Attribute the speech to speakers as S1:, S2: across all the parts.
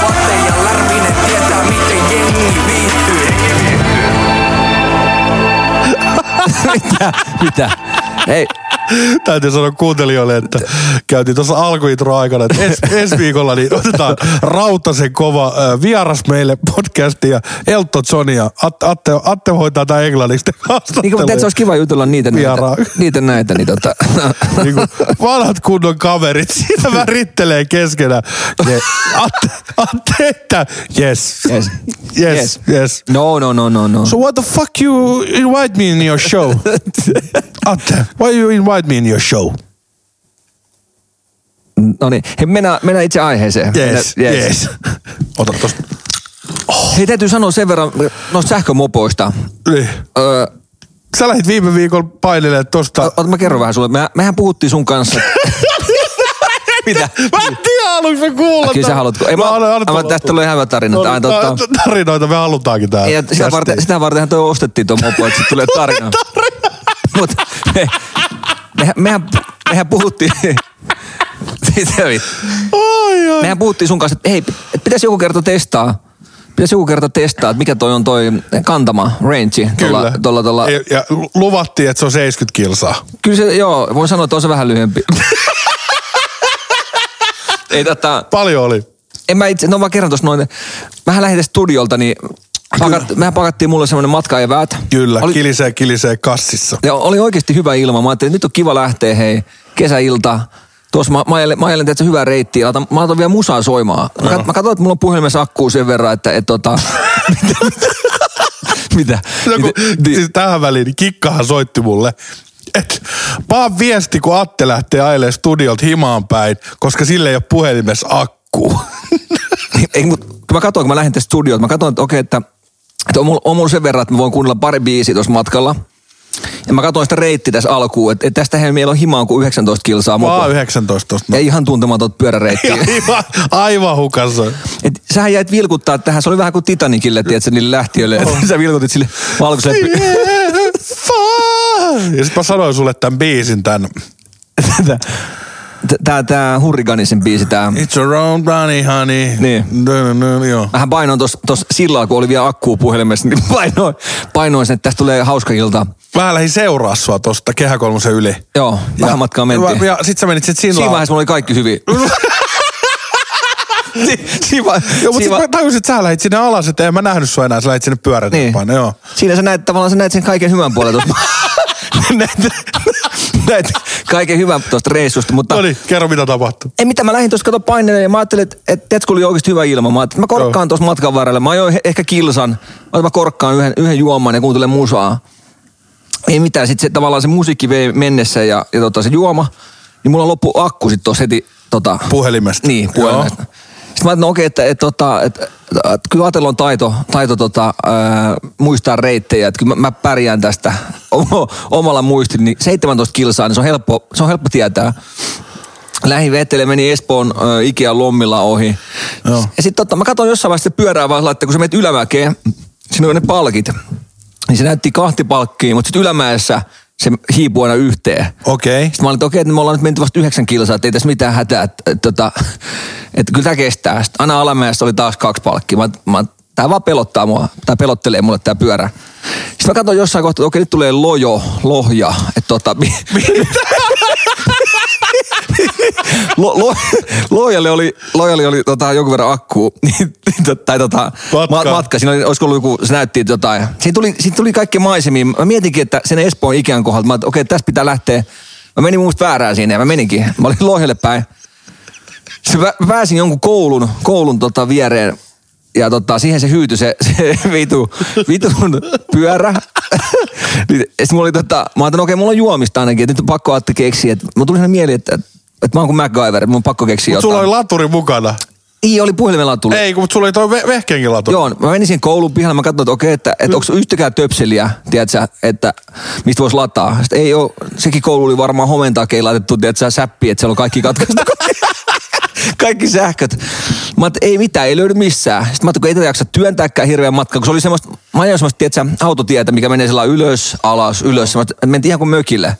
S1: Vatte ja Lärvinen tietää, miten jengi viihtyy.
S2: Mitä? Ei,
S3: Täytyy sanoa kuuntelijoille, että käytiin tuossa alkuintro aikana, että ens, ensi viikolla niin otetaan Rautasen kova ö, vieras meille podcastiin ja Elton John ja Atte, Atte, Atte hoitaa tämä englanniksi.
S2: niin kuin, tiedätkö, olisi kiva jutella niitä näitä,
S3: Vieraan.
S2: niitä näitä, niin tota,
S3: niin kuin vanhat kunnon kaverit, siitä värittelee keskenään. Je, Atte, Atte, että yes,
S2: Yes.
S3: yes, yes. yes.
S2: no, no, no, no, no.
S3: So what the fuck you invite me in your show? Atte, why you invite me in your show?
S2: No niin, hei, mennään, mennään itse aiheeseen. Mennään-
S3: Ota tosta.
S2: Hei, täytyy sanoa sen verran noista sähkömopoista.
S3: Niin.
S2: Öö,
S3: Sä lähdit viime viikolla painelemaan tosta.
S2: ota, mä kerron vähän sulle. Me, mehän puhuttiin sun kanssa. Mitä?
S3: Mä en tiedä, haluanko mä kuulla.
S2: Kyllä sä
S3: tämän.
S2: haluatko. Ei,
S3: No,
S2: mä,
S3: anna- anna
S2: mä,
S3: tulla.
S2: tästä tulee ihan hyvä tarina.
S3: No,
S2: Tää on totta.
S3: ta- Tarinoita me halutaankin täällä.
S2: Ja sitä, varten, sitä vartenhan toi ostettiin tuo mopo, että sit tulee tarina. Mut me, mehän, mehän, mehän puhuttiin... Mitä vittu?
S3: Ai, ai.
S2: Mehän puhuttiin sun kanssa, että hei, et pitäisi joku kerta testaa. Pitäisi joku kerta testaa, että mikä toi on toi kantama, range. Tuolla,
S3: Kyllä.
S2: tuolla, tuolla,
S3: Ja, ja lu- luvattiin, että se on 70 kilsaa.
S2: Kyllä se, joo, voin sanoa, että on se vähän lyhyempi. Ei tota,
S3: Paljon oli.
S2: en mä itse, no mä kerron tuossa noin, mähän lähdin tästä studiolta, niin pakat, mehän pakattiin mulle semmoinen matkaeväät.
S3: Kyllä,
S2: Oli,
S3: oli... kilisee kilisee kassissa.
S2: ja oli oikeasti hyvä ilma. Mä ajattelin, että nyt on kiva lähteä, hei, kesäilta. Tuossa mä, mä ajelen, mä ajelen tietysti hyvää reittiä. Laitan, mä otan vielä musaa soimaan. Mä, kat, mä katson, että mulla on puhelimessa akkuu sen verran, että et, tota... mitä?
S3: No, kun,
S2: mitä? Di-
S3: siis tähän väliin, niin Kikkahan soitti mulle. Et, vaan viesti, kun Atte lähtee ailemaan studiolta himaan päin, koska sille ei ole puhelimessa akku.
S2: Ei, mut, kun mä katsoin, kun mä lähdin tästä studiolta, mä katsoin, että okei, että, että on, mulla, on mulla sen verran, että mä voin kuunnella pari biisiä tuossa matkalla. Ja mä katsoin sitä reittiä tässä alkuun, että, että tästähän meillä on himaan kuin 19 kilsaa mopo.
S3: Vaan 19 tosta.
S2: Ei ihan tuntematot pyöräreittiä.
S3: Aivan, aivan hukassa.
S2: Et sähän jäit vilkuttaa tähän, se oli vähän kuin Titanicille, tiedätkö, niille lähtiöille. Oh. Sä vilkutit sille valkoiselle... py-
S3: Ja sit mä sanoin sulle tämän biisin tän.
S2: Tää- Tää, tää Hurriganisin biisi, tää...
S3: It's around Ronnie, honey.
S2: Niin.
S3: Dö, dö, dö, Joo.
S2: Mähän painoin tuossa tos sillalla, kun oli vielä akkuu puhelimessa, niin painoin, painoin sen, että tästä tulee hauska ilta.
S3: Mä lähdin seuraa sua tosta Kehä kolmosen yli.
S2: Joo, vähän matkaa mentiin.
S3: Ja, ja sit sä menit sit
S2: Siinä
S3: sillaan.
S2: vaiheessa mulla oli kaikki hyvin. Si- siinä vai-
S3: Joo, mutta
S2: siinä
S3: sitten
S2: vai-
S3: mä tajusin, että sä lähit sinne alas, että en mä nähnyt sua enää, sä lähit sinne pyörätempaan. Niin. Joo.
S2: Siinä sä näet tavallaan sä näet sen kaiken hyvän puolen tuosta. näet, näet kaiken hyvän tuosta reissusta, mutta...
S3: No niin, kerro mitä tapahtui.
S2: Ei mitä, mä lähdin tuossa kato painelemaan ja mä ajattelin, että et, tiedätkö, kun oli oikeasti hyvä ilma. Mä ajattelin, että mä korkkaan tuossa matkan varrella. Mä ajoin he- ehkä kilsan. Mä, ajattelin, mä korkkaan yhden, yhden juoman ja kuuntelen musaa. Ei mitään, sitten se, tavallaan se musiikki vei mennessä ja, ja tota, se juoma. Niin mulla loppu akku sitten tuossa heti tota,
S3: Puhelimesta.
S2: Niin, puhelimesta.
S3: Joo.
S2: Sitten mä ajattelin, no okei, että et, tota, et, et, et, kyllä Atella on taito, taito tota, ää, muistaa reittejä, että kyllä mä, mä pärjään tästä o- omalla muistini. Niin 17 kilsaa, niin se on helppo, se on helppo tietää. Lähin vetelle meni Espoon ö, Ikea Lommilla ohi.
S3: Joo.
S2: Ja sitten totta, mä katsoin jossain vaiheessa sitä pyörää vaan, että kun sä menet ylämäkeen, siinä on ne palkit. Niin se näytti kahti palkkiin, mutta sitten ylämäessä se hiipuu aina yhteen.
S3: Okei.
S2: Sitten mä olin, että okei, että me ollaan nyt menty vasta yhdeksän kilsaa, että ei tässä mitään hätää, että, että, että, että kyllä tämä kestää. Sitten aina alamäessä oli taas kaksi palkkia. Mä, mä, tämä vaan pelottaa mua, tämä pelottelee mulle tämä pyörä. Sitten mä katsoin jossain kohtaa, että okei, nyt tulee lojo, lohja, että tota, mi- lo, lo, lojalle oli, lojalle oli tota, jonkun verran akkuu, niin, niin, tai tota,
S3: Matka.
S2: ma- matka. Siinä oli, olisiko ollut joku, se näytti jotain. Siinä tuli, siinä tuli kaikki maisemia. Mä mietinkin, että sen Espoon Ikean kohdalta, mä että okei, tässä pitää lähteä. Mä menin muusta väärään siinä ja mä meninkin. Mä olin lohjalle päin. Se Siis mä mä pääsin jonkun koulun, koulun tota viereen ja tota, siihen se hyytyi se, se vitu, vitun pyörä. Niin, Sitten mulla oli tota, mä ajattelin, okei, mulla on juomista ainakin, että nyt on pakko Atte keksiä. Että, mä tuli sellainen mieli, että, että mä oon kuin MacGyver, että mun on pakko keksiä
S3: Mut
S2: jotain.
S3: sulla oli laturi mukana.
S2: Ii, oli puhelimella tuli.
S3: Ei, kun mut sulla oli toi ve- vehkeenkin latu.
S2: Joo, mä menin siihen koulun pihalle, mä katsoin, että okei, että, että onko yhtäkään töpseliä, tiedätkö, että mistä voisi lataa. Sitten ei ole, sekin koulu oli varmaan homentakeilla laitettu, tiedätkö, säppi, että siellä on kaikki katkaistu. kaikki sähköt. Mä että ei mitään, ei löydy missään. Sitten mä ajattelin, kun ei tätä jaksa työntääkään hirveän matkaa, kun se oli semmoista, mä ajoin semmoista, tiedätkö, autotietä, mikä menee sillä ylös, alas, ylös. Mä ajattelin, että mentiin ihan kuin mökille.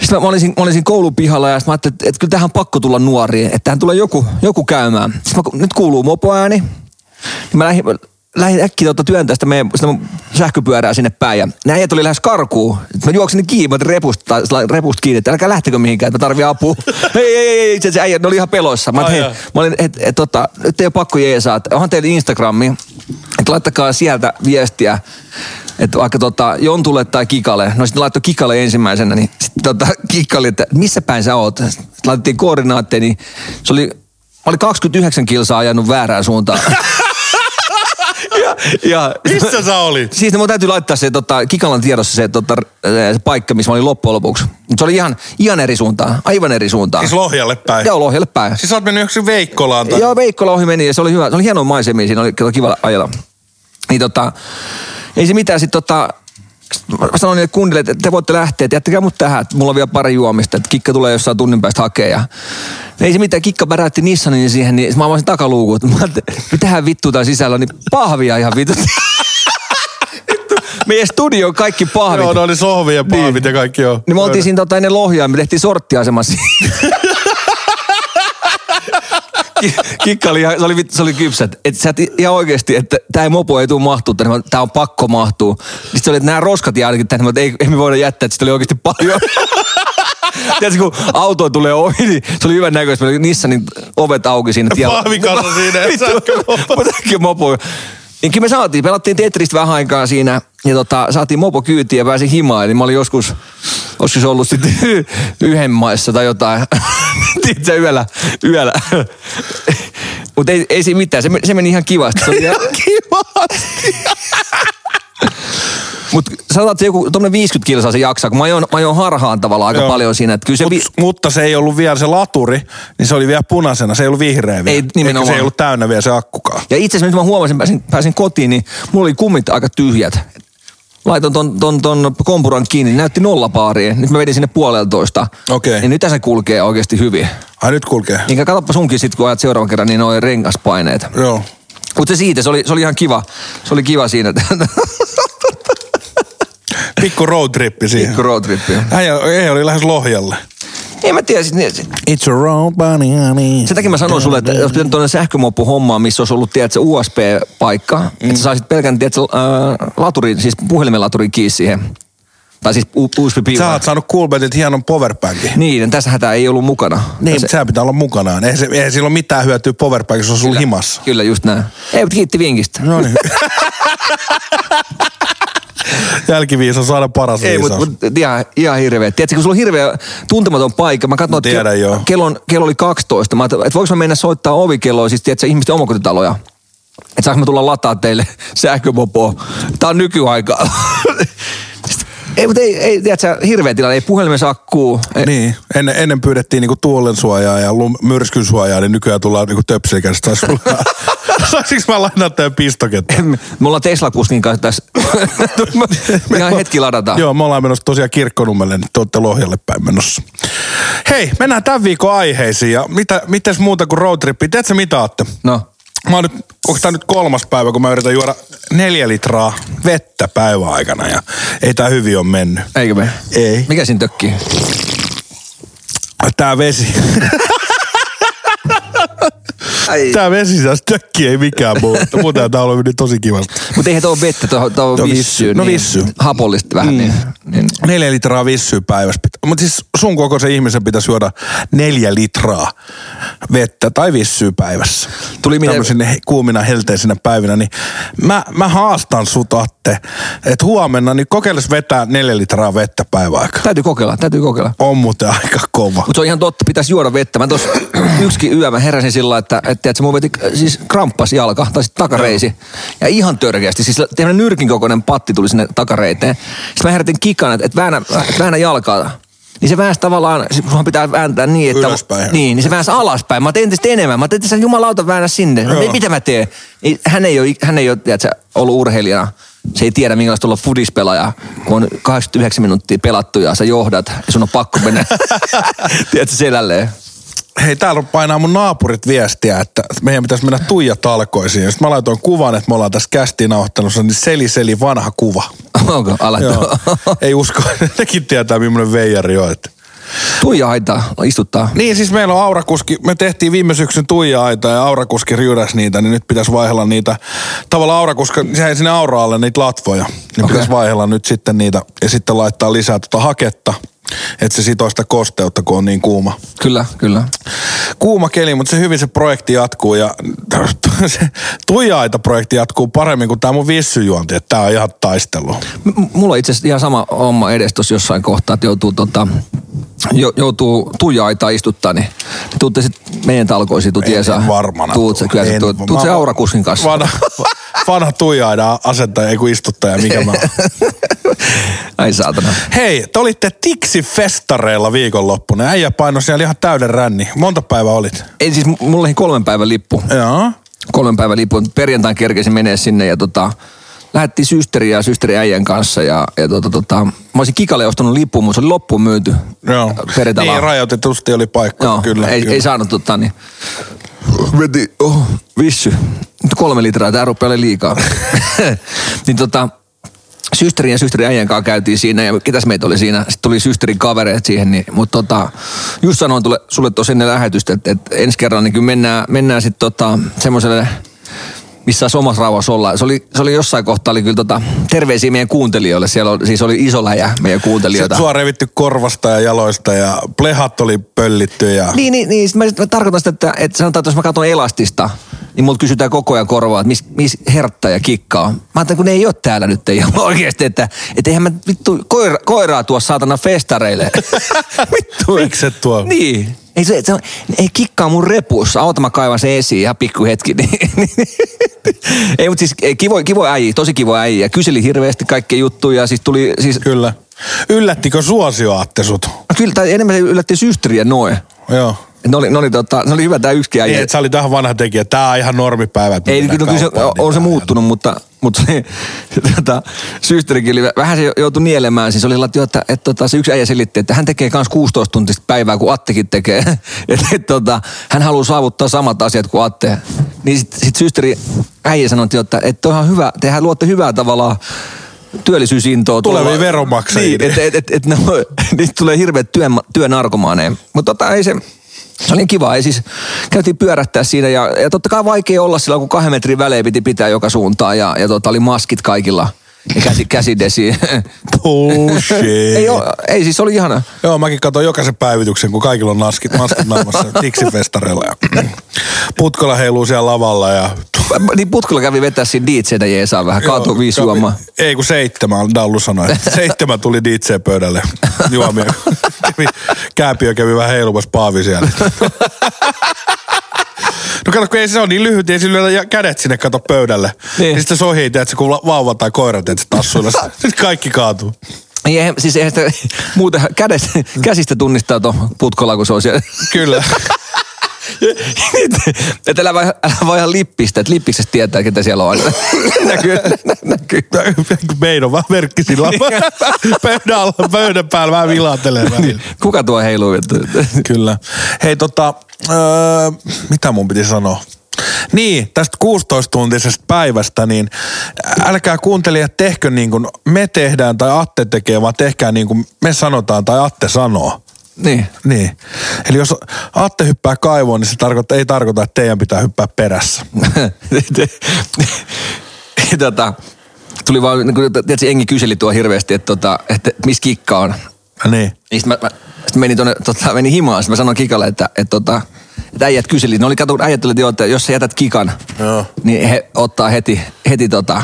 S2: Sitten mä, mä, olisin, mä olisin koulun pihalla ja sit mä ajattelin, että, että kyllä tähän on pakko tulla nuori, että tähän tulee joku, joku käymään. Sitten mä, nyt kuuluu mopoääni, niin mä lähdin, mä lähdin äkkiä tuota työntää sitä, meidän, sitä mun sähköpyörää sinne päin ja ne äijät oli lähes karkuun. Sit Mä juoksin ne kiinni, mä otin repusta, tai sillä lailla repusta kiinni, että älkää lähtekö mihinkään, että mä tarvitsen apua. ei, ei, ei, itse asiassa äijät, ne oli ihan peloissa. Mä,
S3: Ai
S2: ajattelin,
S3: joo.
S2: hei, mä olin, että et, tota, nyt ei ole pakko jeesaa, että onhan teillä Instagrami, että laittakaa sieltä viestiä, että vaikka tota, Jontulle tai Kikalle, no sitten laittoi Kikalle ensimmäisenä, niin sitten tota, Kikalle, että missä päin sä oot? Sitten laitettiin koordinaatteja, niin se oli, mä olin 29 kilsaa ajanut väärään suuntaan. ja, ja,
S3: Missä sä olit?
S2: Siis mun täytyy laittaa se tota, Kikalan tiedossa se, tota, se paikka, missä mä olin loppujen lopuksi. Mut se oli ihan, ihan eri suuntaan, aivan eri suuntaan.
S3: Siis Lohjalle päin.
S2: Joo, Lohjalle päin.
S3: Siis sä oot mennyt johonkin Veikkolaan tai...
S2: Joo, Veikkola ohi meni ja se oli hyvä. Se oli hieno maisemia, siinä oli kato, kiva ajella. Niin tota, ei se mitään. Sitten tota, mä sanoin niille kunnille, että te voitte lähteä, että jättäkää mut tähän, että mulla on vielä pari juomista, että kikka tulee jossain tunnin päästä hakea. Ja... Ei se mitään, kikka päräytti Nissanin siihen, niin mä avasin takaluukut. Mä ajattelin, että mitähän vittu tää sisällä on, niin pahvia ihan vittu. Meidän studio on kaikki pahvit.
S3: Joo, no, ne oli sohvi ja paavit ja kaikki joo.
S2: Niin me oltiin siinä tota, ennen lohjaa, me tehtiin sorttiasemassa. Ki- Kikka oli, ihan, se oli, vittu- se oli kypsä. että- Et sä et i- ihan oikeesti, että tämä mopo ei tule mahtuu tänne. Tämä on pakko mahtuu. Sitten se oli, että nämä roskat jää ainakin tänne, mutta ei, ei me voida jättää, että sitä oli oikeasti paljon. Tiedätkö, kun auto tulee ohi, niin se oli hyvän näköistä. Meillä oli Nissanin ovet auki siinä tiellä.
S3: Pahvikasa siinä ja sähkömopo.
S2: Mutta mopo. Niin kyllä me saatiin, pelattiin Tetristä vähän aikaa siinä ja tota, saatiin mopo kyytiin ja pääsin himaan. Eli mä olin joskus, joskus ollut sitten y- yhden maissa tai jotain. Tiedätkö, yöllä, yöllä. Mutta ei, ei siinä mitään, se, meni- se meni ihan kivasti. Se oli ihan... Mutta sanotaan, että joku tuommoinen 50 kilsaa se jaksaa, kun mä ajoin, mä ajoin harhaan tavallaan aika
S3: Joo.
S2: paljon siinä. Että kyllä se
S3: Mut,
S2: vi-
S3: mutta se ei ollut vielä se laturi, niin se oli vielä punaisena, se ei ollut vihreä vielä.
S2: Ei, nimenomaan.
S3: Eikä se ei ollut täynnä vielä se akkukaan.
S2: Ja itse asiassa nyt mä huomasin, pääsin, pääsin kotiin, niin mulla oli kummit aika tyhjät. Laitoin ton, ton, ton kompuran kiinni, niin näytti nollapaaria. Nyt mä vedin sinne puoleltoista.
S3: Okei.
S2: Ja nyt se kulkee oikeasti hyvin.
S3: Ai nyt kulkee.
S2: Niin katsoppa sunkin sit, kun ajat seuraavan kerran, niin noi rengaspaineet.
S3: Joo.
S2: Mutta se siitä, se oli, se oli ihan kiva. Se oli kiva siinä,
S3: Pikku roadtrippi siihen.
S2: kun road trippi.
S3: Äijä, äijä oli lähes Lohjalle.
S2: Ei mä tiedä, sit, niin-
S3: It's a road bunny, honey.
S2: Sen takia mä sanon sulle, että jos pitänyt tuonne sähkömoppu hommaa, missä olisi ollut, tiedätkö, USB-paikka, mm. että sä saisit pelkän, tiedätkö, äh, laturin, siis puhelimen laturin kiinni siihen. Tai siis
S3: Sä
S2: USB-piivaan.
S3: oot saanut Coolbetit hienon powerbankin.
S2: Niin, tässä tämä ei ollut mukana.
S3: Niin,
S2: se,
S3: mutta sä pitää olla mukanaan. Ei, se, ei sillä ole mitään hyötyä powerbankissa, se on sulla himassa.
S2: Kyllä, just näin. Ei, mutta kiitti vinkistä.
S3: No niin. Jälkiviisaus on aina paras
S2: Ei,
S3: viisaus.
S2: mutta mut, ihan, ihan hirveä. Tiedätkö, kun sulla on hirveä tuntematon paikka. Mä katsoin, että
S3: Tiedän, joo.
S2: kello, kello oli 12. Mä ajattelin, että voinko mä mennä soittaa ovikelloa, siis tiedätkö, ihmisten omakotitaloja. Että saanko mä tulla lataa teille sähkömopoa. Tää on nykyaikaa. Sitten, ei, mutta ei, ei tiedätkö, hirveä tilanne. Ei puhelimessa akkuu. Ei,
S3: Niin, ennen, ennen pyydettiin niinku tuolen suojaa ja lum, myrskyn suojaa, niin nykyään tullaan niinku töpselikästä. Saisi sulla- Saisinko mä lainaa tämän pistoketta?
S2: Me ollaan Tesla-kuskin kanssa tässä. Me ihan hetki ladataan.
S3: Joo, me ollaan menossa tosiaan kirkkonummelle, niin te olette Lohjalle päin menossa. Hei, mennään tämän viikon aiheisiin ja mitä, mites muuta kuin roadtrippi? Tiedätkö mitä Atte?
S2: No.
S3: Mä oon nyt, onko tää nyt kolmas päivä, kun mä yritän juoda neljä litraa vettä päivän aikana ja ei tää hyvin on mennyt.
S2: Eikö me?
S3: Ei.
S2: Mikä siinä tökkii?
S3: Tää vesi.
S2: Ai.
S3: Tää vesi tässä tökkii, ei mikään muu. Muuten tää on nyt tosi kivasti.
S2: Mutta eihän tuo vettä, tuo, tuo
S3: Tuo
S2: vissy.
S3: vissy. No vissy.
S2: Niin, hapollista vähän. Mm. Niin, niin.
S3: Neljä litraa vissyä päivässä pitää. Mutta siis sun kokoisen ihmisen pitäisi juoda neljä litraa vettä tai vissyä päivässä.
S2: Tuli mieleen-
S3: Tämmöisinä he- kuumina helteisinä päivinä. Niin mä, mä haastan sut, Atte, että huomenna niin kokeilisi vetää neljä litraa vettä päiväaikaa.
S2: Täytyy kokeilla, täytyy kokeilla.
S3: On muuten aika kova.
S2: Mutta se on ihan totta, pitäisi juoda vettä. Mä tuossa yksikin yö mä heräsin sillä, että, että tiedätkö, mun veti siis kramppas jalka, tai sitten takareisi. Ja ihan törkeästi, siis tämmöinen nyrkin kokoinen patti tuli sinne takareiteen. Sitten mä herätin kikan, että, että väännä, väännä jalkaa. niin se väänsi tavallaan, se- sunhan pitää vääntää niin, että...
S3: Ylöspäin.
S2: Niin, niin se väänsi alaspäin. Mä tein entistä enemmän. Mä tein, että jumalauta väännä sinne. Mä,
S3: Joo.
S2: mitä mä teen? Niin, hän ei ole, hän ei ole tiedätkö, ollut urheilijana. Se ei tiedä, minkälaista olla fudispelaaja, kun on 89 minuuttia pelattu ja sä johdat ja sun on pakko mennä, tiedätkö, selälleen.
S3: hei täällä painaa mun naapurit viestiä, että meidän pitäisi mennä Tuija talkoisiin. Sitten mä laitoin kuvan, että me ollaan tässä kästiin ottanut, niin seli seli vanha kuva.
S2: Onko alettu?
S3: Joo. Ei usko, nekin tietää millainen veijari on. Että.
S2: Tuija haittaa, istuttaa.
S3: Niin siis meillä on aurakuski, me tehtiin viime syksyn Tuija-aita ja aurakuski riydäs niitä, niin nyt pitäisi vaihella niitä, tavallaan aurakuska, sehän ei sinne auraalle niitä latvoja, niin okay. pitäisi vaihella nyt sitten niitä ja sitten laittaa lisää tuota haketta, että se sitoo sitä kosteutta, kun on niin kuuma.
S2: Kyllä, kyllä.
S3: kuuma keli, mutta se hyvin se projekti jatkuu ja se tuijaita projekti jatkuu paremmin kuin tämä mun vissyjuonti, että tämä on ihan taistelu.
S2: M- mulla on itse asiassa ihan sama homma edes tuossa jossain kohtaa, että joutuu, tota, jo, joutuu tuijaitaa istuttaa, niin, niin tuutte sitten meidän talkoisiin, tuut
S3: En-
S2: Jeesa.
S3: en niin varmana
S2: Tuut sä,
S3: tuu.
S2: kyllä sä
S3: En-
S2: tuut,
S3: mä-
S2: tuut se aurakuskin kanssa.
S3: Vanha, vanha tuijaida asentaja, ei kun istuttaja, mikä mä oon.
S2: Ai saatana.
S3: Hei, te olitte Tiksi-festareilla viikonloppuna. Äijä paino siellä ihan täyden ränni. Monta päivää olit?
S2: Ei siis, m- mulla oli kolmen päivän lippu.
S3: Joo.
S2: Kolmen päivän lippu. Perjantain kerkesin menee sinne ja tota, lähdettiin systeriä ja systeri äijän kanssa ja, ja tota, tota, mä olisin kikalle ostanut lipun, mutta se oli loppuun myyty.
S3: Joo.
S2: Perjantai
S3: Niin, rajoitetusti oli paikka.
S2: Joo,
S3: kyllä,
S2: ei,
S3: kyllä.
S2: ei saanut tota niin. Veti, oh, vissy. Nyt kolme litraa, tää rupeaa olemaan liikaa. niin tota, systerin ja systerin äijän kanssa käytiin siinä ja ketäs meitä oli siinä. Sitten tuli systerin kavereet siihen, niin, mutta tota, just sanoin tule, sulle tuossa ennen lähetystä, että, että ensi kerralla niin kyllä mennään, mennään sitten tota, semmoiselle missä saisi omassa rauhassa olla. Se oli, se oli jossain kohtaa, oli kyllä tota, terveisiä meidän kuuntelijoille. Siellä oli, siis oli iso läjä meidän kuuntelijoita.
S3: Sitten sua revitty korvasta ja jaloista ja plehat oli pöllitty ja...
S2: Niin, niin, niin. Sit Mä, mä tarkoitan sitä, että, että sanotaan, että jos mä katson elastista, niin multa kysytään koko ajan korvaa, että missä mis hertta ja kikka on. Mä ajattelin, kun ne ei ole täällä nyt ei ole oikeasti, että et eihän mä vittu koira, koiraa tuo saatana festareille. vittu.
S3: Miksi et tuo?
S2: Niin. Ei, se, se, on- ei kikkaa mun repussa. Auta mä kaivan se esiin ihan pikku hetki. Niin, ei, mutta siis ei, kivo, kivo äijä, tosi kivo äijä. Kyseli hirveästi kaikkia juttuja. Siis tuli, siis,
S3: Kyllä. Yllättikö suosio Atte sut?
S2: kyllä, tai enemmän se yllätti systriä noin.
S3: Joo.
S2: Ne oli, ne oli, tota, ne oli hyvä tämä yksikin äijä.
S3: Niin, että sä olit vähän vanha tekijä. Tää on ihan normipäivä. että me
S2: Ei, no
S3: mennään
S2: kyllä, kyllä se,
S3: kauppaan,
S2: on, on se
S3: niin
S2: muuttunut, mutta, mutta se, se tota, systerikin oli, vähän se joutui nielemään. Siis oli sellainen, että, että, että tota, se yksi äijä selitti, että hän tekee myös 16 tuntista päivää, kuin Attekin tekee. Että, että, tota, hän haluaa saavuttaa samat asiat kuin Atte. Niin sitten sit systeri äijä sanoi, että, että on ihan hyvä, tehän luotte hyvää tavallaan työllisyysintoa.
S3: Tuleviin veronmaksajia.
S2: Niin, että et, et, et, no, niistä tulee hirveät työn, työnarkomaaneja. Mutta tota, ei se, se oli kiva. Ei siis, käytiin pyörähtää siinä ja, ja totta kai vaikea olla sillä, kun kahden metrin välein piti pitää joka suuntaan ja, ja tota, oli maskit kaikilla ja käsi, käsidesi.
S3: Bullshit.
S2: ei, oo, ei siis, oli ihana.
S3: Joo, mäkin katsoin jokaisen päivityksen, kun kaikilla on naskit, maskit naamassa tiksifestareilla. Ja putkola heiluu siellä lavalla ja...
S2: Niin putkilla kävi vetää siinä DJtä jeesaa vähän, kaatui viisi
S3: Joo,
S2: juomaa.
S3: Ei kun seitsemän, Dallu sanoi. että Seitsemän tuli DJ-pöydälle juomia. Kävi- Kääpiö kävi vähän heilumassa paavi siellä. No kato, kun ei se ole niin lyhyt, ei sillä lyödä ja- kädet sinne kato pöydälle.
S2: Niin.
S3: Niin. Sitten se sohii, tiedätkö, kun la- vauva tai koira, tiedätkö, tassuilla. Sitten kaikki kaatuu.
S2: Ei, eihän- siis eihän sitä muuta kädestä, käsistä tunnistaa tuon putkolla, kun se on siellä.
S3: Kyllä.
S2: että älä vaan, älä vaan ihan lippistä, että lippiksestä tietää, ketä siellä on. näkyy, näkyy.
S3: Meidän on vähän verkki sillä pöydän, alla- pöydän päällä vähän vilahtelee välillä.
S2: Kuka tuo heiluu? vittu?
S3: Niin. Kyllä. Hei tota, öö, mitä mun piti sanoa? Niin, tästä 16-tuntisesta päivästä, niin älkää kuuntelijat tehkö niin kuin me tehdään tai Atte tekee, vaan tehkää niin kuin me sanotaan tai Atte sanoo.
S2: niin.
S3: Niin. Eli jos Atte hyppää kaivoon, niin se tarkoittaa, ei tarkoita, että teidän pitää hyppää perässä.
S2: tota, tuli vaan, niin kun, tiedätkö, jengi kyseli tuo hirveästi, että, tota, että missä kikka on.
S3: Niin.
S2: Niin sit mä, mä sit menin tonne, tota, menin himaan, sit mä sanoin kikalle, että, että, tota, että äijät kyseli, ne oli kato, äijät oli, että jos sä jätät kikan,
S3: Joo.
S2: niin he ottaa heti, heti tota,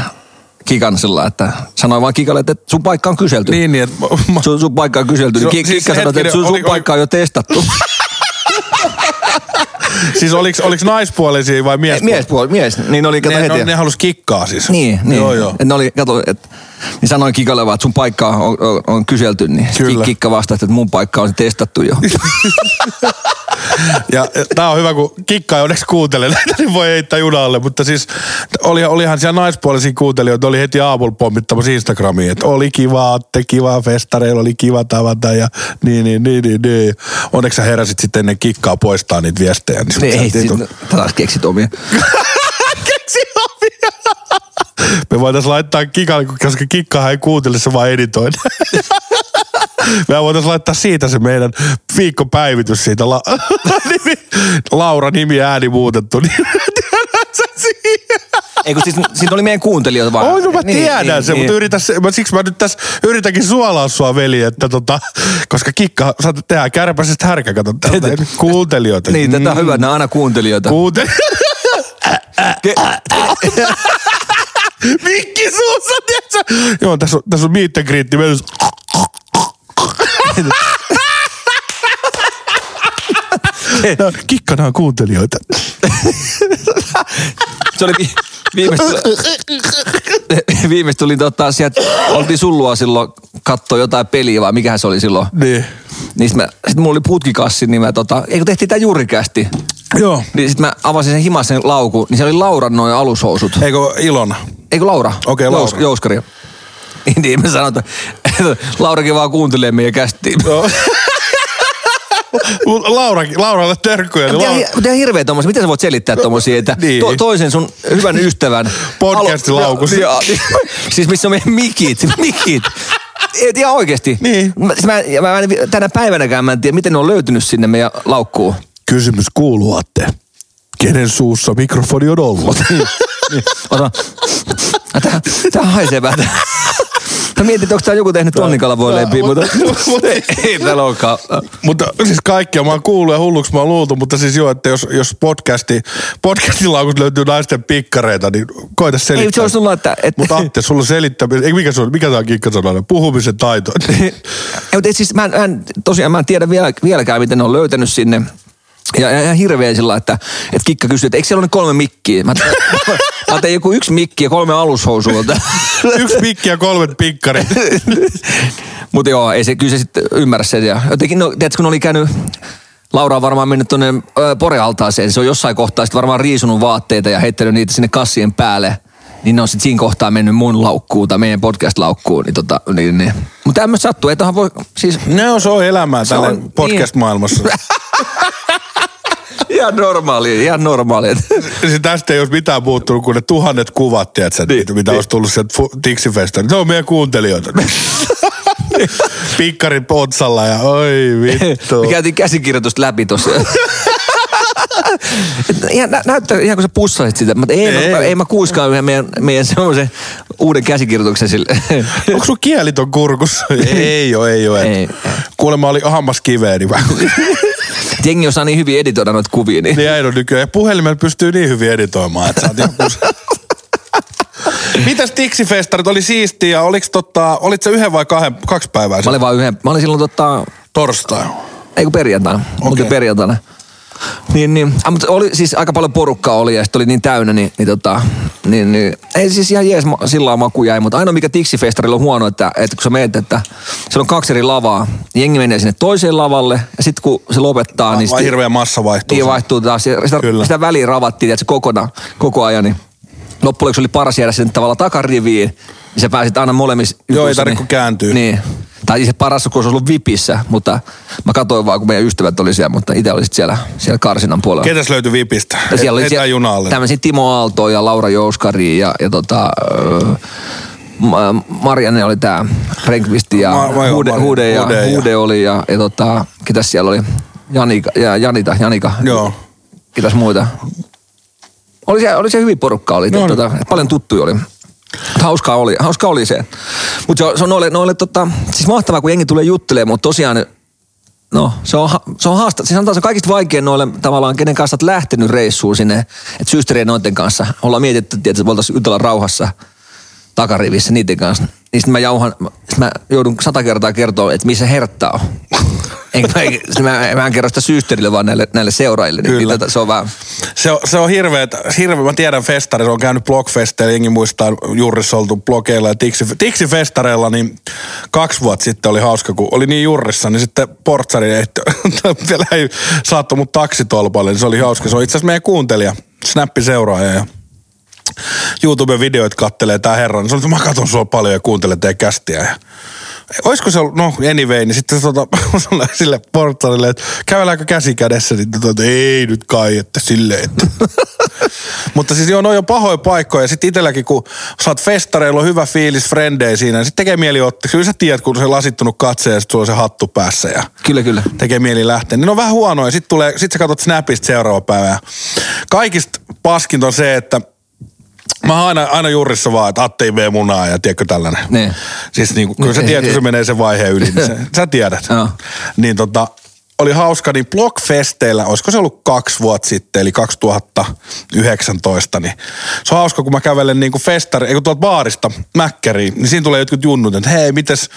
S2: kikan sillä, että sanoi vaan kikalle, että sun paikka on kyselty.
S3: Niin, niin, että mä,
S2: Sun, sun paikka on kyselty, niin
S3: No,
S2: ki-
S3: siis
S2: kikka sanoi, että
S3: hetkinen,
S2: sun, sun
S3: oli- oli-
S2: paikka on jo testattu.
S3: siis oliks, oliks naispuolisia vai miespuolisia?
S2: Mies, puoli, mies, niin oli, kato
S3: Ne,
S2: heti.
S3: ne, ne halus kikkaa siis.
S2: Niin, niin.
S3: Joo, joo.
S2: Et ne oli, kato, et, Niin sanoin Kikalle vaan, että sun paikkaa on, on, on kyselty, niin
S3: Kyllä.
S2: Kyllä. Kikka vastasi, että mun paikka on testattu jo.
S3: Ja tämä on hyvä, kun kikka ei onneksi kuuntele näitä, niin voi heittää junalle. Mutta siis oli, olihan siellä naispuolisia kuuntelijoita, oli heti aamulla pommittamassa Instagramiin, että oli kiva, Atte, kiva festareilla, oli kiva tavata ja niin, niin, niin, niin, niin. Onneksi sä heräsit sitten ennen kikkaa poistaa niitä viestejä. Niin,
S2: niin
S3: sä
S2: ei,
S3: et tiedä-
S2: sit, taas keksit omia.
S3: Keksi omia. Me voitaisiin laittaa kikalle, koska kikkahan ei kuuntele, se vaan editoin. Me voitaisiin laittaa siitä se meidän viikkopäivitys siitä. La- nimi, Laura nimi ääni muutettu. Niin tiedät sä siihen?
S2: Ei kun siis, siitä oli meidän kuuntelijoita vaan. Niin,
S3: Oi, no mä tiedän se, mutta yritä se, mä, siksi mä nyt tässä yritänkin suolaa sua, veli, että tota, koska kikka, sä tehdään kärpäisestä härkä, kato, tältä, kuuntelijoita. Mm,
S2: Niin, tätä on hyvä, että ne on aina kuuntelijoita.
S3: Kuuntelijoita.
S2: Ke-
S3: Mikki suussa, tiedätkö? Joo, tässä on, tässä on meet and greet, niin mennyt. No, kikkana on kuuntelijoita.
S2: se oli vi- viimeistä... viimeistä tuli tota sieltä, oltiin sullua silloin katsoa jotain peliä vai mikähän se oli silloin.
S3: Niin.
S2: Niin sit, mä, sit mulla oli putkikassi, niin mä tota, eikö tehtiin tää juurikästi.
S3: Joo.
S2: Niin sit mä avasin sen himasen laukun, niin se oli Lauran noin alushousut.
S3: Eikö Ilona?
S2: Eikö Laura?
S3: Okei, Laura.
S2: jouskari. niin mä sanoin, että Laurakin vaan kuuntelee meidän kästi.
S3: Laura, Lauralle terkkuja. Niin Laura,
S2: Mutta ihan hirveä tommosia. Miten sä voit selittää tommosia, että
S3: Niin.
S2: to, toisen sun hyvän ystävän...
S3: Podcastin
S2: alo-
S3: laukussa.
S2: Ja- ja- siis missä on meidän mikit, mikit. Et ihan oikeesti.
S3: Niin.
S2: Mä, siis mä, ja mä, en vi- tänä päivänäkään mä en tiedä, miten ne on löytynyt sinne meidän laukkuun.
S3: Kysymys kuuluu, Atte. Kenen suussa mikrofoni on ollut? Niin.
S2: Ota. Ah, Tää, tää haisee vähän. Mä mietin, että onko tää joku tehnyt tonnikalavoileipiä, mutta ei, ei täällä olekaan.
S3: Mutta siis kaikkia mä oon kuullut ja hulluksi mä oon luultu, mutta siis joo, että jos, jos podcasti, podcastilaukusta löytyy naisten pikkareita, niin koita selittää.
S2: Ei, se olisi tullut, että... että
S3: Mutta Atte, sulla on selittäminen, ei mikä se on, mikä tämä on kikkasanainen, puhumisen taito.
S2: ei, mutta et siis mä en, mä en, tosiaan mä en tiedä vielä, vieläkään, miten ne on löytänyt sinne. Ja, ja ihan hirveä sillä, että, että Kikka kysyi, että eikö siellä ole ne kolme mikkiä? Mä, mä ajattelin, joku yksi mikki ja kolme alushousua.
S3: Yksi pikki ja kolme pikkarit.
S2: Mutta joo, ei se, kyllä se sitten ymmärrä sen. Ja jotenkin, no, tiedätkö, kun oli käynyt, Laura on varmaan mennyt tuonne ö, porealtaaseen. Se on jossain kohtaa sitten varmaan riisunut vaatteita ja heittänyt niitä sinne kassien päälle. Niin ne on sitten siinä kohtaa mennyt mun laukkuun tai meidän podcast-laukkuun. Niin tota, niin, niin. Mutta tämmöistä sattuu, ei tohan voi, siis
S3: No se on niin. elämää
S2: Se
S3: täällä
S2: on-
S3: podcast-maailmassa.
S2: ihan normaalia, ihan normaalia.
S3: Siis tästä ei olisi mitään muuttunut kuin ne tuhannet kuvat, tiedätkö, niin, mitä niin. olisi tullut sieltä fu- Tixifestä. Ne on meidän kuuntelijoita. Pikkarit otsalla ja oi vittu.
S2: Me käytiin käsikirjoitusta läpi tuossa. Et ihan, nä, näyttää ihan kun sä pussasit sitä, mutta ei, ei.
S3: Ei.
S2: Mä, ei mä kuiskaan yhden meidän, meidän semmoisen uuden käsikirjoituksen sille.
S3: Onko sun kieli ton kurkussa? ei oo, ei oo.
S2: Ei.
S3: Ei. Kuulemma oli hammas kiveen, niin vähän.
S2: Et Jengi osaa niin hyvin editoida noita kuvia, niin
S3: Niin äidon nykyään. Ja puhelimella pystyy niin hyvin editoimaan, että sä oot ihan kus- Mitäs Tixifestarit oli siistiä? Oliks tota, olit sä yhden vai kahden, kaksi päivää
S2: mä
S3: siellä?
S2: olin vaan yhden, mä olin silloin tota,
S3: Torstai.
S2: ei kun perjantaina, okay. mutta perjantaina. Niin, niin. Ah, mutta oli siis aika paljon porukkaa oli ja sitten oli niin täynnä, niin, niin, tota, niin, niin ei siis ihan jees ma- sillä lailla maku jäi, mutta ainoa mikä Tixifestarilla on huono, että, että kun sä meet, että siellä on kaksi eri lavaa, niin jengi menee sinne toiseen lavalle ja sitten kun se lopettaa, niin
S3: Vai
S2: sitten
S3: hirveä massa vaihtuu.
S2: niin
S3: siinä.
S2: vaihtuu taas. Ja Sitä,
S3: Kyllä.
S2: sitä väliin ravattiin, että se kokonaan, koko ajan, niin loppujen lopuksi oli paras jäädä sinne tavallaan takariviin, niin sä pääsit aina molemmissa
S3: Joo, ei
S2: jutuissa,
S3: tarvitse kuin kääntyä.
S2: Niin. Tai se paras, kun se olisi ollut vipissä, mutta mä katsoin vaan, kun meidän ystävät oli siellä, mutta itse olisit siellä, siellä karsinan puolella.
S3: Ketäs löytyi vipistä?
S2: Ja siellä oli
S3: siellä... junalle.
S2: tämmöisiä Timo Aalto ja Laura Jouskari ja, ja tota, öö, Ma- Marianne oli tää Renkvist ja
S3: Ma- vai-
S2: Hude,
S3: Marianne,
S2: Hude, ja,
S3: Hude
S2: Hude,
S3: ja-
S2: oli ja, ja tota, ketäs siellä oli? Janika, ja Janita, Janika.
S3: Joo.
S2: Kiitos muita. Oli se, oli se hyvin porukka, oli,
S3: No
S2: no,
S3: niin.
S2: tota, paljon tuttuja oli. Mut Hauskaa oli, hauskaa oli se. Mutta se on, se on noille, noille tota, siis mahtavaa, kun jengi tulee juttelemaan, mutta tosiaan, no se on, ha- se on haasta. Siis sanotaan, se on kaikista vaikein noille tavallaan, kenen kanssa olet lähtenyt reissuun sinne, että syysteriä noiden kanssa. Ollaan mietitty, tiedätkö, että voitaisiin jutella rauhassa takarivissä niiden kanssa. Niin sitten mä jauhan, sit mä joudun sata kertaa kertoa, että missä Hertta on. Enkä, enkä, mä, mä en kerro sitä syysterille, vaan näille, näille seuraajille. Niin, niin
S3: Kyllä.
S2: tota, se on vähän...
S3: Se on, se on hirveä, hirveä, mä tiedän festari, se on käynyt blogfesteillä, jengi muistaa Jurrissa oltu blogeilla ja tiksi, tiksifestareilla, niin kaksi vuotta sitten oli hauska, kun oli niin Jurrissa, niin sitten portsari ehti, vielä ei saattu mut taksitolpalle, niin se oli hauska. Se on itse asiassa meidän kuuntelija, snappiseuraaja ja YouTuben videoita kattelee tää herra, niin se oli, että mä katson sua paljon ja kuuntelen teidän kästiä. Ja olisiko se ollut, no anyway, niin sitten se tota, sanoi sille portarille, että kävelläänkö käsi kädessä, niin tota, että ei nyt kai, että silleen, että. Mutta siis joo, noin on pahoja paikkoja. Ja sitten itselläkin, kun saat festareilla, on hyvä fiilis frendei siinä, niin sitten tekee mieli ottaa. Kyllä sä tiedät, kun se lasittunut katse ja sitten sulla on se hattu päässä ja
S2: Kyllä, kyllä.
S3: tekee mieli lähteä. Niin ne on vähän huonoja. Sitten tulee, sit sä katsot Snapista seuraava päivä. ja Kaikista paskinta on se, että Mä oon aina, aina jurissa vaan, että Atte ei vee munaa ja tiedätkö tällainen.
S2: Niin.
S3: Siis niin, kyllä sä
S2: Niin.
S3: tiedät, kun se menee sen vaiheen yli, niin se, sä tiedät.
S2: Joo.
S3: Niin tota, oli hauska, niin Blockfesteillä, olisiko se ollut kaksi vuotta sitten, eli 2019, niin se on hauska, kun mä kävelen niin kuin festari, ei kun tuolta baarista mäkkäriin, niin siinä tulee jotkut junnut, että hei, mites,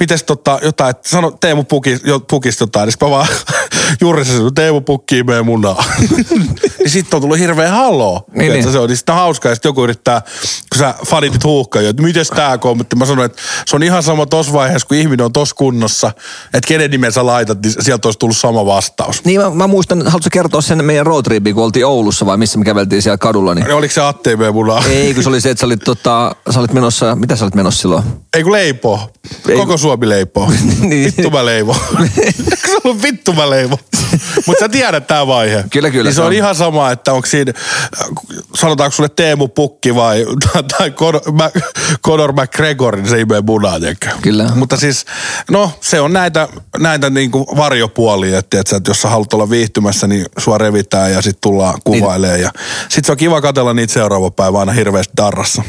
S3: mites tota, jotain, että sano Teemu Puki, jo, Pukista jotain, niin sit mä vaan jurissa sanon, Teemu Pukki imee munaa. niin sitten on tullut hirveä haloo.
S2: Niin,
S3: Tiedätkö,
S2: niin.
S3: se on, niin sitten on hauskaa, ja sitten joku yrittää, kun sä fanitit huuhkaa, että mites tää kommentti, mä sanoin, että se on ihan sama tossa vaiheessa, kun ihminen on tossa kunnossa, että kenen nimen sä laitat, niin sieltä olisi tullut sama vastaus.
S2: Niin mä, mä muistan, haluatko kertoa sen meidän roadtripi, kun oltiin Oulussa vai missä me käveltiin siellä kadulla? Niin...
S3: Niin Oliko se Atte me munaa?
S2: Ei, kun se oli se, että sä olit, tota, sä olit menossa, mitä sä olit menossa silloin?
S3: Ei kun leipo.
S2: Ei.
S3: Koko Suomi leipoo.
S2: Niin.
S3: Vittu mä leivo. Eikö se ollut vittu mä leivo? Mutta sä tiedät tää vaihe.
S2: Kyllä, kyllä,
S3: Niin se
S2: se
S3: on,
S2: on.
S3: ihan sama, että onko siinä, sanotaanko sulle Teemu Pukki vai tai- tai Conor- Mä- Conor McGregor, niin se imee munaa, tiedätkö?
S2: Kyllä.
S3: Mutta siis, no se on näitä, näitä niinku varjopuolia, että, tiedätkö, että jos sä haluat olla viihtymässä, niin sua revitään ja sit tullaan
S2: Niin.
S3: kuvailemaan. Ja sit se on kiva katella niitä seuraava päivä aina hirveästi tarrassa.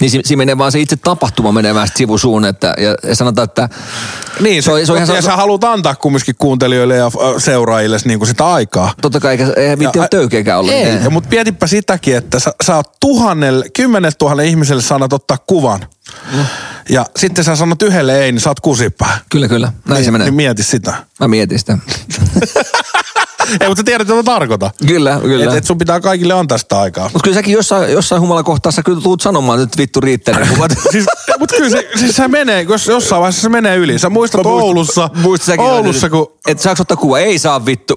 S2: Niin si- siinä menee vaan se itse tapahtuma menee vähän sit sivusuun, että, ja, ja sanotaan, että
S3: Niin,
S2: se, on- se on ihan...
S3: ja sä haluat antaa kumminkin kuuntelijoille ja ö, seuraajille niin kuin sitä aikaa.
S2: Totta kai, eikä, eihän viitti
S3: Ja-
S2: olla töykeikä olla.
S3: Ei, ja mut mietipä sitäkin, että sä, sä oot tuhannelle, kymmenelle tuhannelle ihmiselle sanat ottaa kuvan. Ja sitten sä sanot yhdelle ei, niin saat kusipää.
S2: Kyllä, kyllä. Mm. Näin niin, se menee.
S3: Niin
S2: Niin,
S3: mieti sitä.
S2: mä mietin sitä.
S3: ei, mutta sä tiedät, mitä mä tarkoitan.
S2: Kyllä, kyllä.
S3: Et, et sun pitää kaikille antaa sitä aikaa.
S2: Mutta kyllä säkin jossain, jossain humalakohtaa sä kyllä tuut sanomaan, että nyt vittu riittää ne kuvat.
S3: siis, mut kyllä se, siis se menee, jos jossain vaiheessa se menee yli. Sä muistat
S2: Mä muistan-
S3: Oulussa,
S2: Muista säkin.
S3: Oulussa, kun...
S2: Että saaks ottaa kuva? Ei saa vittu.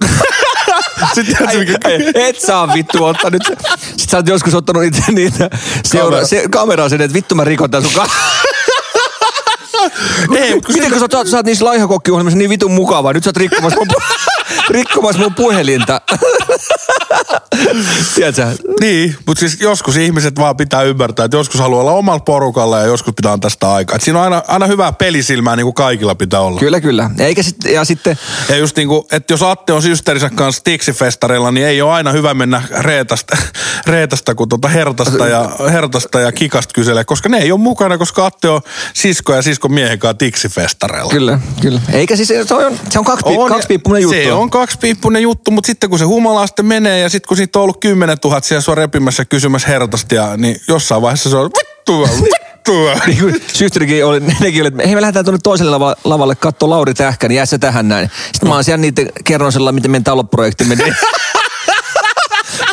S3: Sit, tiedät sä, mikä-
S2: Ei, et saa vittu ottaa nyt. Sit sä oot joskus ottanut itse niitä seura-
S3: Kamera.
S2: se, kameraa sen, että vittu mä rikon tän sun ka-
S3: Ei, mut kun
S2: Miten kun sä, oot- sä oot niissä laihakokkiohjelmissa niin vitun mukavaa. Nyt sä oot rikkomassa mun, pu- rikkomassa mun puhelinta. Tiedätkö? sä?
S3: Niin, mutta siis joskus ihmiset vaan pitää ymmärtää, että joskus haluaa olla omalla porukalla ja joskus pitää antaa sitä aikaa. Et siinä on aina, aina hyvää pelisilmää, niin kuin kaikilla pitää olla. Kyllä.
S2: Kyllä, kyllä. Eikä sit, ja sitten
S3: Ja just niin kuin, että jos Atte on systerinsä kanssa tiksifestareilla, niin ei ole aina hyvä mennä reetasta, reetasta kun tuota hertasta, ja, hertasta ja kikasta kyselee, koska ne ei ole mukana, koska Atte on sisko ja sisko miehen kanssa tiksifestareilla.
S2: Kyllä, kyllä. Eikä siis, se on, se on, kaksi, on kaksipiippunen juttu.
S3: Se on kaksipiippunen juttu, mutta sitten kun se humala sitten menee ja sitten kun siitä on ollut 10 000 siellä sua repimässä kysymässä hertosta, ja, niin jossain vaiheessa se on vittua, vittua.
S2: Niin kuin Systerikin oli, nekin oli, että hei me lähdetään tuonne toiselle lava, lavalle katsoa Lauri Tähkä, niin jää se tähän näin. Sitten mä oon siellä niitä kerronsella, miten meidän taloprojekti meni.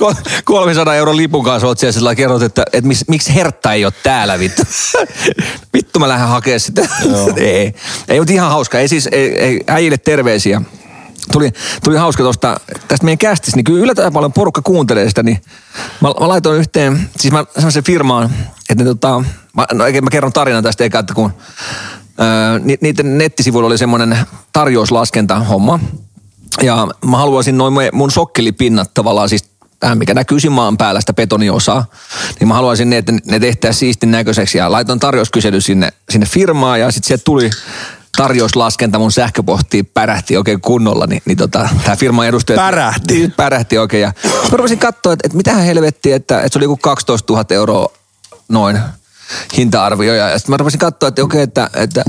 S2: Ko- 300 euron lipun kanssa oot siellä sillä lailla kerrot, että, että miksi, miksi Hertta ei ole täällä vittu. vittu mä lähden hakemaan sitä. ei, ei mutta ihan hauska. Ei siis, ei, ei, äijille terveisiä. Tuli, tuli hauska tuosta, tästä meidän kästis, niin kyllä yllättävän paljon porukka kuuntelee sitä, niin mä, mä laitoin yhteen, siis mä semmoisen firmaan, että ne tota, mä, no eikä mä kerron tarinan tästä eka, että kun öö, ni, niiden nettisivuilla oli semmoinen tarjouslaskenta homma, ja mä haluaisin noin me- mun sokkelipinnat tavallaan siis tämä, mikä näkyy siinä maan päällä, sitä betoniosaa, niin mä haluaisin ne, että ne tehtäisiin siistin näköiseksi ja laitan tarjouskysely sinne, sinne firmaan ja sitten sieltä tuli tarjouslaskenta mun sähköpohtiin pärähti oikein kunnolla, niin, niin tota, tämä firman edustaja...
S3: Pärähti?
S2: Niin, Pärähti oikein ja Sitten mä rupesin katsoa, että, että mitähän helvettiä, että, että se oli joku 12 000 euroa noin hinta-arvio ja sitten mä rupesin katsoa, että okei, että, että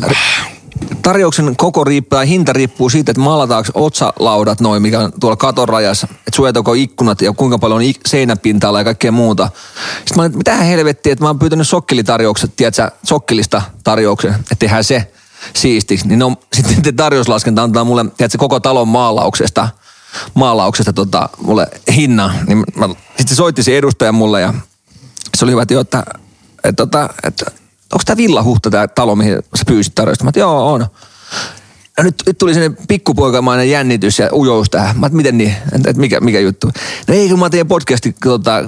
S2: tarjouksen koko riippuu, hinta riippuu siitä, että maalataanko otsalaudat noin, mikä on tuolla katon rajassa, että suojataanko ikkunat ja kuinka paljon on ik- seinäpinta-ala ja kaikkea muuta. Sitten mä olin, että mitä helvettiä, että mä oon pyytänyt sokkelitarjoukset, tiedätkö, sokkelista tarjouksen, että tehdään se. siistiksi, niin ne on, sitten te tarjouslaskenta antaa mulle, tiedätkö, koko talon maalauksesta, maalauksesta tota, mulle hinna. Niin mä, sitten se soitti se edustaja mulle ja se oli hyvä, että, joo, että, että, että, että onko tämä villahuhta tämä talo, mihin sä pyysit tarjousta? Mä että joo, on. Ja nyt, nyt tuli sinne pikkupoikamainen jännitys ja ujous tähän. Mä oot, miten niin? Että et mikä, mikä juttu? No ei, kun mä teidän podcastin tota,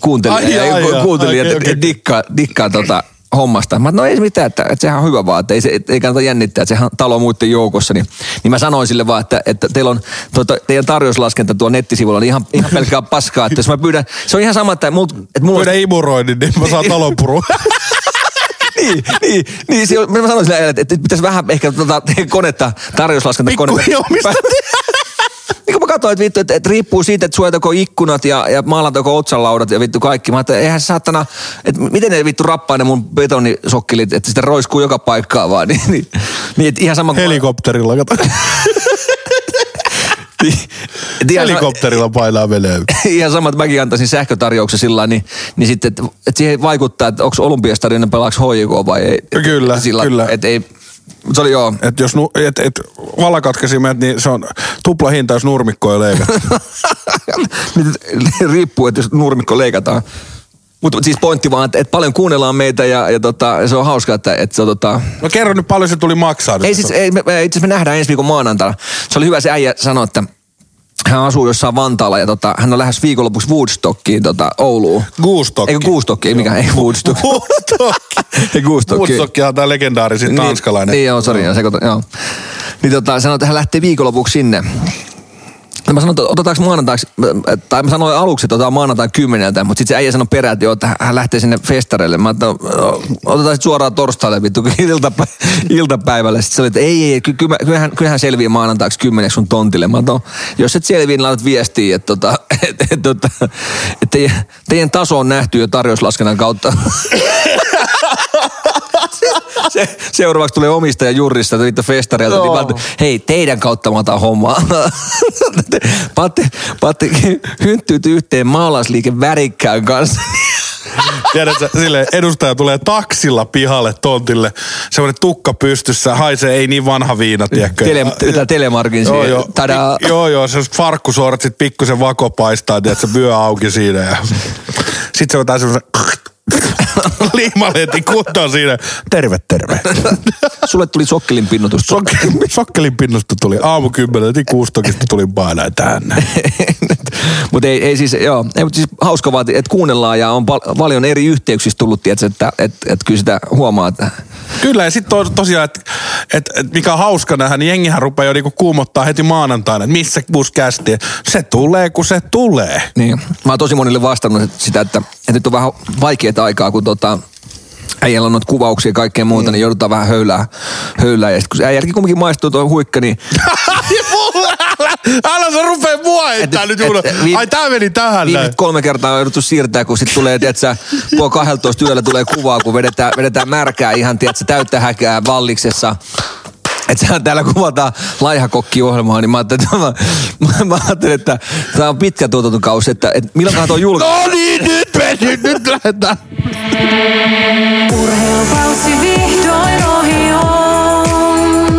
S2: kuuntelin,
S3: Ai,
S2: ai, ai,
S3: ai,
S2: ai,
S3: ai,
S2: kuuntelin
S3: okei,
S2: okay, että
S3: okei.
S2: okay. dikkaa, dikkaa tota hommasta. Mä oot, no ei se mitään, että, että sehän on hyvä vaan, että ei, se, et, ei kannata jännittää, että sehän on talo muiden joukossa. Niin, niin mä sanoin sille vaan, että, että teillä on, tuota, teidän tarjouslaskenta tuolla nettisivulla on ihan, ihan pelkkää paskaa. Että jos mä pyydän, se on ihan sama, että, mult, että mulla
S3: Pyydä imuroinnin, niin mä saan talonpurun.
S2: niin, niin, niin se, on- mä sanoin sillä että, että nyt pitäisi vähän ehkä tota, konetta, tarjouslaskenta konetta.
S3: Pikkuhiomista.
S2: Niin kun mä katsoin, että vittu, että, että riippuu siitä, että suojatako ikkunat ja, ja maalatako otsanlaudat ja vittu kaikki. Mä ajattelin, eihän se saatana, että miten ne vittu rappaa ne mun betonisokkelit, että sitä roiskuu joka paikkaa vaan. Niin, niin, niin että ihan sama kuin...
S3: Helikopterilla, kato.
S2: että Niin, ihan sama-
S3: Helikopterilla painaa veneä.
S2: ihan sama, että mäkin antaisin sähkötarjouksen sillä lailla, niin, niin sitten, että, että siihen vaikuttaa, että onko olympiastadion pelaaks HJK vai ei. Et-
S3: Kyllä,
S2: sillä,
S3: kyllä.
S2: Että ei, mut se oli joo.
S3: Et jos nu, et, et valakatkaisimet, niin se on tupla hinta, jos nurmikko ei leikata.
S2: Nyt Niin, riippuu, että jos nurmikko leikataan. Mutta siis pointti vaan, että, että paljon kuunnellaan meitä ja, ja tota, se on hauskaa, että, että se on tota,
S3: No kerro nyt paljon se tuli maksaa. nyt.
S2: ei siis, ei, me, me- itse asiassa me nähdään ensi viikon maanantaina. Se oli hyvä se äijä sanoi, että hän asuu jossain Vantaalla ja tota, hän on lähes viikonlopuksi Woodstockiin tota, Ouluun.
S3: Woodstockiin.
S2: Eikö Guustokki, mikä ei Woodstock. ei Guustokki.
S3: Woodstockihan tämä legendaarisin Siis tanskalainen.
S2: Niin, niin joo, sori, joo, sekoitan, joo. Niin tota, sanoi, että hän lähtee viikonlopuksi sinne. No mä sanoin, että otetaanko maanantaiksi, tai mä sanoin aluksi, että otetaan maanantain kymmeneltä, mutta sitten se äijä sanoi perään, että joo, että hän lähtee sinne festareille. Mä ajattelin, että no, otetaan sitten suoraan torstaille vittu iltapä, iltapäivälle. Sitten se oli, että ei, ei, ky- ky- kyllähän, kyllähän selviää maanantaiksi kymmeneksi sun tontille. Mä ajattelin, no, jos et selviä, niin laitat viestiä, että tota, et, et, tota, et teidän, teidän taso on nähty jo tarjouslaskennan kautta se, seuraavaksi tulee omistaja Jurrista, vittu festareilta, niin mä oon, hei, teidän kautta mä otan hommaa. Patti, Patti hynttyyt yhteen maalaisliike värikkään kanssa.
S3: Tiedätkö, sille edustaja tulee taksilla pihalle tontille. Semmoinen tukka pystyssä, haisee ei niin vanha viina, tiedätkö.
S2: Tele, tää telemarkin
S3: Joo,
S2: siihen.
S3: joo.
S2: Tadaa.
S3: Pi- joo, joo, semmoset farkkusortsit, pikkusen vako paistaa, tiedätkö, vyö auki siinä. Ja... Sitten se on tää semmoisen liimaleetin kuntoon siinä. Terve, terve.
S2: Sulle tuli sokkelin pinnotus.
S3: Sokkelin, sokkelin pinnosta tuli aamu kymmenen, niin kuustokista tuli painaa tänne.
S2: mutta ei, ei, siis, joo, ei, mut siis hauska vaan, että kuunnellaan ja on pal- paljon eri yhteyksissä tullut, tiedätkö, että et, et kyllä sitä huomaa, että
S3: Kyllä, ja sitten to, tosiaan, että et, et mikä on hauska nähdä, niin jengihän rupeaa jo niinku kuumottaa heti maanantaina, että missä bus kästi. Se tulee, kun se tulee.
S2: Niin. Mä oon tosi monille vastannut et- sitä, että, että nyt on vähän vaikeaa aikaa, kun tota, äijällä on noita kuvauksia ja kaikkea muuta, mm. niin joudutaan vähän höylää. höylää. Ja sitten kun äijälläkin kumminkin maistuu tuo huikka, niin
S3: Ai mulla, älä, älä se rupee mua heittää
S2: Et-
S3: nyt
S2: et-
S3: juuna.
S2: viim-
S3: Ai tää meni tähän näin.
S2: viimeiset kolme kertaa on jouduttu siirtää, kun sitten tulee, tiedätkö, puoli 12 yöllä tulee kuvaa, kun vedetään, vedetään märkää ihan, tiedätkö, täyttä häkää valliksessa. Että sehän täällä kuvataan laihakokkiohjelmaa, niin mä ajattelin, että, mä, mä, mä ajattelin, että tämä on pitkä tuotantokausi, että, että milloinkohan tuo julkaisu.
S3: No niin, nyt meni, nyt lähdetään.
S4: Urheilukausi vihdoin ohi on.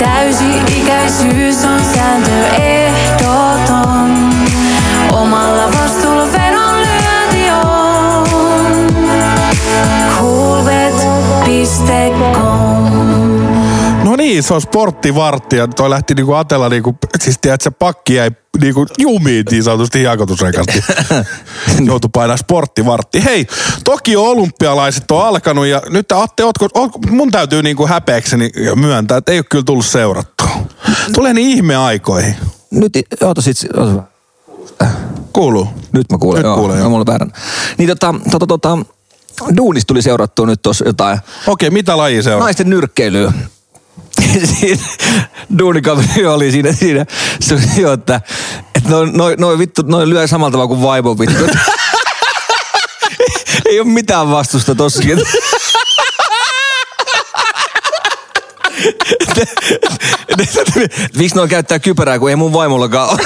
S4: Täysi-ikäisyys on sääntö ehdoton. Omalla vastuulla vedon lyönti on. Coolbet.com
S3: No niin, se on sporttivartti ja toi lähti niinku Atella niinku, siis tiedät, se pakki jäi niinku jumiin niin sanotusti hiekotusrekasti. Joutui painaa sporttivartti. Hei, toki olympialaiset on alkanut ja nyt Atte, ootko, ootko, mun täytyy niinku häpeäkseni myöntää, että ei ole kyllä tullut seurattua. Tulee niin ihme aikoihin.
S2: Nyt, oota sit, oota. hyvä.
S3: Kuuluu.
S2: Nyt mä kuulen.
S3: Nyt kuulen,
S2: joo. No,
S3: joo.
S2: Mulla on väärän. Niin tota, tota, tota, duunista tuli seurattua nyt tuossa jotain
S3: Okei, mitä laji se on?
S2: naisten nyrkkeilyä. Siinä duunikaveri oli siinä, siinä se oli jo, että, että noin noi, noi vittu, noi lyö samalla tavalla kuin vaimon vittu. Ei ole mitään vastusta tossakin. Miksi noin käyttää kypärää, kun ei mun vaimollakaan ole?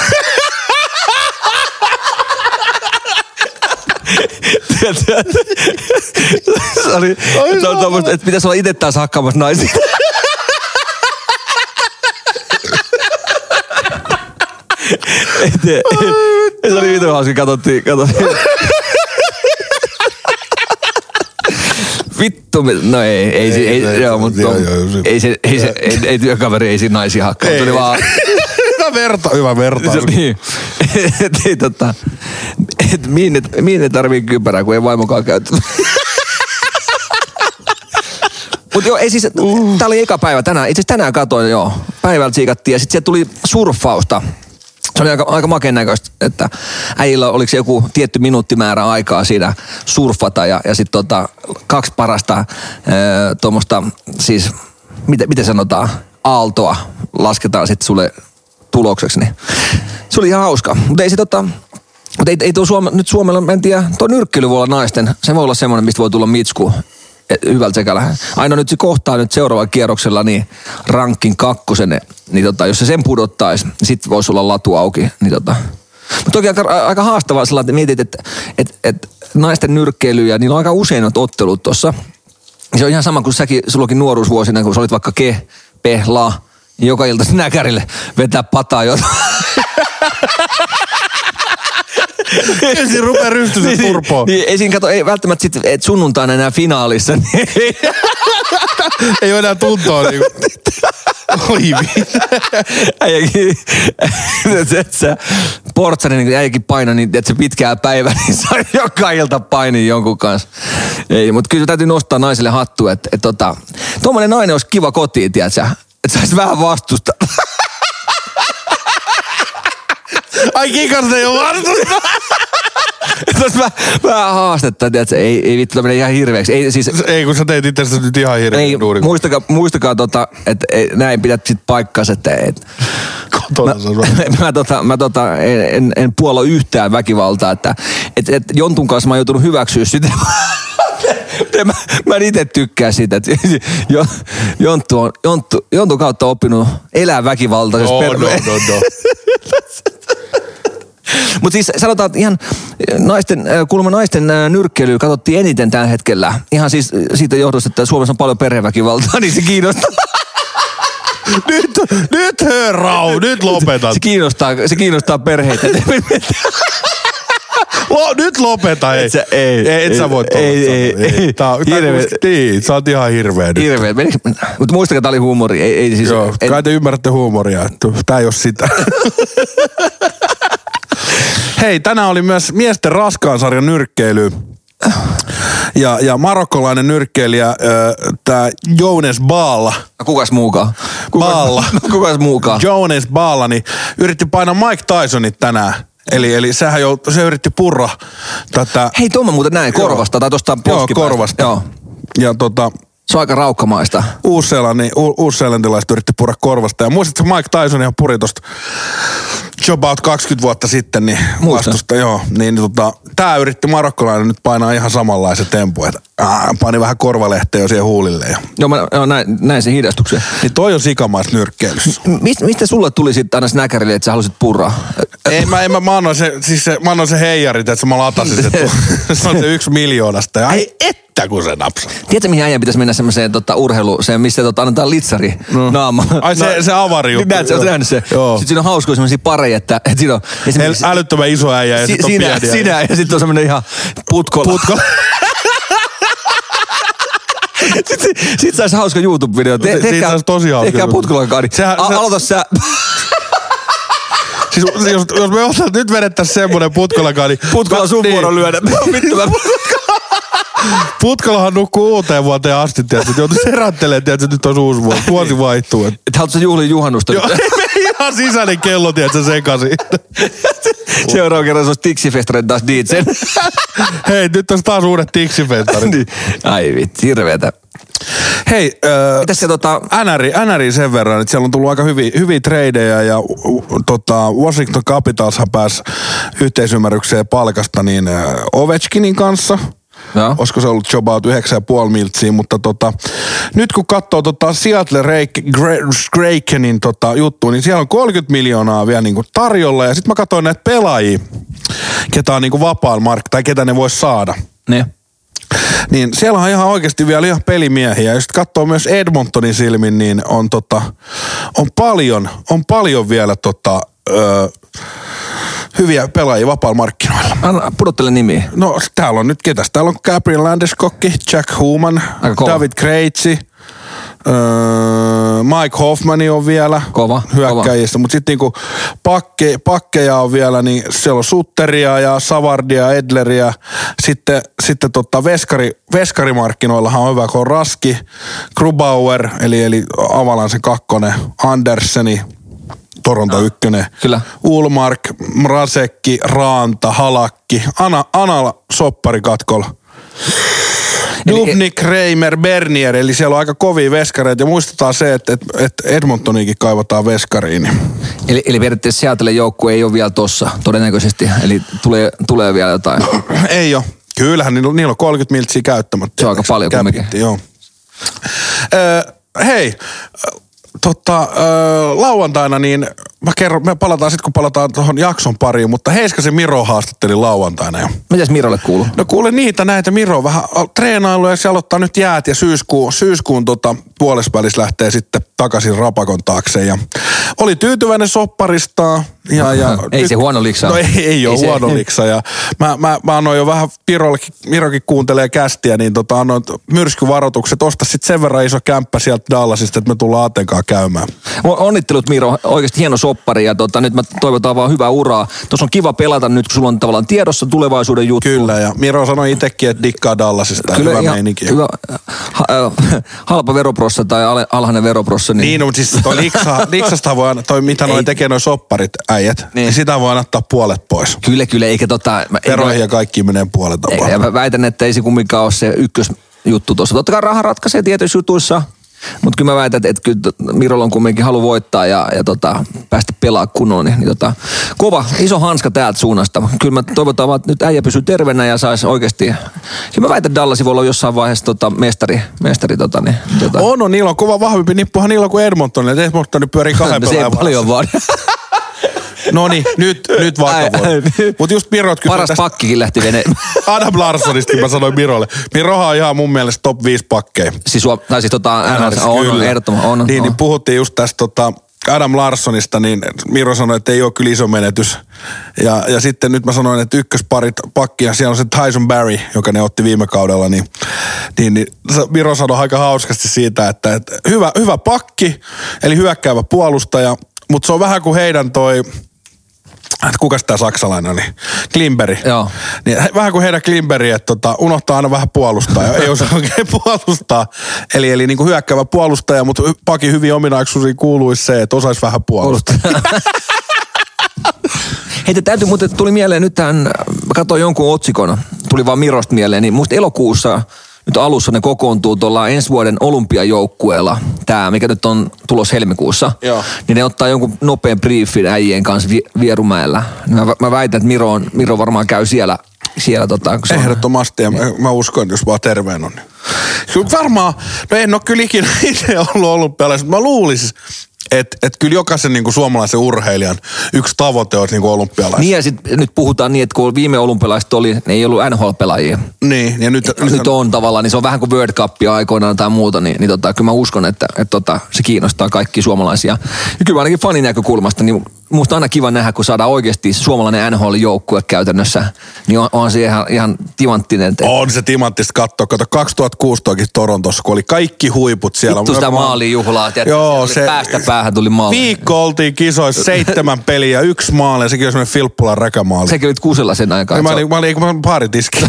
S2: Tiedätkö? se oli, se on tommoista, että pitäisi olla itse taas hakkaamassa naisia. Et- et- se oli vitun hauska, katsottiin, katsottiin. Vittu, me- no ei, ei, ei, ei, ei
S3: ei,
S2: joo, mutta
S3: joo, joo, se-
S2: ei se, ei se, ei, ei työkaveri, ei siinä naisia hakkaa,
S3: Ei,
S2: tuli
S3: ei.
S2: vaan
S3: Hyvä verta, hyvä vertaus.
S2: se, niin. et, ei, tota, et, minne, minne tarvii kypärää, kun ei vaimokaan käytä. Mutta joo, ei siis, uh. tää oli eka päivä tänään, itse asiassa tänään katoin joo, päivältä siikattiin ja sitten sieltä tuli surffausta. Se oli aika, aika makeen näköistä, että äijillä oliko se joku tietty minuuttimäärä aikaa siinä surfata ja, ja sitten tota, kaksi parasta tuommoista, siis mitä, miten sanotaan, aaltoa lasketaan sitten sulle tulokseksi. Niin. Se oli ihan hauska, mutta ei se tota, mutta ei, ei tuo Suome, nyt Suomella, mä en tiedä, tuo nyrkkeily voi olla naisten, se voi olla semmoinen, mistä voi tulla mitsku eh, hyvältä sekällä. Aina nyt se kohtaa nyt seuraavalla kierroksella niin rankin kakkosen, niin tota, jos se sen pudottaisi, niin sit voisi olla latu auki. Niin tota. Mutta toki aika, aika haastavaa sillä, lailla, että mietit, että et, et naisten nyrkkeilyjä, niillä on aika usein noita ottelut tuossa. Se on ihan sama kuin säkin, sullakin nuoruusvuosina, kun sä olit vaikka ke, pe, la, niin joka ilta sinä kärille vetää pataa jotain.
S3: Ensin rupeaa rystyset turpoon.
S2: Niin, ei siinä kato, ei välttämättä sit, et sunnuntaina enää finaalissa, niin ei, niin.
S3: Ei ole enää tuntoa niinku. Oi vittu.
S2: äijäkin, et sä, portsari, niin kun äijäkin paino, niin et se pitkää päivää, niin sai joka ilta paini jonkun kanssa. Ei, mutta kyllä täytyy nostaa naiselle hattu, että et, tota, tuommoinen nainen olisi kiva kotiin, tiedät sä, että saisi vähän vastusta.
S3: Ai kikasta ei ole vastusta.
S2: Tässä vähän, vähän haastetta, tiedät sä, ei, ei vittu, tää menee ihan hirveäksi. Ei, siis,
S3: Ei kun sä teit itsestä nyt ihan
S2: ei,
S3: hirveän duurin.
S2: Niin, muistakaa, muistakaa tota, että ei- näin pidät sit paikkansa, että et,
S3: Kotona sä oot.
S2: mä, tota, mä tota, en, en, en puolla yhtään väkivaltaa, että et, et Jontun kanssa mä oon joutunut hyväksyä sitä. Mut mä, mä en itse tykkää siitä, että Jo- Jonttu on, Jonttu, Jontun kautta oppinut elää väkivaltaisesti.
S3: No, no, no, no.
S2: Mutta siis sanotaan, että ihan naisten, äh, kuulemma naisten äh, nyrkkeilyä katsottiin eniten tällä hetkellä. Ihan siis äh, siitä johdosta, että Suomessa on paljon perheväkivaltaa, niin se kiinnostaa.
S3: Nyt, nyt hörrau, nyt lopetat.
S2: Se kiinnostaa, se kiinnostaa perheitä.
S3: Lo, nyt lopeta, ei.
S2: Et sä- ei,
S3: ei, et
S2: ei,
S3: sä voi tulla.
S2: ei, ei, ei.
S3: Tää, on- tää
S2: Hirveä.
S3: kuski- niin, sä oot ihan hirveä nyt.
S2: Hirveä. Mutta muistakaa, tämä oli huumori. Ei, ei siis,
S3: Joo,
S2: en-
S3: kai te ymmärrätte huumoria. että Tää ei oo sitä. Hei, tänään oli myös miesten raskaan sarjan nyrkkeily. Ja, ja marokkolainen nyrkkeilijä, tämä Jones Baalla,
S2: Kukas muukaan?
S3: Baalla.
S2: Kukas muukaan?
S3: Jones Baalla, niin yritti painaa Mike Tysonit tänään. Eli, eli sehän jout, se yritti purra tätä...
S2: Hei, tuon mä muuten näin korvasta tai tuosta
S3: Joo, korvasta.
S2: Joo.
S3: Ja tota,
S2: Se on aika raukkamaista.
S3: Uus-Seelanti, U- Uus-Seelantilaiset yritti pura korvasta. Ja muistatko Mike Tyson ihan puri tosta about 20 vuotta sitten, niin
S2: Muistan.
S3: vastusta, joo. Niin tota, tää yritti marokkolainen nyt painaa ihan samanlaisen tempun, että aah, pani vähän korvalehteä jo siihen huulille. Ja,
S2: Joo, mä joo, näin, näin sen hidastuksen.
S3: niin toi on sikamais nyrkkeilyssä.
S2: Mist, mistä sulle tuli sitten aina snäkärille, että sä halusit purraa?
S3: Ei, mä, en mä, mä annoin se, siis se, mä annoin se heijarit, että mä latasin se, tu- se on se yksi miljoonasta. Ja ai että kun se napsaa.
S2: Tiedätkö, mihin äijän pitäisi mennä semmoiseen tota, urheilu, se, missä tota, annetaan litsari no. naama.
S3: Ai se- se avari juttu.
S2: Niin näet, sä oot
S3: Joo.
S2: nähnyt se.
S3: Joo.
S2: Sitten siinä on hauskoja semmoisia pareja, että, että siinä on
S3: El-
S2: esimerkiksi...
S3: Älyttömän iso äijä ja
S2: si-
S3: sit on
S2: sinä,
S3: pieni äijä.
S2: sinä, ja sitten on semmoinen ihan putkola.
S3: Putko.
S2: Sitten sit saisi hauska YouTube-video. Te,
S3: Se- siitä saisi tosi hauska
S2: Tehkää
S3: YouTube.
S2: putkolan kaadi.
S3: Sehän-
S2: A-
S3: se-
S2: Aloita sä.
S3: Siis jos, jos me ottaa, nyt vedettäisiin semmoinen putkolakaan, niin...
S2: Putkola sun
S3: Niin.
S2: vuoro lyödä. Vittu mä.
S3: Putkolahan nukkuu uuteen vuoteen asti, tiedätkö? Joutuisi herättelemään, tiedätkö? Nyt on uusi
S2: Niin.
S3: vuosi. Vuosi vaihtuu. Et.
S2: Et haluatko sä juhliin juhannusta?
S3: Joo, ihan sisäinen kello, tiedätkö, sekaisin.
S2: Seuraava kerran se olisi tiksifestareita taas diitsen.
S3: Hei, nyt on taas uudet tiksifestarit.
S2: Niin. Ai vittu, hirveetä.
S3: Hei, äh,
S2: Mitäs se tota...
S3: NRI, NRI sen verran, että siellä on tullut aika hyviä, hyviä tradeja ja u- u- tota, Washington Capitalshan pääsi yhteisymmärrykseen palkasta niin äh, Ovechkinin kanssa.
S2: Joo.
S3: Olisiko se ollut jobaut 9,5 miltsiä, mutta tota, nyt kun katsoo tota Seattle Krakenin tota juttu, niin siellä on 30 miljoonaa vielä niinku tarjolla. Ja sitten mä katsoin näitä pelaajia, ketä on niinku vapaan mark- tai ketä ne voisi saada.
S2: Niin.
S3: Niin siellä on ihan oikeasti vielä ihan pelimiehiä. Jos katsoo myös Edmontonin silmin, niin on, tota, on, paljon, on paljon vielä tota, ö, hyviä pelaajia vapaalla markkinoilla.
S2: Anna, pudottele nimiä.
S3: No täällä on nyt ketäs? Täällä on Gabriel Landeskokki, Jack Human,
S2: Aika kova.
S3: David Kreitsi, öö, Mike Hoffmani on vielä
S2: Kova,
S3: hyökkäjistä, mutta sitten niinku pakke, pakkeja on vielä, niin siellä on Sutteria ja Savardia, Edleria, sitten, sitten tota veskari, veskarimarkkinoillahan on hyvä, kun on Raski, Grubauer, eli, eli Avalansen kakkonen, Anderseni, Toronto ykkönen,
S2: Ah, kyllä.
S3: Ulmark, Mrasekki, Raanta, Halakki, Ana, Anala, Soppari katkolla.
S2: Eli-
S3: Dubnik, Kramer, Bernier, eli siellä on aika kovia veskareita. Ja muistetaan se, että, että, että Edmontoniinkin kaivataan veskariin. niin
S2: Eli, eli periaatteessa Seattlein joukkue ei ole vielä tossa todennäköisesti, eli tulee, tulee vielä jotain.
S3: Ei ole. Kyllähän niillä, niillä on 30 miltsiä käyttämättä.
S2: Se on aika paljon
S3: Cap
S2: kumminkin.
S3: hitti, Joo. Öö, hei, ö, Totta, öö, lauantaina niin mä kerron, me palataan sitten kun palataan tuohon jakson pariin, mutta Heiskasen Miro haastatteli lauantaina jo.
S2: Mitäs Mirolle kuuluu?
S3: No kuule niitä näitä, Miro on vähän al- treenailu ja se aloittaa nyt jäät ja syyskuun, syyskuun tota, puolesvälissä lähtee sitten takaisin rapakon taakse ja oli tyytyväinen sopparistaan. Ja, ja
S2: Ei se huono liksa
S3: No
S2: ole.
S3: ei, ei ole
S2: Ei se-
S3: huono liksa ja mä, mä, mä annoin jo vähän, Mirollekin, Mirokin kuuntelee kästiä, niin tota, annoin t- myrskyvaroitukset, osta sitten sen verran iso kämppä sieltä Dallasista, että me tullaan Atenkaan käymään.
S2: O- Onnittelut Miro, oikeasti hieno soppari ja tota, nyt mä toivotaan vaan hyvää uraa. Tuossa on kiva pelata nyt, kun sulla on tavallaan tiedossa tulevaisuuden juttu.
S3: Kyllä ja Miro sanoi itsekin, että dikkaa Dallasista, Kyllä, hyvä
S2: ihan
S3: meininki.
S2: Hyvä, ha, äh, halpa veroprossa tai ale, alhainen veroprossa. Niin,
S3: Niin, no, mutta siis toi liksa, liksasta voi aina, toi mitä
S2: Ei.
S3: noi tekee noi sopparit äijät,
S2: Niin.
S3: niin. sitä voi aina ottaa puolet pois.
S2: Kyllä, kyllä, eikä tota... mä-
S3: Veroihin ja kaikki menee puolet
S2: Ei, ja
S3: vaan.
S2: mä väitän, että ei se kumminkaan ole se ykkösjuttu tuossa. Totta kai raha ratkaisee tietyissä jutuissa, mutta kyllä mä väitän, että, että kyllä to- Mirolla on kumminkin halu voittaa ja, ja tota, päästä pelaa kunnolla. Niin, niin tota, kova, iso hanska täältä suunnasta. Kyllä mä toivotaan vaan, että nyt äijä pysyy terveenä ja saisi oikeasti. Kyllä mä väitän, että Dallasi voi olla jossain vaiheessa tota, mestari. mestari tota, niin, tota.
S3: On, on, niillä on kova vahvempi nippuhan niillä on kuin Edmonton, että Edmonton pyörii kahden
S2: No se ei
S3: pelaajan
S2: paljon vaan.
S3: No niin, nyt, nyt
S2: Ai,
S3: vakavoin.
S2: ai.
S3: Mutta just Mirot kysyi
S2: Paras
S3: tästä
S2: pakkikin lähti vene.
S3: Adam Larssonistakin mä sanoin Mirolle. Mirohan on ihan mun mielestä top 5 pakkeja.
S2: siis, suom- tai siis tota,
S3: NRS,
S2: on, on,
S3: kyllä.
S2: ehdottoman, on,
S3: niin,
S2: on.
S3: niin puhuttiin just tästä tota Adam Larssonista, niin Miro sanoi, että ei ole kyllä iso menetys. Ja, ja sitten nyt mä sanoin, että ykkösparit pakkia, siellä on se Tyson Barry, joka ne otti viime kaudella, niin, niin, niin sa- Miro sanoi aika hauskasti siitä, että, että hyvä, hyvä pakki, eli hyökkäävä puolustaja, mutta se on vähän kuin heidän toi, että kukas tämä saksalainen oli? Klimberi.
S2: Joo.
S3: Niin, he- vähän kuin heidän Klimberi, että tota, unohtaa aina vähän puolustaa. ja ei osaa oikein puolustaa. Eli, eli niin kuin hyökkäävä puolustaja, mutta hy- pakin hyvin ominaisuuksiin kuuluisi se, että osaisi vähän puolustaa.
S2: Hei, te täytyy muuten, tuli mieleen nyt tämän, mä katsoin jonkun otsikon, tuli vaan Mirosta mieleen, niin musta elokuussa nyt alussa ne kokoontuu tuolla ensi vuoden olympiajoukkueella, tämä, mikä nyt on tulos helmikuussa,
S3: Joo.
S2: niin ne ottaa jonkun nopean briefin äijien kanssa vi- Vierumäellä. Mä, vä- mä väitän, että Miro, on, Miro varmaan käy siellä, siellä tota, kun se on-
S3: Ehdottomasti, ja mä, mä uskon, jos vaan terveen on. niin- Kyllä varmaan, no en ole kyllä ikinä itse ollut ollut pelaajassa, mutta mä luulisin, että et kyllä jokaisen niin kuin suomalaisen urheilijan yksi tavoite on niin kuin olympialaiset.
S2: Niin ja sit nyt puhutaan niin, että kun viime olympialaiset oli, ne ei ollut NHL-pelaajia.
S3: niin, ja nyt,
S2: Nyt on tavallaan, niin se on vähän kuin World Cup aikoinaan tai muuta, niin, niin tota, kyllä mä uskon, että, että tota, se kiinnostaa kaikki suomalaisia. Ja kyllä ainakin fanin näkökulmasta, niin musta on aina kiva nähdä, kun saadaan oikeasti suomalainen NHL-joukkue käytännössä, niin on, on se ihan, ihan timanttinen. että
S3: On se timanttista katsoa. Kato 2016 Torontossa, kun oli kaikki huiput siellä.
S2: Vittu sitä maalijuhlaa, tiedätkö?
S3: Joo,
S2: se... oli
S3: se-
S2: Päästä päähän tuli maali.
S3: Viikko oltiin kisoissa, seitsemän peliä, yksi maali ja sekin on semmoinen Filppulan räkämaali.
S2: Sekin oli kusella sen aikaa. että
S3: Ja Niin mä
S2: se-
S3: olin, mä olin, mä olin paaritiski.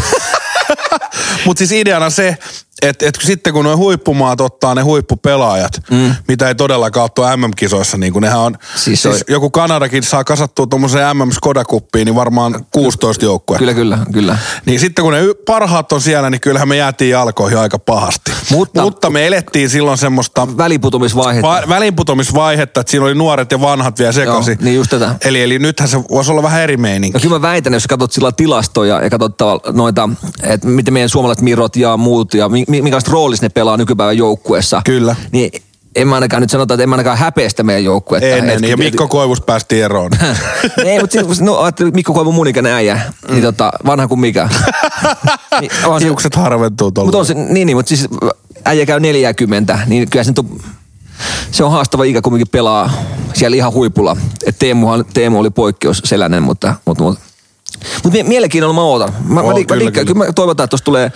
S3: Mutta siis ideana se, että et sitten kun nuo huippumaat ottaa ne huippupelaajat, mm. mitä ei todellakaan ole MM-kisoissa, niin kun nehän on,
S2: Siis
S3: siis,
S2: toi-
S3: siis joku Kanadakin saa kasattua tuommoiseen MM-skodakuppiin, niin varmaan 16 joukkoja.
S2: Kyllä, kyllä, kyllä.
S3: Niin sitten kun ne y- parhaat on siellä, niin kyllähän me jäätiin jalkoihin aika pahasti.
S2: Mutta-
S3: Mutta, Mutta me elettiin silloin semmoista
S2: Väliputomisvaihe.
S3: va- välinputomisvaihetta, että siinä oli nuoret ja vanhat vielä sekaisin.
S2: niin just tätä.
S3: Eli, eli nythän se voisi olla vähän eri meininki.
S2: No kyllä mä väitän, jos katsot sillä tilastoja ja katsot tavalla- noita, että miten meidän suomalaiset mirot ja muut ja mi- mi- minkälaista roolissa ne pelaa nykypäivän joukkueessa.
S3: Kyllä.
S2: Niin en mä ainakaan nyt sanota, että en mä ainakaan häpeästä meidän joukkuetta.
S3: Ennen,
S2: Et-
S3: ja Mikko Koivus päästi eroon.
S2: ei, mutta siis, no, ajattelin, että Mikko Koivun mun ikäinen äijä, mm. niin tota, vanha kuin mikä. niin, onhan se-
S3: Hiukset harventuu
S2: Mutta
S3: tuolla.
S2: on se, niin, niin mutta siis äijä käy 40, niin kyllä se nyt on, se on haastava ikä kumminkin pelaa siellä ihan huipulla. Et Teemuhan, Teemu oli poikkeus selänen, mutta, mutta, mutta. Mut mie- mielenkiinnolla mä ootan. Mä,
S3: Oo,
S2: mä, di-
S3: kyllä,
S2: mä diikkaan,
S3: kyllä.
S2: kyllä mä toivotaan, että tuossa tulee,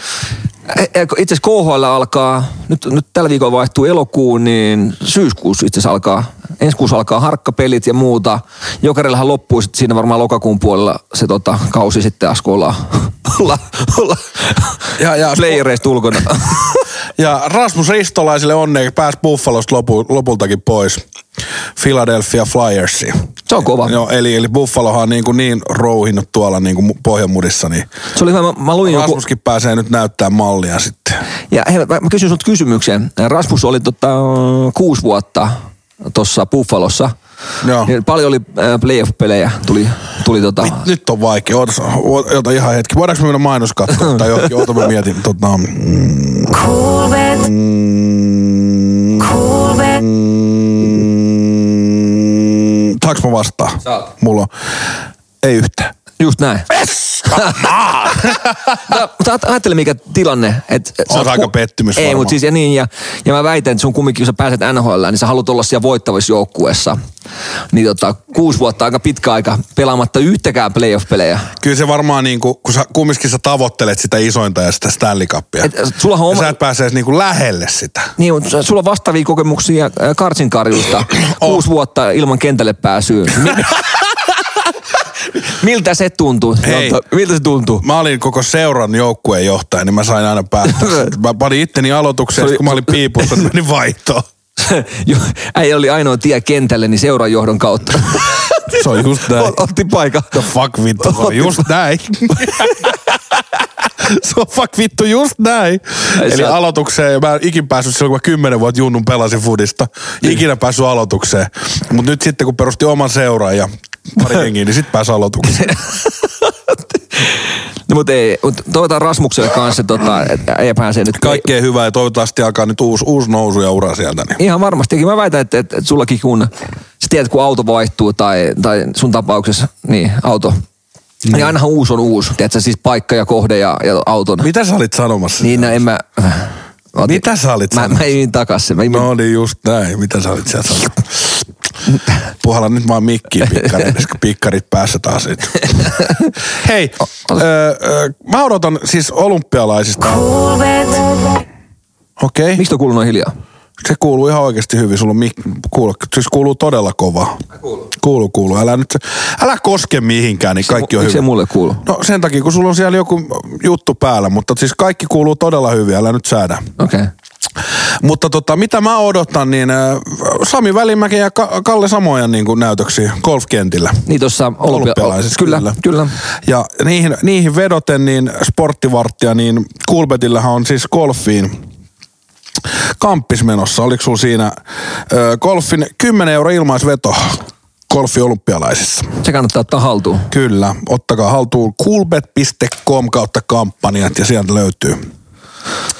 S2: e- e- itse asiassa KHL alkaa, nyt, nyt tällä viikolla vaihtuu elokuun, niin syyskuussa itse asiassa alkaa, ensi kuussa alkaa harkkapelit ja muuta. Jokarellahan loppuu sitten siinä varmaan lokakuun puolella se tota, kausi sitten asko ollaan, olla, olla
S3: Ja, ja,
S2: playereista ulkona.
S3: ja Rasmus Ristolaiselle onnea pääsi Buffalosta lopu, lopultakin pois. Philadelphia Flyersiin.
S2: Se on kova.
S3: Joo, eli, eli Buffalohan on niin, kuin niin rouhinut tuolla niin kuin mu- pohjamudissa, niin
S2: Se oli hyvä, mä, mä luin joku,
S3: Rasmuskin pääsee nyt näyttää mallia sitten.
S2: ja hei, mä, mä kysyn sut kysymyksen. Rasmus oli tota, kuusi vuotta tuossa Buffalossa.
S3: Joo.
S2: Niin paljon oli äh, playoff-pelejä, tuli, tuli tota,
S3: Mit, nyt on vaikea. Ootas, oota, oota ihan hetki. Voidaanko me mennä mainoskattoon tai johonkin? Oota mä mietin. Tota,
S4: Cool bet. Cool bet.
S3: mm, saanko mä vastaa?
S2: Saat.
S3: Mulla on. Ei yhtään.
S2: just näin. Mutta mut ajattele mikä tilanne. Et, et,
S3: On
S2: sä oot
S3: aika pettymys
S2: Ei,
S3: varmaan.
S2: mutta siis ja niin. Ja, ja mä väitän, että sun kumminkin, kun sä pääset NHL, niin sä haluat olla siellä voittavissa joukkueessa. Niin tota, kuusi vuotta aika pitkä aika pelaamatta yhtäkään playoff-pelejä.
S3: Kyllä se varmaan, niin kuin, kun sä, kumminkin sä tavoittelet sitä isointa ja sitä Stanley Cupia.
S2: Et, äh, sulla on
S3: Ja
S2: oma...
S3: sä et pääse edes niin kuin lähelle sitä.
S2: Niin, mutta sulla on vastaavia kokemuksia karsinkarjusta.
S3: Oh.
S2: Kuusi vuotta ilman kentälle pääsyä. Mi- Miltä se tuntuu?
S3: Hei.
S2: Jontta? Miltä se tuntuu?
S3: Mä olin koko seuran joukkueen johtaja, niin mä sain aina päättää. sen. Mä panin itteni
S2: Se
S3: aloitukseen,
S2: oli-
S3: sit kun mä olin piipussa, niin menin vaihtoon.
S2: Jo- Äijä oli ainoa tie kentälle, niin seuran johdon kautta.
S3: Se on just näin. No,
S2: O- Otti paikka.
S3: The fuck vittu, se on just näin. se on fuck vittu just näin.
S2: Ei
S3: Eli
S2: saa-
S3: aloitukseen, mä en ikin päässyt silloin, kun mä kymmenen vuotta junnun pelasin fudista. Ikinä päässyt aloitukseen. Mut nyt sitten, kun perusti oman seuran ja pari jengiä, niin sit pääsi aloitukseen.
S2: No, mutta ei, mut toivotaan Rasmukselle kanssa, tota, että ei pääse nyt.
S3: Kaikkea hyvää ja toivottavasti alkaa nyt uusi, uusi nousu ja ura sieltä. Niin.
S2: Ihan varmastikin. Mä väitän, että, että, että sullakin kun sä tiedät, kun auto vaihtuu tai, tai sun tapauksessa, niin auto. Niin ainahan uusi on uusi. Tiedätkö siis paikka ja kohde ja, ja auton.
S3: Mitä sä olit sanomassa?
S2: Niin, no en mä... mä otin-
S3: Mitä sä olit
S2: Mä,
S3: sanonut?
S2: mä imin takas sen. Mä imin,
S3: No niin just näin. Mitä sä olit sieltä sanonut? Puhalla nyt vaan mikkiin pikkarit, koska pikkarit päässä taas nyt. Hei, öö, öö, mä odotan siis olympialaisista.
S4: Cool bet.
S3: Okei, okay.
S2: Miksi toi kuuluu noin hiljaa?
S3: se kuuluu ihan oikeasti hyvin. Sulla on mik- kuulu, siis kuuluu todella kova. Kuuluu. Kuuluu, kuuluu. Älä nyt, älä koske mihinkään, niin kaikki on
S2: Miksi se
S3: hyvin.
S2: mulle kuuluu?
S3: No sen takia, kun sulla on siellä joku juttu päällä, mutta siis kaikki kuuluu todella hyvin, älä nyt säädä.
S2: Okei. Okay.
S3: Mutta tota, mitä mä odotan, niin äh, Sami Välimäki ja Ka- Kalle Samojan niin kuin näytöksiä golfkentillä.
S2: Niin tuossa olympialaisessa.
S3: Olympialaisissa,
S2: Kyllä,
S3: kyllä.
S2: kyllä. kyllä.
S3: Ja niihin, niihin vedoten, niin sporttivarttia, niin Kulbetillähän on siis golfiin kamppis menossa. Oliko sulla siinä ö, golfin 10 euro ilmaisveto golfi olympialaisissa?
S2: Se kannattaa ottaa haltuun.
S3: Kyllä, ottakaa haltuun kulbet.com kautta kampanjat ja sieltä löytyy.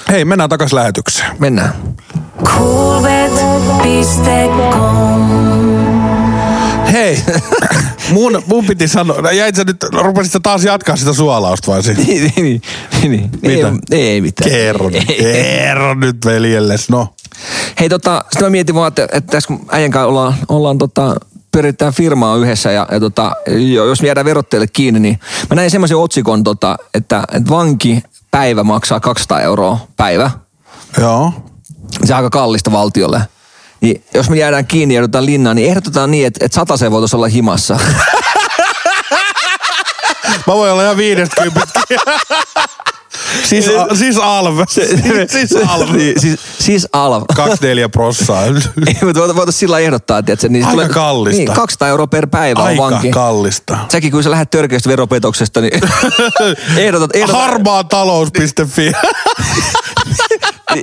S3: Hei, mennään takaisin lähetykseen.
S2: Mennään.
S4: Cool bet. Piste com.
S3: Hei, mun, mun piti sanoa, no jäit sä nyt, rupesit sä taas jatkaa sitä suolausta vai siis?
S2: niin, niin, niin.
S3: Mitä?
S2: Ei, ei mitään.
S3: Kerro, nyt, kerro nyt veljelles, no.
S2: Hei tota, sit mä mietin vaan, että, että tässä kun äijän kanssa ollaan, ollaan tota, pyritään firmaa yhdessä ja, ja tota, jo- jos me jäädään verottajille kiinni, niin mä näin semmoisen otsikon, tota, että, että vanki päivä maksaa 200 euroa päivä.
S3: Joo.
S2: se on aika kallista valtiolle. Niin jos me jäädään kiinni ja joudutaan linnaan, niin ehdotetaan niin, että, että sataseen voitaisiin olla himassa.
S3: Mä voin olla ihan viidestä siis, a, siis alve. siis alve.
S2: niin, siis, siis alv.
S3: Kaksi neljä prossaa.
S2: Ei, mutta voitaisiin sillä lailla ehdottaa, että se niin se
S3: Aika kallista.
S2: Niin, 200 euroa per päivä on
S3: Aika
S2: vanki.
S3: kallista.
S2: Säkin kun sä lähdet törkeästä veropetoksesta, niin ehdotat, ehdotat,
S3: Harmaatalous.fi.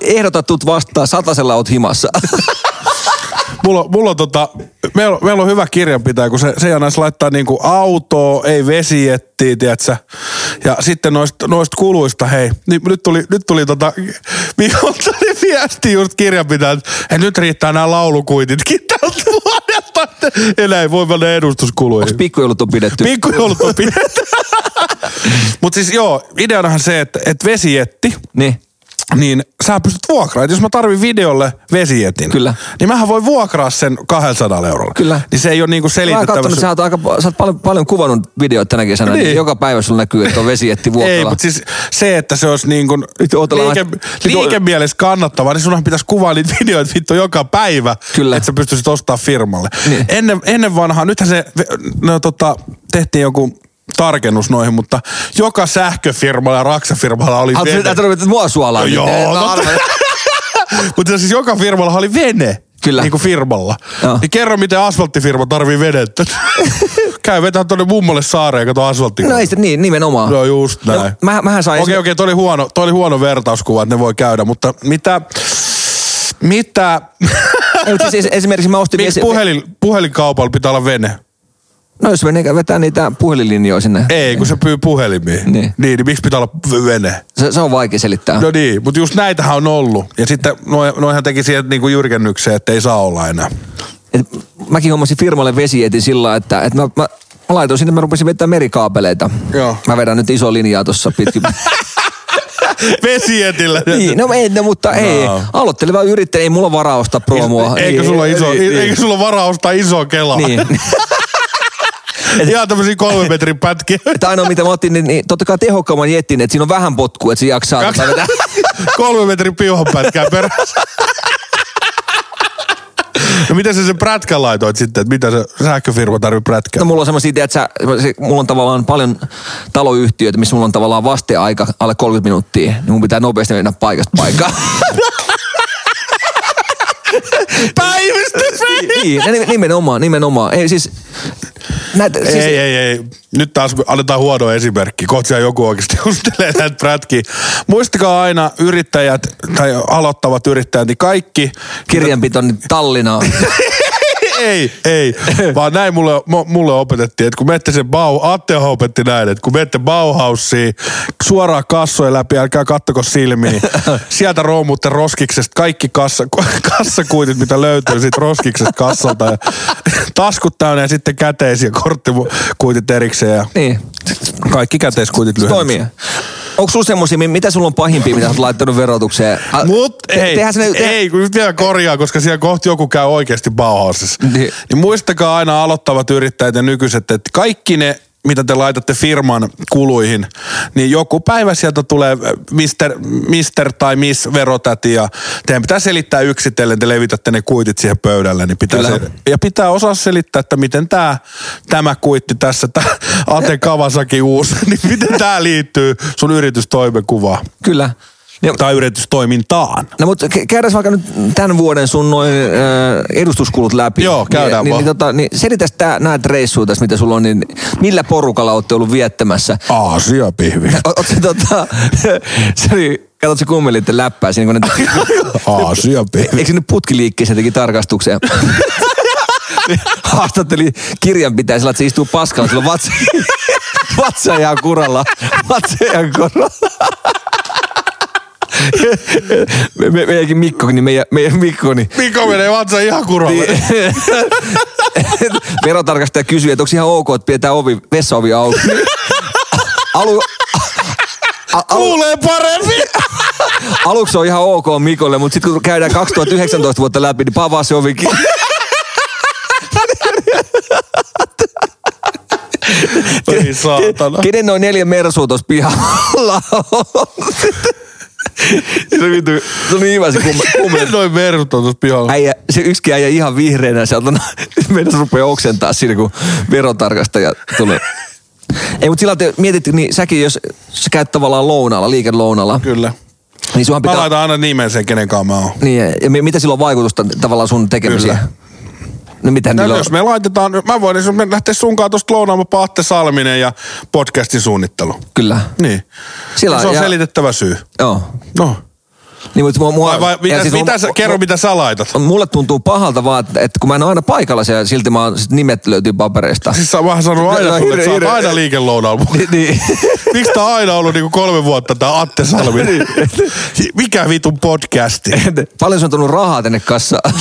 S2: ehdotat tut vastaan, satasella oot himassa.
S3: Mulla, on- mulla on tota, meillä, on- meillä on hyvä kirjanpitäjä, kun se, se ei annaisi laittaa niinku autoa, ei vesijettiä, tiedätkö? Ja sitten noista, noista kuluista, hei, niin nyt tuli, nyt tuli tota, Mikolta oli viesti just kirjanpitäjä, että hei, nyt riittää nämä laulukuititkin tältä vuodelta, että enää ei voi mennä edustuskuluihin.
S2: Onko pikkujoulut on pidetty?
S3: Pikkujoulut on pidetty. Mutta siis joo, ideanahan se, että, että vesijetti,
S2: niin.
S3: niin sä pystyt vuokraamaan. Et Jos mä tarvin videolle vesietin,
S2: Kyllä.
S3: niin mähän voi vuokraa sen 200 eurolla.
S2: Kyllä.
S3: Niin se ei ole niinku
S2: Mä oon katsonut,
S3: selitettävässä.
S2: sä oot, aika, sä oot paljon, paljon kuvannut videoita tänä kesänä, niin.
S3: Niin.
S2: niin joka päivä sulla näkyy, että on vesietti vuokralla.
S3: Ei, mutta siis se, että se olisi niin kuin
S2: Nyt ootellaan,
S3: liike,
S2: että- nyt o-
S3: liikemielessä kannattavaa, niin sunhan pitäisi kuvaa niitä videoita vittu joka päivä,
S2: Kyllä.
S3: että sä pystyisit ostaa firmalle.
S2: Niin.
S3: Ennen, ennen vanhaa, nythän se, no, tota, tehtiin joku tarkennus noihin, mutta joka sähköfirmalla ja raksafirmalla oli
S2: Haluatko sä
S3: vene.
S2: tarvitset mua suolaa?
S3: Joo,
S2: Niin,
S3: no
S2: mä arvasin.
S3: Mutta siis joka firmalla oli vene.
S2: Kyllä.
S3: Niin kuin firmalla.
S2: Joo.
S3: Niin kerro, miten asfalttifirma tarvii venettä. Käy vetää tuonne mummolle saareen ja kato asfalttia.
S2: No ei sitä niin, nimenomaan.
S3: No just näin.
S2: No, mä, mähän sain...
S3: Okei, okei, toi oli huono, toi oli huono vertauskuva, että ne voi käydä, mutta mitä... Mitä...
S2: Ei, mut siis es- esimerkiksi mä ostin...
S3: Miksi
S2: vesi-
S3: puhelin, puhelinkaupalla pitää olla vene?
S2: No jos menee, vetää niitä puhelinlinjoja sinne.
S3: Ei, kun se pyy puhelimia.
S2: Niin.
S3: Niin, niin miksi pitää olla v- vene?
S2: Se, se on vaikea selittää.
S3: No niin, mutta just näitähän on ollut. Ja sitten noi- noihan teki siihen niinku jyrkennykseen, että ei saa olla enää.
S2: Et mäkin hommasin firmalle vesietin sillä lailla, että et mä, mä, mä laitoin sinne, mä rupesin vetämään merikaapeleita.
S3: Joo.
S2: Mä vedän nyt iso linjaa tuossa pitkin.
S3: Vesietillä.
S2: niin, no, ei, no mutta no. ei. Aloitteleva yrittäjä, ei mulla varaa ostaa promoa.
S3: Eikö
S2: Niin,
S3: sulla, ole iso,
S2: niin,
S3: eikö sulla ole varaa ostaa iso kela?
S2: Niin.
S3: Ihan tämmöisiä kolmen metrin pätkiä.
S2: Että ainoa mitä mä otin, niin, niin totta kai tehokkaamman jettin, että siinä on vähän potkua, että se jaksaa.
S3: Kaksi-
S2: tätä vetää.
S3: kolmen metrin piuhan pätkää perässä. No miten sä sen prätkän laitoit sitten, että mitä se sähköfirma tarvii prätkää?
S2: No mulla on semmoisia, tiedät sä, se- mulla on tavallaan paljon taloyhtiöitä, missä mulla on tavallaan vasteaika alle 30 minuuttia, niin mun pitää nopeasti mennä paikasta paikkaan.
S3: Päivystys!
S2: niin, niin, nimenomaan, nimenomaan. Ei siis, näitä, siis
S3: Ei, ei, ei. Nyt taas annetaan huono esimerkki. Kohta siellä joku oikeasti ustelee näitä prätkiä. Muistakaa aina yrittäjät tai aloittavat yrittäjät, niin kaikki
S2: kirjanpito niin Tallinnaa.
S3: ei, ei. Vaan näin mulle, mu- mulle opetettiin, että kun menette sen Bau, Atte opetti näin, että kun menette Bauhaussiin suoraan kassojen läpi, älkää kattoko silmiin. Sieltä roomutte roskiksesta kaikki kassa, kassakuitit, mitä löytyy siitä roskiksesta kassalta. Ja taskut täynnä ja sitten käteisiä korttikuitit erikseen ja
S2: niin,
S3: kaikki käteiskuitit
S2: se
S3: lyhyesti.
S2: toimii. Onko sulla semmosia, mi- mitä sulla on pahimpia, mitä sä oot laittanut verotukseen? Ä,
S3: Mut ei,
S2: tehdään sinne- te-
S3: ei, kun nyt vielä korjaa, koska siellä kohta joku käy oikeasti Bauhausissa. Niin.
S2: Niin.
S3: niin muistakaa aina aloittavat yrittäjät ja nykyiset, että kaikki ne, mitä te laitatte firman kuluihin, niin joku päivä sieltä tulee mister, mister tai miss verotäti ja teidän pitää selittää yksitellen, te levitätte ne kuitit siihen pöydälle, niin pitää
S2: Kyllä.
S3: se, ja pitää osaa selittää, että miten tämä, tämä kuitti tässä, tämä Ate Kavasaki uusi, niin miten tämä liittyy sun yritystoimenkuvaan
S2: Kyllä. Ja,
S3: tai yritystoimintaan.
S2: No mutta ke- käydään vaikka nyt tämän vuoden sun noin äh, edustuskulut läpi.
S3: Joo, käydään
S2: niin,
S3: vaan.
S2: Niin, tota, niin selitäs tää, näitä reissuja tässä, mitä sulla on, niin millä porukalla olette ollut viettämässä?
S3: Aasia pihvi.
S2: O- Oot sä tota, se oli, katsot se kummeliitten läppää siinä, kun ne,
S3: Aasia pihvi.
S2: eikö se nyt putkiliikkeeseen teki tarkastuksen? Haastatteli kirjanpitäjä sillä, että se istuu paskalla, sillä on vatsa, vatsa ihan kuralla. Vatsa ihan kuralla. Me, me, meidänkin Mikko, niin meidän, meidän Mikko, niin
S3: Mikko menee vatsa ihan kuralle. Niin.
S2: Verotarkastaja kysyi, että onko ihan ok, että pidetään ovi, vessaovi auki. Alu, a, alu,
S3: Kuulee paremmin.
S2: aluksi on ihan ok Mikolle, mutta sitten kun käydään 2019 vuotta läpi, niin pavaa se ovikin.
S3: Ei saatana.
S2: Kenen noin neljä mersua tuossa pihalla on? Se, vitu,
S3: No
S2: se
S3: niin,
S2: oli hyvä se kumma, kumma.
S3: Noin merut on tuossa pihalla.
S2: Äijä, se yksikin äijä ihan vihreänä sieltä, on- meidän rupeaa oksentaa siinä, kun verotarkastaja tulee. Ei, mutta sillä te mietit, niin säkin, jos sä käyt tavallaan lounaalla, liikelounalla,
S3: Kyllä.
S2: niin sunhan
S3: Mä
S2: pitää...
S3: laitan aina nimen sen, kenen kanssa mä oon.
S2: Niin, ja mi- mitä sillä on vaikutusta tavallaan sun tekemisiin?
S3: Kyllä.
S2: No mitä
S3: No,
S2: niillä on?
S3: jos me laitetaan, mä voin niin me lähteä sunkaan tuosta lounaamaan Paatte Salminen ja podcastin suunnittelu.
S2: Kyllä.
S3: Niin.
S2: Sillä
S3: se on
S2: ja-
S3: selitettävä syy.
S2: Joo.
S3: No.
S2: Niin, mutta mua, mua,
S3: Vai, vai, mitä,
S2: ja
S3: siis
S2: siis
S3: mitä
S2: mua-
S3: sä, kerro mitä sä laitat.
S2: Mulle tuntuu pahalta vaan, että- että kun mä en ole aina paikalla siellä, silti mä oon, sit nimet löytyy papereista.
S3: Siis sä oot vähän sanonut aina
S2: No,
S3: sulle,
S2: hirveä,
S3: että sä oot
S2: hirveä.
S3: aina liikelounaalla mukana.
S2: Ni- niin.
S3: Miksi tää on aina ollut niinku kolme vuotta tää Atte Salmi? Mikä vitun podcasti?
S2: Paljon se on tullut rahaa tänne kassaan.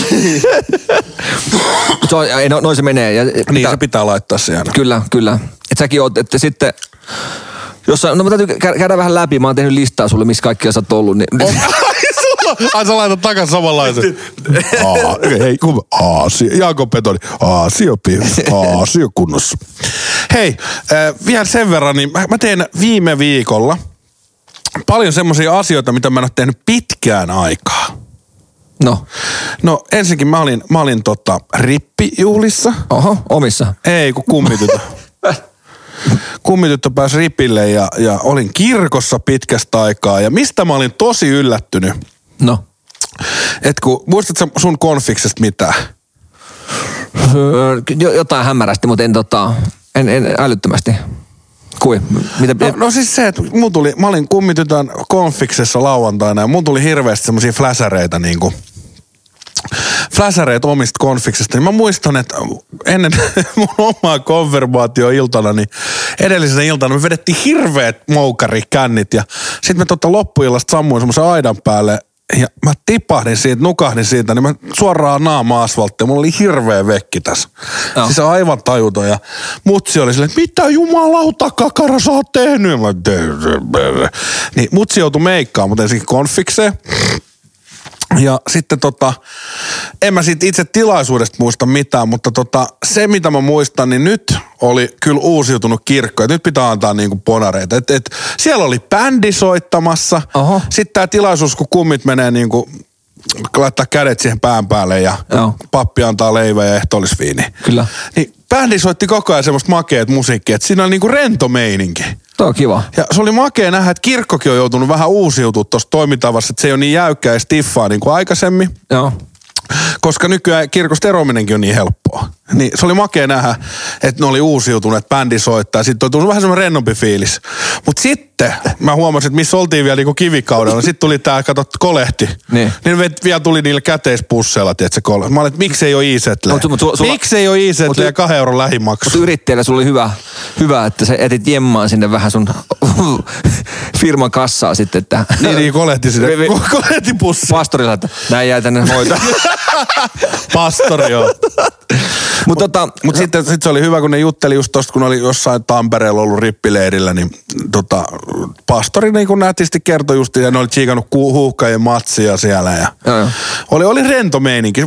S2: se on, ei, no, noin se menee. Ja,
S3: Niin
S2: pitää-
S3: se pitää laittaa siellä.
S2: Kyllä, kyllä. Et säkin oot, että sitten... Jossain, no mä täytyy kä- käydä vähän läpi. Mä oon tehnyt listaa sulle, missä kaikki sä oot ollut. Niin...
S3: Ai, sulla- Ai sä laitat takas samanlaisen. Aa, hei, kun Aasia, Jaakko Petoni, Aasio Aasio kunnossa. Hei, äh, vielä sen verran, niin mä, mä tein viime viikolla paljon semmoisia asioita, mitä mä en ole tehnyt pitkään aikaa.
S2: No,
S3: No ensinnäkin mä olin, mä olin tota, rippijuhlissa.
S2: oho, omissa.
S3: Ei, kun kummitytö. kummityttö pääsi ripille ja, ja olin kirkossa pitkästä aikaa. Ja mistä mä olin tosi yllättynyt,
S2: No.
S3: et kun, muistat sä sun konfiksesta mitään?
S2: Öö, jo- Jotain hämärästi, mutta en, tota, en, en älyttömästi. Kui? Mitä,
S3: No, no siis se, että mun tuli, mä olin kummitytön konfiksessa lauantaina ja mun tuli hirveästi semmosia fläsäreitä niinku. Fläsäreet omista konfiksista. Niin mä muistan, että ennen mun omaa konfirmaatioiltana, niin edellisenä iltana me vedettiin hirveät moukarikännit ja sitten me tota loppuillasta sammuin semmoisen aidan päälle ja mä tipahdin siitä, nukahdin siitä, niin mä suoraan naama asfalttiin. Mulla oli hirveä vekki tässä.
S2: Joo.
S3: Siis aivan tajuton. Ja mutsi oli silleen, että mitä jumalauta kakara sä oot tehnyt? Mä, niin mutsi joutui meikkaan, mutta ensinnäkin konfikseen. Ja sitten tota, en mä siitä itse tilaisuudesta muista mitään, mutta tota, se mitä mä muistan, niin nyt oli kyllä uusiutunut kirkko. Et nyt pitää antaa niinku ponareita. Et, et, siellä oli bändi soittamassa.
S2: Oho.
S3: Sitten tämä tilaisuus, kun kummit menee niinku laittaa kädet siihen pään päälle ja
S2: Joo.
S3: pappi antaa leivää ja ehtoollisviini.
S2: Kyllä.
S3: Niin bändi soitti koko ajan semmoista makeet musiikkia, että siinä oli niinku rento meininki.
S2: Toi on kiva.
S3: Ja se oli makea nähdä, että kirkkokin on joutunut vähän uusiutumaan tuossa toimintavassa, että se ei ole niin jäykkää ja stiffaa niin kuin aikaisemmin,
S2: Joo.
S3: koska nykyään kirkosta eroaminenkin on niin helppoa. Niin se oli makea nähdä, että ne oli uusiutuneet, bändi soittaa, sitten on tullut vähän semmoinen rennompi fiilis. Mutta sitten mä huomasin, että missä oltiin vielä niinku kivikaudella, sitten tuli tää, kato, kolehti.
S2: Niin.
S3: niin vet- vielä tuli niillä käteispusseilla, tiedätkö, kole. Mä olin, että miksei ole iisetle.
S2: Mut su- mut su- sulla-
S3: Miksei ole iisetle
S2: mut-
S3: ja kahden euron lähimaksu.
S2: Mutta yrittäjällä sulla oli hyvä, hyvä, että sä etit jemmaan sinne vähän sun firman kassaa sitten. Että
S3: Niin, niin, kolehti sinne.
S2: Ve- ve-
S3: Kolehti pussi.
S2: Pastorilla, että näin jää tänne hoitaa.
S3: Pastori, joo.
S2: Mutta tota,
S3: Mutta sitten sit se oli hyvä, kun ne jutteli just tosta, kun oli jossain Tampereella ollut rippileirillä, niin tota, pastori niin kun nätisti kertoi just, ja ne oli tsiikannut ku- huuhkajien matsia siellä. Ja
S2: Joo, joo.
S3: Oli, oli rento meininki.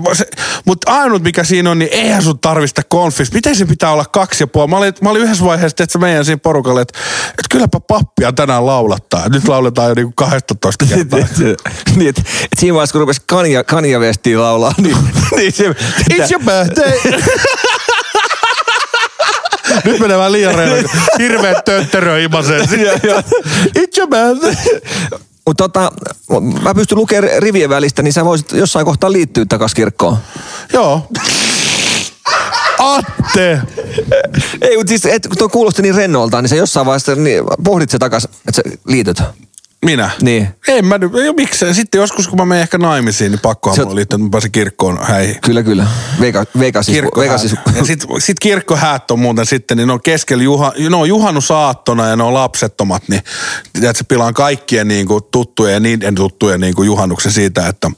S3: Mutta ainut mikä siinä on, niin eihän sun tarvista konfis. Miten se pitää olla kaksi ja puoli? Mä olin, mä olin yhdessä vaiheessa, että meidän siinä porukalle, että, että kylläpä pappia tänään laulattaa. Nyt lauletaan jo niinku 12 kertaa.
S2: niin, et, et siinä vaiheessa, kun rupesi kanja, kanja vestiä laulaa, niin, niin se...
S3: It's your birthday. Nyt menee vähän liian reilu. Hirveä tötterö imasee. It's your birthday.
S2: Mutta tota, mä pystyn lukemaan rivien välistä, niin sä voisit jossain kohtaa liittyä takas kirkkoon.
S3: Joo. Atte.
S2: Ei, mutta siis et, kun tuo kuulosti niin rennolta, niin sä jossain vaiheessa niin pohdit se takas, että sä liityt.
S3: Minä?
S2: Niin.
S3: En mä nyt, ei oo miksei. Sitten joskus, kun mä menen ehkä naimisiin, niin pakkohan
S2: Se-
S3: mulla liittyä, että mä pääsen kirkkoon häihin.
S2: Kyllä, kyllä. Veika, veika siis. Veika siis.
S3: Ja sit, sit kirkkohäät on muuten sitten, niin ne on keskellä, juha, ne on juhannusaattona ja ne on lapsettomat, niin tiedätkö, pilaan kaikkien niin kuin, tuttujen ja niiden tuttujen niin kuin, juhannuksen siitä, että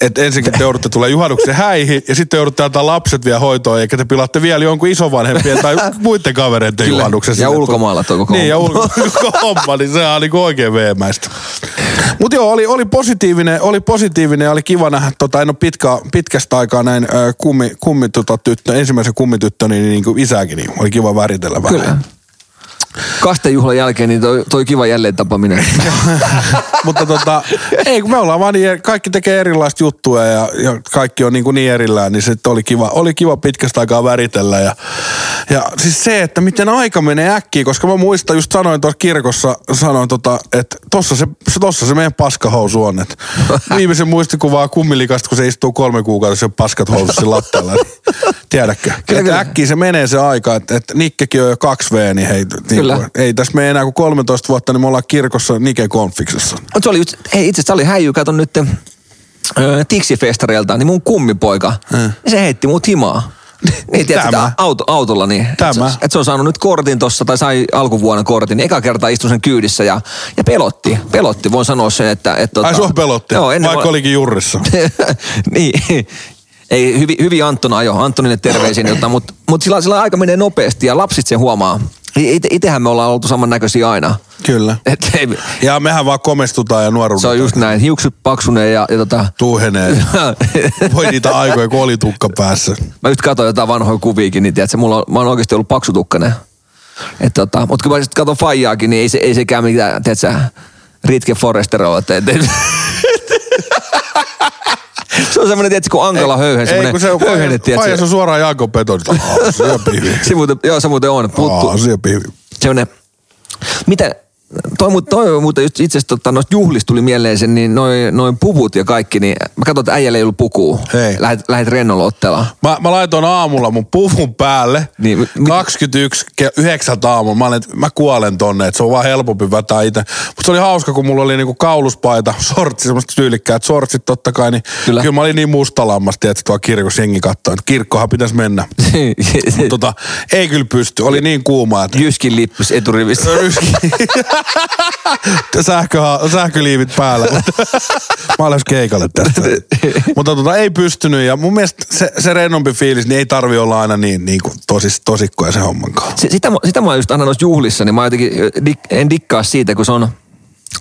S3: et ensinnäkin te joudutte tulee juhannuksen häihin ja sitten te joudutte antaa lapset vielä hoitoon, eikä te pilaatte vielä jonkun isovanhempien tai muiden kavereiden
S2: Kyllä.
S3: juhannuksen.
S2: Ja
S3: sinne.
S2: ulkomailla toi koko
S3: Niin, ja
S2: homma.
S3: ulko- koko homma, niin sehän on niin oikein veemäistä. Mutta joo, oli, oli positiivinen, oli positiivinen ja oli kiva nähdä, tota, en ole pitkä, pitkästä aikaa näin ö, kummi, kummi tota, tyttö, ensimmäisen kummityttöni niin, niin kuin isääkin, niin oli kiva väritellä vähän.
S2: Kyllä. Kastejuhlan jälkeen niin toi, toi kiva jälleen tapaaminen.
S3: Mutta tota, ei kun me ollaan vaan niin, eri- kaikki tekee erilaista juttua niinku ja, ja kaikki on niin, kuin niin erillään, niin se oli kiva, oli kiva pitkästä aikaa väritellä ja, Ja siis se, että miten aika menee äkkiä, koska mä muistan, just sanoin tuossa kirkossa, sanoin tota, että tossa se, se- tossa se meidän paskahousu on. Et viimeisen muistikuvaa kummilikasta, kun se istuu kolme kuukautta sen paskat housut sen lattialla. niin Tiedätkö? Kyllä,
S2: kyllä.
S3: kyllä. Äkkiä se menee se aika, että et Nikkekin on jo 2V, niin hei, niin
S2: Kyllä.
S3: kuin, ei tässä mene enää kuin 13 vuotta, niin me ollaan kirkossa Nike-konfiksessa.
S2: Mut se oli just, hei itse asiassa oli häijy, kato nyt äh, Tiksi-festareilta, niin mun kummipoika, niin se heitti mut himaa. Niin tiedätkö,
S3: Mm. Tämä.
S2: tää auto, autolla niin. Et
S3: Tämä.
S2: se, et se on saanut nyt kortin tossa, tai sai alkuvuonna kortin, niin eka kertaa istui sen kyydissä ja, ja pelotti, pelotti, voin sanoa sen, että... Et, tota,
S3: Ai sua pelotti,
S2: Joo, ennen
S3: vaikka
S2: mä-
S3: olikin jurrissa.
S2: niin. Ei, hyvin, hyvin Anttona ajo, Anttonille terveisiin, jotta, mutta mut sillä, sillä aika menee nopeasti ja lapsit se huomaa. Ite, itehän me ollaan oltu samannäköisiä aina.
S3: Kyllä.
S2: Et, ei,
S3: Ja mehän vaan komestutaan ja
S2: se on
S3: nuoruudetaan.
S2: just näin, hiukset paksunee ja, ja tota,
S3: Tuhenee. Voi niitä aikoja, kun oli tukka päässä.
S2: mä just katsoin jotain vanhoja kuviikin, niin tiedätkö, mulla on, mä oon oikeasti ollut paksutukkainen. Et tota, mut kun mä sitten katson faijaakin, niin ei, se, ei sekään mitään, tiedätkö, Ritke Forrester ole. Et, et, et, se on semmoinen, tiedätkö, kun Ankala höyhen,
S3: Ei, kun se
S2: semmoinen höyhenet,
S3: Faija se
S2: tiedätkö.
S3: on suoraan Jaakko Peton. Aa, siellä pihvi.
S2: Se muuten, joo, se muuten on. Puttu,
S3: Aa, siellä pihvi.
S2: semmoinen, mitä, toi, mu- toi muuten just itse asiassa tota, noista juhlista tuli mieleen sen, niin noin noi puvut ja kaikki, niin mä katsoin, että äijällä ei ollut pukua.
S3: Hei.
S2: Lähet, lähet rennolla ottelaan.
S3: Mä, mä laitoin aamulla mun puvun päälle.
S2: Niin,
S3: Niin,
S2: mi-
S3: 21, ke- 9 aamulla. Mä olin, että mä kuolen tonne, että se on vaan helpompi vetää itse. Mutta se oli hauska, kun mulla oli niinku kauluspaita, sortsi, semmoista tyylikkäät sortsit totta kai. Niin
S2: Kyllä.
S3: kyllä. kyllä mä olin niin mustalammasti, että tuo kirkossa jengi kattoi, että kirkkohan pitäisi mennä. Mut tota, ei kyllä pysty, oli niin kuuma, että
S2: Jyskin lippus eturivistä.
S3: sähkö, sähköliivit päällä. Mä olen keikalle tästä. Mutta tota, ei pystynyt ja mun mielestä se, se rennompi fiilis, niin ei tarvi olla aina niin, niin kuin tosis, tosikkoja se hommankaan.
S2: Se- Sitä, mä- sitä mä oon just aina noissa juhlissa, niin mä jotenkin dik, en dikkaa siitä, kun se on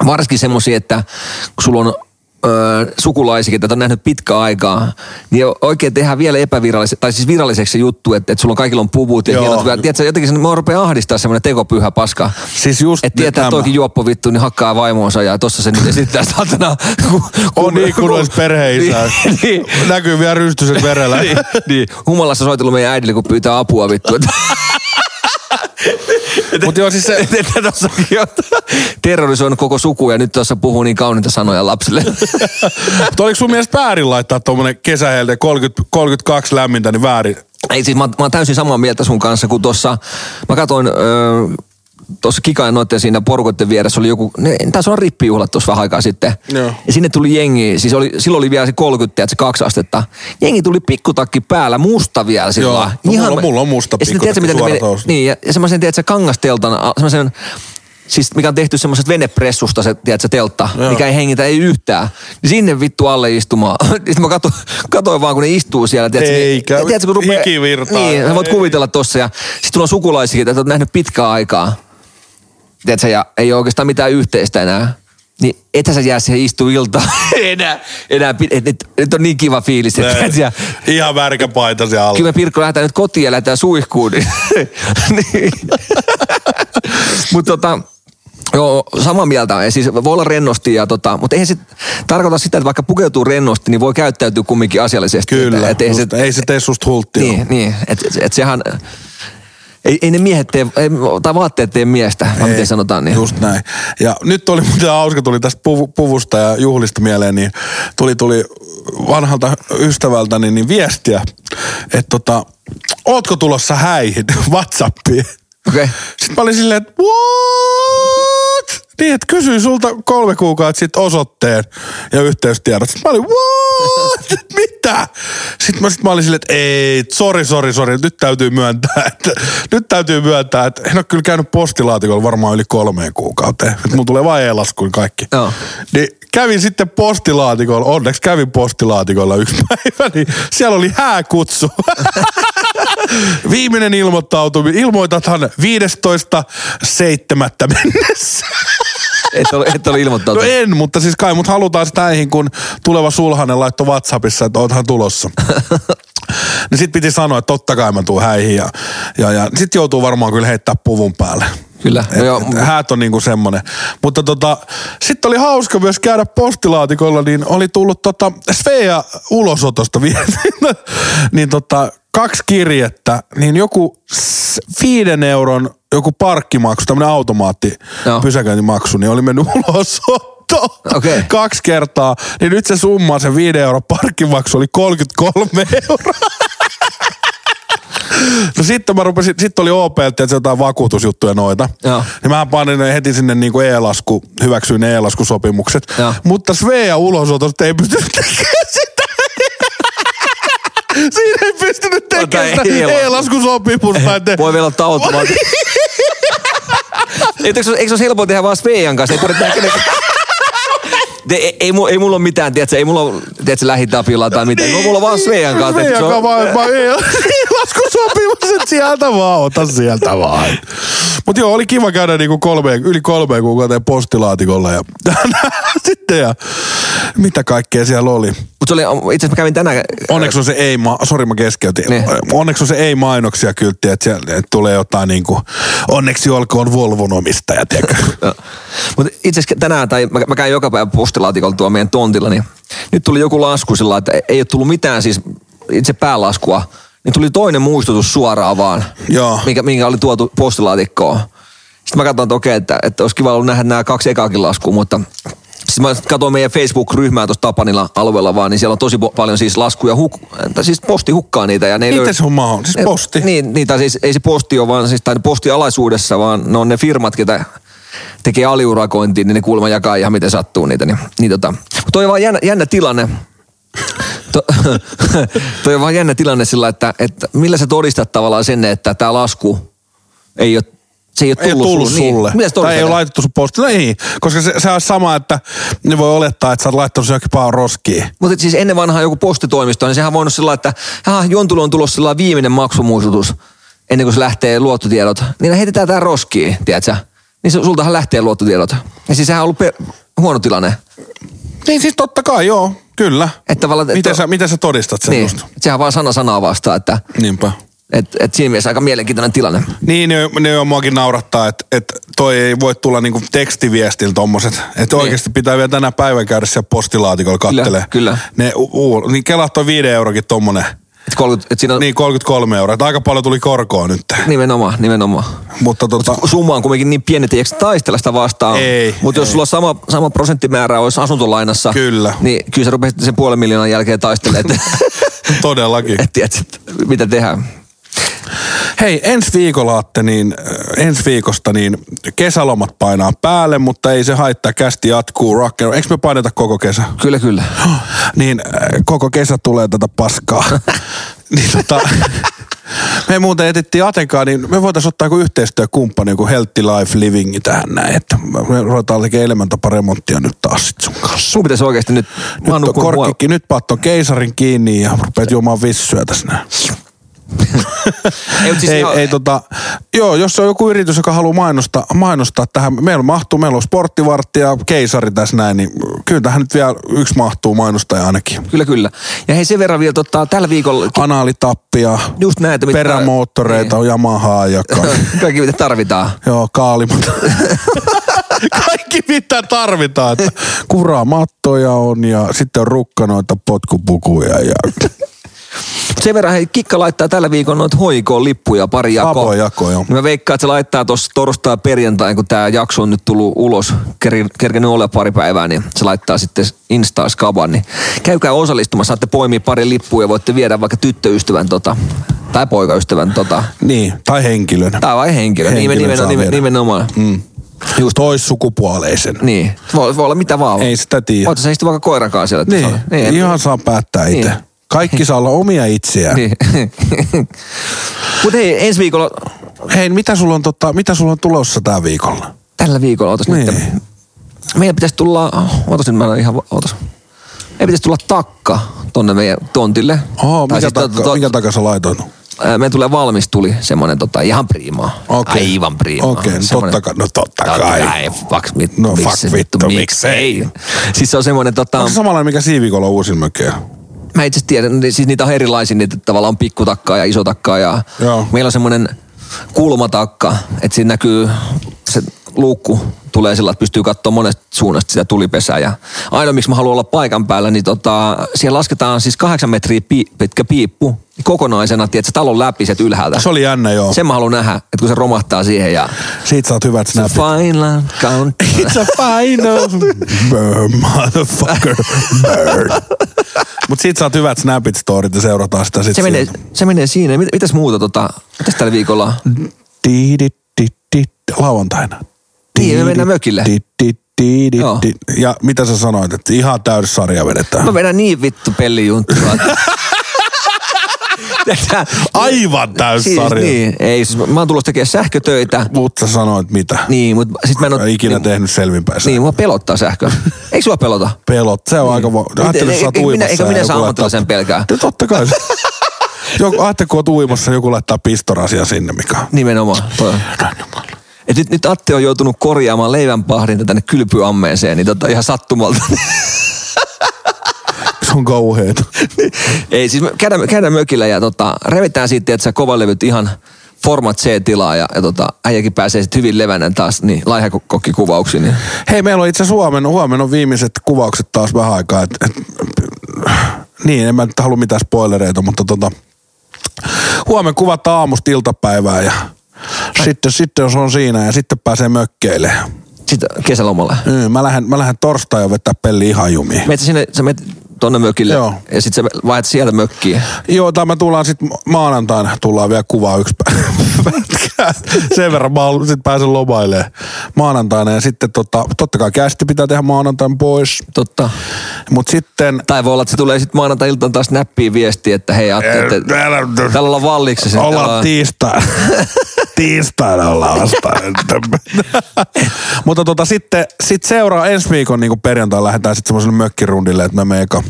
S2: varsinkin semmosia, että kun sulla on öö, sukulaisikin, että on nähnyt pitkä aikaa, niin oikein tehdään vielä epäviralliseksi, tai siis viralliseksi se juttu, että, että sulla on kaikilla on puvut ja Joo.
S3: Joo.
S2: hienot vyöt. Tiedätkö, jotenkin se, niin mä rupean ahdistaa semmoinen tekopyhä paska.
S3: Siis just
S2: Että tietää,
S3: nyt
S2: että toikin
S3: nämä.
S2: juoppo vittu, niin hakkaa vaimoonsa ja tossa se nyt esittää satana. Kun,
S3: On niin kuin olisi perheisää.
S2: Niin, niin.
S3: Näkyy vielä rystyset verellä.
S2: niin, niin. Humalassa soitellut meidän äidille, kun pyytää apua vittu. Että-
S3: Mutta joo, siis se,
S2: että tossakin on terrorisoinut koko suku ja nyt tuossa puhuu niin kauniita sanoja lapsille.
S3: mut oliko sun mielestä väärin laittaa tuommoinen kesähelteen 30, 32 lämmintä, niin väärin?
S2: Ei siis mä, oon- mä oon täysin samaa mieltä sun kanssa kuin tuossa, mä katsoin tuossa kikain noitten siinä porukoiden vieressä oli joku, ne, taisi olla rippijuhlat tuossa vähän aikaa sitten.
S3: Joo.
S2: Ja sinne tuli jengi, siis oli, silloin oli vielä se 30 ja se kaksi astetta. Jengi tuli pikkutakki päällä, musta vielä sillä
S3: Joo.
S2: lailla.
S3: No mulla- mulla on musta
S2: Ja sitten
S3: pikkutakki,
S2: tiedätkö, miten ne
S3: suorat
S2: meni-
S3: housut.
S2: Niin, ja, ja semmoisen, tiedätkö, kangasteltan, a- semmoisen, siis mikä on tehty semmoiset venepressusta se, tiedätkö, teltta, Joo. mikä ei hengitä ei yhtään. Niin sinne vittu alle istumaan. Sitten mä katsoin, katsoin vaan, kun ne istuu siellä, tiedätkö. niin-
S3: Eikä,
S2: ja tiedätkö, kun rupeaa,
S3: hikivirtaa.
S2: Niin, sä voit
S3: Ei.
S2: kuvitella tossa. Ja sit sulla on sukulaisikin, että oot nähnyt pitkää aikaa. Tiedätkö, ja ei ole oikeastaan mitään yhteistä enää. Niin etä sä jää siihen istu iltaan enää. enää pid- et, et, et, on niin kiva fiilis, että tiedätkö, ja
S3: eh, Ihan värkä paita siellä alla.
S2: Kyllä me Pirkko lähdetään nyt kotiin ja lähdetään suihkuun. Niin. niin. Mutta tota, joo, samaa mieltä. Ja Siis voi olla rennosti, ja tota, mutta eihän se tarkoita sitä, että vaikka pukeutuu rennosti, niin voi käyttäytyä kumminkin asiallisesti.
S3: Kyllä,
S2: Että, et eihän se,
S3: mut ei se tee susta hulttia.
S2: niin, niin. että et sehän... Ei, ei ne miehet tee, ei, tai vaatteet tee miestä, vai miten sanotaan niin.
S3: Just näin. Ja nyt oli muuten hauska, tuli tästä puvu- puvusta ja juhlista mieleen, niin tuli, tuli vanhalta ystävältä niin, niin viestiä, että tota, ootko tulossa häihin Whatsappiin?
S2: Okei.
S3: Sitten mä olin silleen, että what? Niin, että kysyin sulta kolme kuukautta sitten osoitteen ja yhteystiedot. Sitten mä olin, what? Mitä? Sitten mä, sit mä olin silleen, että ei, sori, sori, sori, nyt täytyy myöntää, että, nyt täytyy myöntää, että en ole kyllä käynyt postilaatikolla varmaan yli kolmeen kuukauteen. Että mulla tulee vain e-laskuin kaikki.
S2: Joo.
S3: Niin kävin sitten postilaatikolla, onneksi kävin postilaatikolla yksi päivä, niin siellä oli hääkutsu. Viimeinen ilmoittautuminen. Ilmoitathan 15.7. mennessä.
S2: Et ole, et ole
S3: No
S2: ilmoittautunut.
S3: en, mutta siis kai mut halutaan sitä näihin, kun tuleva sulhanen laittoi Whatsappissa, että oothan tulossa. niin sit piti sanoa, että totta kai mä tuun häihin ja, ja, ja sit joutuu varmaan kyllä heittää puvun päälle.
S2: Kyllä. No
S3: Et,
S2: joo,
S3: et, häät on niinku semmonen. Mutta tota, sitten oli hauska myös käydä postilaatikolla, niin oli tullut tota Svea ulosotosta vielä. niin tota, kaksi kirjettä, niin joku s- viiden euron joku parkkimaksu, tämmönen automaatti
S2: Joo.
S3: no. pysäköintimaksu, niin oli mennyt ulos
S2: Okei.
S3: Kaksi kertaa. Niin nyt se summa, se viiden euron parkkimaksu oli 33 euroa. No sitten mä rupesin, sit oli OPLT, että jotain vakuutusjuttuja noita.
S2: Joo.
S3: Niin mä panin ne heti sinne niinku e-lasku, hyväksyin ne e-laskusopimukset.
S2: Joo.
S3: Mutta Svea ulosotosta ei pystynyt tekemään sitä. Siinä ei pystynyt tekemään
S2: Tota
S3: sitä
S2: e-lasku-
S3: e-laskusopimusta. että-
S2: Voi vielä ottaa automaatti. Eikö se eikö se olisi helpoa tehdä vaan Svejan kanssa? Ei tarvitse tehdä kenenkään. Te, ei, ei, mu- ei, mulla ole mitään, tiedätkö, ei mulla ole tiedätkö, lähitapilaa tai mitään. Niin, mulla on vaan Svejan kanssa.
S3: Svejan
S2: tiedätkö, se on-
S3: kanssa vaan, vaan e-laskusopimus, että sieltä vaan, ota sieltä vaan. Mut joo, oli kiva käydä niinku kolme, yli kolme kuukautta postilaatikolla ja sitten ja mitä kaikkea siellä oli.
S2: Mut se oli, itse asiassa mä kävin tänään,
S3: Onneksi on se ei, ma- sori mä keskeytin.
S2: Niin.
S3: Onneksi on se ei mainoksia kyltti, että siellä että tulee jotain niinku, onneksi olkoon Volvon omistaja, tiedätkö?
S2: mutta itse asiassa tänään, tai mä, mä käyn joka päivä postilaatikolla tuolla meidän tontilla, niin nyt tuli joku lasku sillä lailla, että ei ole tullut mitään siis itse päälaskua. Niin tuli toinen muistutus suoraan vaan,
S3: Joo.
S2: Mikä, minkä oli tuotu postilaatikkoon. Sitten mä katsoin, että okei, että, että olisi kiva ollut nähdä nämä kaksi ekaakin laskua, mutta sitten mä katsoin meidän Facebook-ryhmää tuossa Tapanilla alueella vaan, niin siellä on tosi po- paljon siis laskuja, huk, tai siis posti hukkaa niitä. Ja ne ei
S3: Miten
S2: löy-
S3: se on mahdollista? Siis
S2: Ne-
S3: posti?
S2: Niin, niin tai siis ei se posti ole, vaan siis, tai postialaisuudessa, vaan ne on ne firmat, ketä tekee aliurakointia, niin ne kuulemma jakaa ihan miten sattuu niitä. Niin, niin tota. Mut toi on vaan jännä, jännä tilanne. To, toi on vaan jännä tilanne sillä, että, että millä sä todistat tavallaan sen, että tämä lasku ei ole, se ei ole
S3: ei
S2: tullut,
S3: ole tullut
S2: sulle.
S3: sulle.
S2: Niin. Millä sä
S3: tai ei ole
S2: todistat?
S3: laitettu sun posti. No ei, koska se, se on sama, että ne voi olettaa, että sä oot laittanut sen johonkin pahan roskiin.
S2: Mutta siis ennen vanhaa joku postitoimisto, niin sehän on voinut sillä lailla, että aha, Jontulo on tulossa sillä lailla viimeinen maksumuistutus ennen kuin se lähtee luottotiedot. Niin ne heitetään tää roskiin, tiedätkö? Niin se, sultahan lähtee luottotiedot. Ja siis sehän on ollut per- huono tilanne.
S3: Niin siis totta kai, joo, kyllä.
S2: Että tavallaan-
S3: miten,
S2: to-
S3: sä, miten sä todistat sen
S2: Niin.
S3: niin. just?
S2: Sehän vaan sana sanaa vastaa, että
S3: Niinpä.
S2: et, et siinä mielessä aika mielenkiintoinen tilanne.
S3: Niin, ne, ne on muakin naurattaa, että, että toi ei voi tulla niinku tekstiviestillä tommoset. Että
S2: Niin.
S3: oikeasti pitää vielä tänä päivän käydä siellä postilaatikolla
S2: Kyllä,
S3: kattelee.
S2: kyllä.
S3: Ne, u, u, niin kelaa toi viiden eurokin tommonen.
S2: Et 30, et siinä on, niin.
S3: Niin, 33 euroa. Et aika paljon tuli korkoa nyt.
S2: Nimenomaan, nimenomaan.
S3: Mutta tota,
S2: Summa on kuitenkin niin pieni, että ei eikö taistella sitä vastaan.
S3: Ei,
S2: Mutta jos
S3: ei.
S2: sulla sama, sama prosenttimäärä olisi asuntolainassa,
S3: Kyllä.
S2: niin kyllä sä rupesit sen puolen miljoonan jälkeen taistelemaan.
S3: todellakin.
S2: Et tiedät, että mitä tehdään.
S3: Hei, ensi viikolla aatte, niin, äh, ensi viikosta niin kesälomat painaa päälle, mutta ei se haittaa, kästi jatkuu, rock and roll. Eikö me paineta koko kesä?
S2: Kyllä, kyllä.
S3: Niin äh, koko kesä tulee tätä paskaa. niin tota, me muuten etittiin Atenkaan, niin me voitaisiin ottaa joku yhteistyökumppani, joku Healthy Life Livingi tähän näin. Että me ruvetaan tekemään elämäntaparemonttia nyt taas sit sun kanssa.
S2: Sun pitäisi oikeasti nyt... Mä oon
S3: Nyt, on
S2: nukkunut huono-
S3: korkki, nyt patto keisarin kiinni ja rupeat juomaan vissyä tässä näin.
S2: Ei, mut siis
S3: ei,
S2: ihan-
S3: ei tota, joo, jos on joku yritys, joka haluaa mainostaa, mainostaa tähän, meillä mahtuu, meillä on sporttivartti ja keisari tässä näin, niin kyllä tähän nyt vielä yksi mahtuu mainostaja ainakin.
S2: Kyllä, kyllä. Ja hei sen verran vielä tota, tällä viikolla ki-
S3: Anaalitappia,
S2: just näitä... mitä-
S3: perämoottoreita, niin. Yamahaa ja kaikki.
S2: Niin. Kaikki mitä tarvitaan.
S3: Joo, kaalimata. Kaikki mitä tarvitaan. Että kuramattoja on ja sitten on rukkanoita, potkupukuja ja
S2: Mut Sen verran hei, Kikka laittaa tällä viikolla noita hoikoon lippuja pari jakoa.
S3: Avoin jako, joo.
S2: Niin mä veikkaan, että se laittaa tuossa torstai perjantain, kun tämä jakso on nyt tullut ulos, ker- kerkenyt olla pari päivää, niin se laittaa sitten Instaan skaban. Niin käykää osallistumassa, saatte poimia pari lippua ja voitte viedä vaikka tyttöystävän tota, tai poikaystävän tota,
S3: niin, tai henkilön.
S2: Tai vai henkilö,
S3: Henkilön
S2: nimen, nimen,
S3: saa
S2: nimen,
S3: viedä.
S2: nimenomaan. Mm.
S3: Just toissukupuoleisen.
S2: Niin, voi, voi olla mitä vaan.
S3: Ei sitä tiedä.
S2: Voit sä istua vaikka koiran kanssa siellä. että
S3: Niin,
S2: saa-
S3: niin
S2: ei-
S3: ihan saa päättää itse.
S2: Niin.
S3: Niin. Kaikki saa olla omia itseään. Niin.
S2: Niin. Mutta hei, ensi viikolla,
S3: Hei, mitä sulla on, tota, mitä sulla on tulossa tää viikolla?
S2: tällä viikolla, otas niin. nyt.
S3: Niin.
S2: Meillä pitäisi tulla, oh, otas nyt, mä en ihan, va- otas. Meidän pitäisi tulla takka tonne meidän tontille.
S3: Oho,
S2: Tai
S3: mikä,
S2: siis to-
S3: taka,
S2: to-
S3: mikä takaa sä laitoit?
S2: ää, Meillä tulee valmis tuli semmonen tota, ihan priimaa.
S3: Okei.
S2: Aivan priimaa.
S3: Okei, no
S2: Semmonen-
S3: totta kai- no totta kai.
S2: fuck, mit,
S3: No
S2: miksi-
S3: fuck vittu, miksei.
S2: Siis se on semmonen tota...
S3: Onko se samanlainen, mikä siivikolla on uusin mökeä?
S2: Mä itse asiassa tiedän, ni- siis niitä on erilaisia, niitä tavallaan on pikkutakkaa ja isotakkaa ja
S3: Joo.
S2: meillä on semmoinen kulmatakka, että siinä näkyy se luukku tulee sillä, että pystyy katsoa monesta suunnasta sitä tulipesää. Ja ainoa, miksi mä haluan olla paikan päällä, niin tota, siellä lasketaan siis kahdeksan metriä pi- pitkä piippu kokonaisena, tiedätkö, talon läpi sieltä ylhäältä.
S3: Se oli jännä, joo.
S2: Sen mä haluan nähdä, että kun se romahtaa siihen ja...
S3: Siitä saat hyvät snapit.
S2: Fine land country.
S3: It's a final. Burn, motherfucker. Burn. Mut sit saat hyvät snapit storit ja seurataan sitä sit
S2: Se menee,
S3: sieltä.
S2: se menee siinä. Mit- Mitäs muuta tota, mitäs tällä viikolla?
S3: Di, di, di, di, lauantaina.
S2: Niin, me
S3: Di,
S2: mennään
S3: di,
S2: mökille.
S3: di, di, di, di,
S2: Joo.
S3: di. Ja mitä sä sanoit, että ihan täys sarja vedetään.
S2: Mä vedän niin vittu pellijunttua. että- Tätä-
S3: Aivan täys
S2: siis,
S3: sarja.
S2: niin, ei, siis mä- mä oon tullut tekemään sähkötöitä.
S3: Mut sä sanoit mitä?
S2: Niin, mutta sit mä en
S3: Mä
S2: oo...
S3: en ikinä
S2: niin,
S3: tehnyt selvinpäin.
S2: Niin, mua pelottaa sähkö. Eikö sua pelota?
S3: pelot. Se on aika... Va- Ajattelin, että sä oot
S2: ei- ei- e- minä-
S3: uimassa.
S2: eikö
S3: ja
S2: minä
S3: joku
S2: saa
S3: laittaa-
S2: ammattilaisen pelkää?
S3: No totta kai. joku, ajattelin, kun oot uimassa, joku laittaa pistorasia sinne, mikä on.
S2: Nimenomaan. Toi. on. Et nyt, nyt Atte on joutunut korjaamaan leivänpahdinta tänne kylpyammeeseen, niin tota ihan sattumalta.
S3: Se on kauheeta.
S2: Ei, siis me käydään, käydään mökillä ja tota, revitään siitä, että sä kovalevyt ihan format C-tilaa ja, ja tota, äijäkin pääsee sitten hyvin levänen taas niin laihakokkikuvauksiin. Niin.
S3: Hei, meillä on itse asiassa huomenna, huomenna on viimeiset kuvaukset taas vähän aikaa. Et, et, niin, en mä nyt halua mitään spoilereita, mutta tota, huomenna kuvataan aamusta iltapäivää ja sitten, sitten se on siinä ja sitten pääsee mökkeille.
S2: Sitten kesälomalle.
S3: Mm, mä lähden, mä lähden torstaina vetää pelli ihan jumiin.
S2: Meitä sinne, sä menet tonne mökille Joo.
S3: Joo.
S2: ja sitten sä vaihdat sieltä mökkiin.
S3: Joo, tai me tullaan sitten maanantaina, tullaan vielä kuvaa yksi pä- pätkää. Sen verran mä sit pääsen lomailemaan maanantaina. Ja sitten tota, totta kai kästi pitää tehdä maanantain pois.
S2: Totta.
S3: Mutta sitten...
S2: Tai voi olla, että se tulee sitten maanantai-iltaan taas näppiin viesti, että hei Atte, että
S3: Älä-
S2: täällä ollaan valliksessa. niin täällä
S3: Ollaan
S2: on-
S3: tiistaina. tiistaina ollaan vasta. Mutta tota, sitten sit seuraa ensi viikon niin perjantai lähdetään sitten semmoiselle mökkirundille, että me eka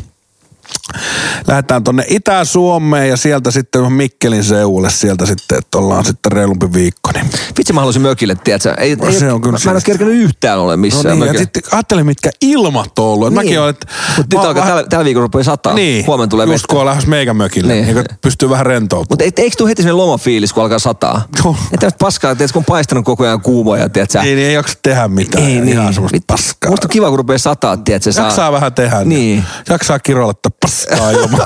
S3: lähdetään tonne Itä-Suomeen ja sieltä sitten Mikkelin seuulle sieltä sitten, että ollaan sitten reilumpi viikko. Niin.
S2: Vitsi mä haluaisin mökille, tiedätkö? Ei,
S3: No
S2: ei,
S3: se on kyllä
S2: mä, mä en ole
S3: siistiä.
S2: kerkenyt yhtään ole
S3: No
S2: missään
S3: niin, ja
S2: mökillä.
S3: sitten ajattele, mitkä ilmat on ollut. Niin. Mäkin olen, että...
S2: Mutta
S3: mä
S2: nyt
S3: oon
S2: alkaa,
S3: vähän-
S2: tällä, tällä viikolla rupeaa sataa.
S3: niin,
S2: Huomenna tulee
S3: just kun on lähes meikän mökille,
S2: Niin.
S3: niin. niin kun pystyy vähän rentoutumaan.
S2: Mutta eikö tule heti sellainen lomafiilis, kun alkaa sataa?
S3: Joo.
S2: Että tämmöistä paskaa, tiedätkö, kun on paistanut koko ajan kuumaa ja tiedätkö,
S3: No. Ei, niin ei jaksa tehdä mitään.
S2: Ei niin.
S3: Ihan semmoista
S2: Vittu,
S3: paskaa.
S2: Musta on kiva, kun rupeaa sataa, tiedätkö, saa...
S3: Jaksaa vähän tehdä.
S2: Niin.
S3: Jaksaa kiroilla, että paskaa ilman.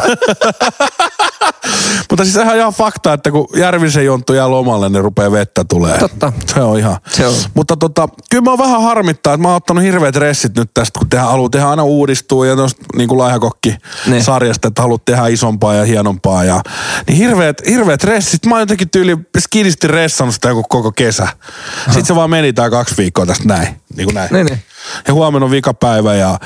S3: Mutta siis ihan, ihan fakta, että kun Järvisen Jonttu jää lomalle, niin rupeaa vettä tulee.
S2: Totta.
S3: Se on ihan.
S2: Se on.
S3: Mutta tota, kyllä mä oon vähän harmittaa, että mä oon ottanut hirveät ressit nyt tästä, kun tehdään, haluaa tehdä aina uudistua ja tuosta niin kuin
S2: Ne.
S3: sarjasta, että haluat tehdä isompaa ja hienompaa. Ja, niin hirveät, hirveät ressit. Mä oon jotenkin tyyli skidisti ressannut sitä joku koko kesä. Sitten se vaan meni tää kaksi viikkoa tästä näin. Niin kuin näin.
S2: Niin, niin.
S3: Ja huomenna on vikapäivä ja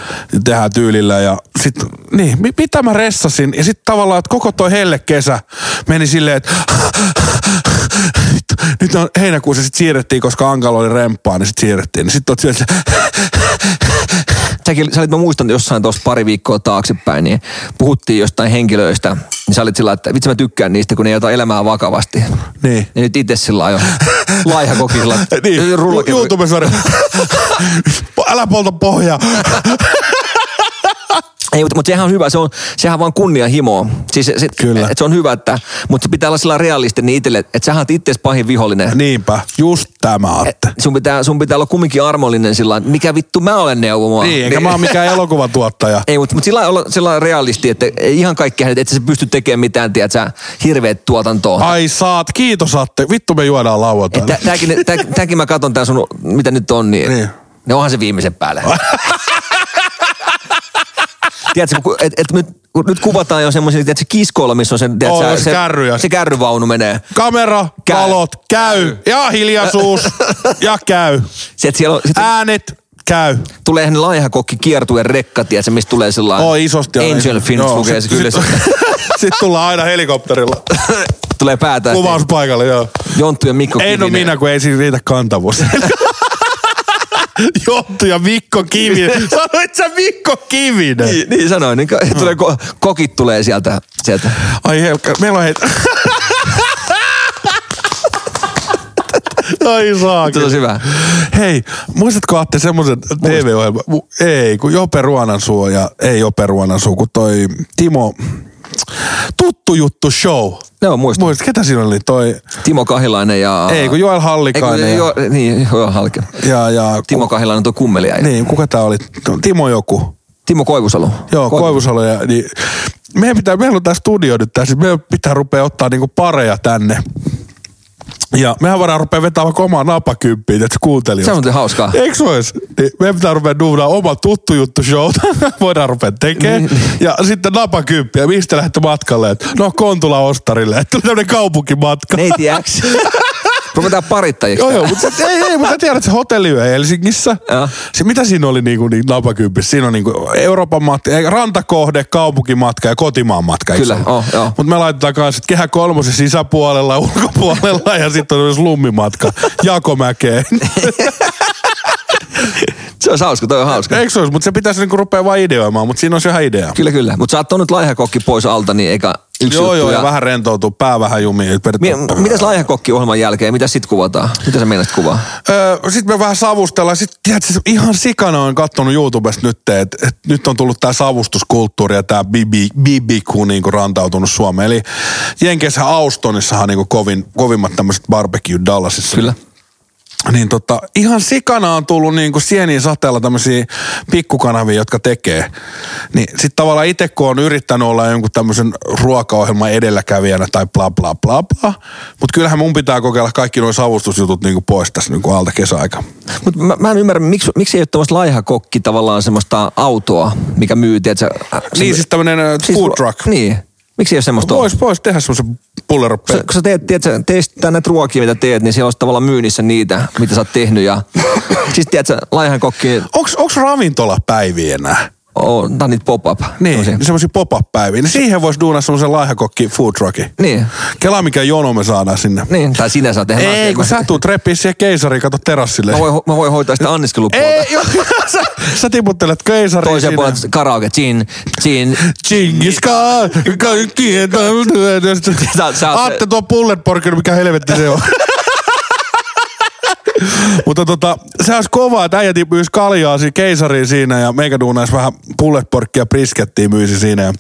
S3: tehdään tyylillä ja sit, niin, mi- mitä mä ressasin? Ja sit tavallaan, että koko toi helle kesä meni silleen, että nyt- nyt on heinäkuussa sit siirrettiin, koska Ankalo oli remppaa, niin sit siirrettiin. Niin sit oot sieltä,
S2: Säkin, sä olit, mä muistan jossain tuossa pari viikkoa taaksepäin, niin puhuttiin jostain henkilöistä, niin sä olit sillä lailla, että vitsi mä tykkään niistä, kun ne ei ota elämää vakavasti.
S3: Niin.
S2: Ja nyt itse sillä lailla jo laihakokilla.
S3: niin,
S2: rullakin-
S3: YouTube-sarja. Älä polta pohjaa.
S2: Ei, mutta, mutta sehän on hyvä, se on, sehän on vaan kunnianhimoa. Siis, se, se,
S3: Kyllä.
S2: Et se on hyvä, että, mutta se pitää olla sillä realistinen niin itselle, että sä oot itse pahin vihollinen.
S3: Niinpä, just tämä Atte.
S2: Sun pitää, sun pitää olla kumminkin armollinen sillä lailla, että mikä vittu mä olen neuvomaan.
S3: Niin, enkä mä oon mikään elokuvatuottaja.
S2: Ei, mutta, mutta sillä lailla olla sillä lailla realisti, että ei ihan kaikkea, että et sä pysty tekemään mitään, tiedätkö, hirveet tuotantoa.
S3: Ai saat, kiitos Atte. Vittu me juodaan lauantaina.
S2: Että Tääkin, tää, tääkin mä katson tää sun, mitä nyt on, niin, niin.
S3: Niin.
S2: ne onhan se viimeisen päälle. tiedätkö, kun, et, et nyt, kun nyt kuvataan jo semmoisia, tiedätkö, kiskoilla, missä on se, tiedätkö,
S3: joo, se kärry ja-
S2: se kärryvaunu menee.
S3: Kamera,
S2: Käy.
S3: käy. valot, käy. Ja hiljaisuus. ja käy.
S2: Sieltä siellä on, sit
S3: Äänet, käy.
S2: tulee ne laihakokki kiertuen rekka, tiedätkö, mistä tulee sellainen
S3: Oh, isosti. on
S2: Angel
S3: iso-
S2: Fins
S3: Joo,
S2: lukee se
S3: sit-
S2: kyllä.
S3: sit-
S2: se-
S3: Sitten tullaan aina helikopterilla
S2: tulee päätään.
S3: kuvauspaikalle, joo.
S2: Jonttu ja Mikko
S3: Ei no
S2: Kivinen.
S3: minä, kun ei siinä riitä kantavuus. Jonttu ja Mikko Kivinen. Sanoit sä Mikko Kivinen?
S2: Niin, niin sanoin, niin
S3: Mm.
S2: ko- tulee, ko- kokit tulee sieltä. sieltä.
S3: Ai helkka, meillä on heitä. Ai saakin.
S2: Se on hyvä.
S3: Hei, muistatko Atte semmoisen TV-ohjelman? Mu- Ei, kun Jope Ruonansuu ja ei Jope Ruonansuu, kun toi Timo, tuttu juttu show.
S2: Joo, muistan.
S3: Muistat, ketä siinä oli toi?
S2: Timo Kahilainen ja...
S3: Ei, kun Joel Hallikainen.
S2: Ei,
S3: ja,
S2: kun, jo, niin, Joel Hallikainen.
S3: ja, ja,
S2: Timo Kahilainen tuo kummeli äijä.
S3: Niin, kuka tää oli? Timo joku.
S2: Timo Koivusalo.
S3: Joo,
S2: Koivu-
S3: Koivusalo. Ja, niin, meidän pitää, meillä on tää studio nyt tässä, niin meidän pitää rupea ottaa niinku pareja tänne. Ja mehän voidaan rupea vetämään vaikka omaa napakymppiä, että kuuntelijoista.
S2: Se on muuten hauskaa.
S3: Eikö se ois? Niin meidän pitää rupea duunaa oma tuttu juttu show. Voidaan rupea tekemään.
S2: Niin,
S3: Ja sitten napakymppi. Ja mistä lähdette matkalle? Et, no Kontula Ostarille. Että tuli tämmönen kaupunkimatka.
S2: Neiti X. Ruvetaan parittajiksi.
S3: Joo, joo, mutta se- ei, ei, mutta sä tiedät, se hotelliyö Helsingissä.
S2: Joo.
S3: Se, mitä siinä oli niinku, niin napakympissä? Siinä on niinku Euroopan matka, ei, rantakohde, kaupunkimatka ja kotimaan matka. eikö
S2: Kyllä,
S3: se ole?
S2: oh, joo.
S3: Mutta me laitetaan kanssa sit kehä kolmosen sisäpuolella, ulkopuolella ja sitten on myös lummimatka Jakomäkeen.
S2: Se on hauska, toi on hauska.
S3: Eikö se olisi? Mutta se pitäisi niinku rupea vaan ideoimaan, mutta siinä on se ihan idea.
S2: Kyllä, kyllä. Mutta sä oot tuonut laihakokki pois alta, niin eikä yksi
S3: joo,
S2: juttu.
S3: joo, ja,
S2: ja-
S3: vähän rentoutuu, pää vähän jumiin. nyt vedetään-
S2: Mi- mitäs laihakokki-ohjelman jälkeen, mitä sit kuvataan? Mitä sä meinaat kuvaa?
S3: Öö, sitten me vähän savustellaan. Sitten tiedätkö, se ihan sikana on kattonut YouTubesta nyt, että et nyt on tullut tämä savustuskulttuuri ja tämä bibi, bibiku niinku rantautunut Suomeen. Eli Jenkeissä Austonissahan niinku kovin, kovimmat tämmöiset barbecue Dallasissa.
S2: Kyllä.
S3: Niin tota, ihan sikana on tullut niinku sieniin sateella tämmöisiä pikkukanavia, jotka tekee. Niin sitten tavallaan itse kun on yrittänyt olla jonkun tämmöisen ruokaohjelman edelläkävijänä tai bla bla bla bla. Mutta kyllähän mun pitää kokeilla kaikki nuo savustusjutut niinku pois tässä niinku alta kesäaika.
S2: Mutta mä, mä, en ymmärrä, miksi, miksi ei ole tämmöistä laihakokki tavallaan semmoista autoa, mikä myy, tiedätkö? äh,
S3: Niin siis tämmönen äh, food truck.
S2: Niin. Miksi ei ole semmoista?
S3: Vois, vois tehdä semmoisen pullero
S2: Kun sä, kun sä teet, tiedätkö, teistä näitä ruokia, mitä teet, niin siellä olisi tavallaan myynnissä niitä, mitä sä oot tehnyt. Ja, siis tiedätkö, laihakokki
S3: Onks, onks ravintolapäiviä enää?
S2: on, tää on niitä pop-up.
S3: Niin,
S2: Semmosia.
S3: semmoisia semmosia pop-up-päiviä. Niin siihen voisi duunaa semmoisen laihakokki food truckin.
S2: Niin.
S3: Kela mikä jono me saadaan sinne.
S2: Niin, tai sinä saa tehdä
S3: Ei,
S2: asiaa.
S3: kun sä tuut repii siihen keisariin, kato terassille.
S2: Mä voin, ho- mä voin hoitaa sitä anniskelupuolta.
S3: Ei, joo, sä, sä tiputtelet keisariin
S2: Toisen
S3: sinne.
S2: puolen karaoke, chin, chin.
S3: Chingis Khan, kaikki ei tämmöistä.
S2: Sä oot- sä oot-
S3: Atte tuo pullet porkin, mikä helvetti se on. Mutta tota, se olisi kovaa, että äijät myisi kaljaa siinä keisariin siinä ja meikä duunaisi vähän pulletporkkia briskettiä myisi siinä. Ja...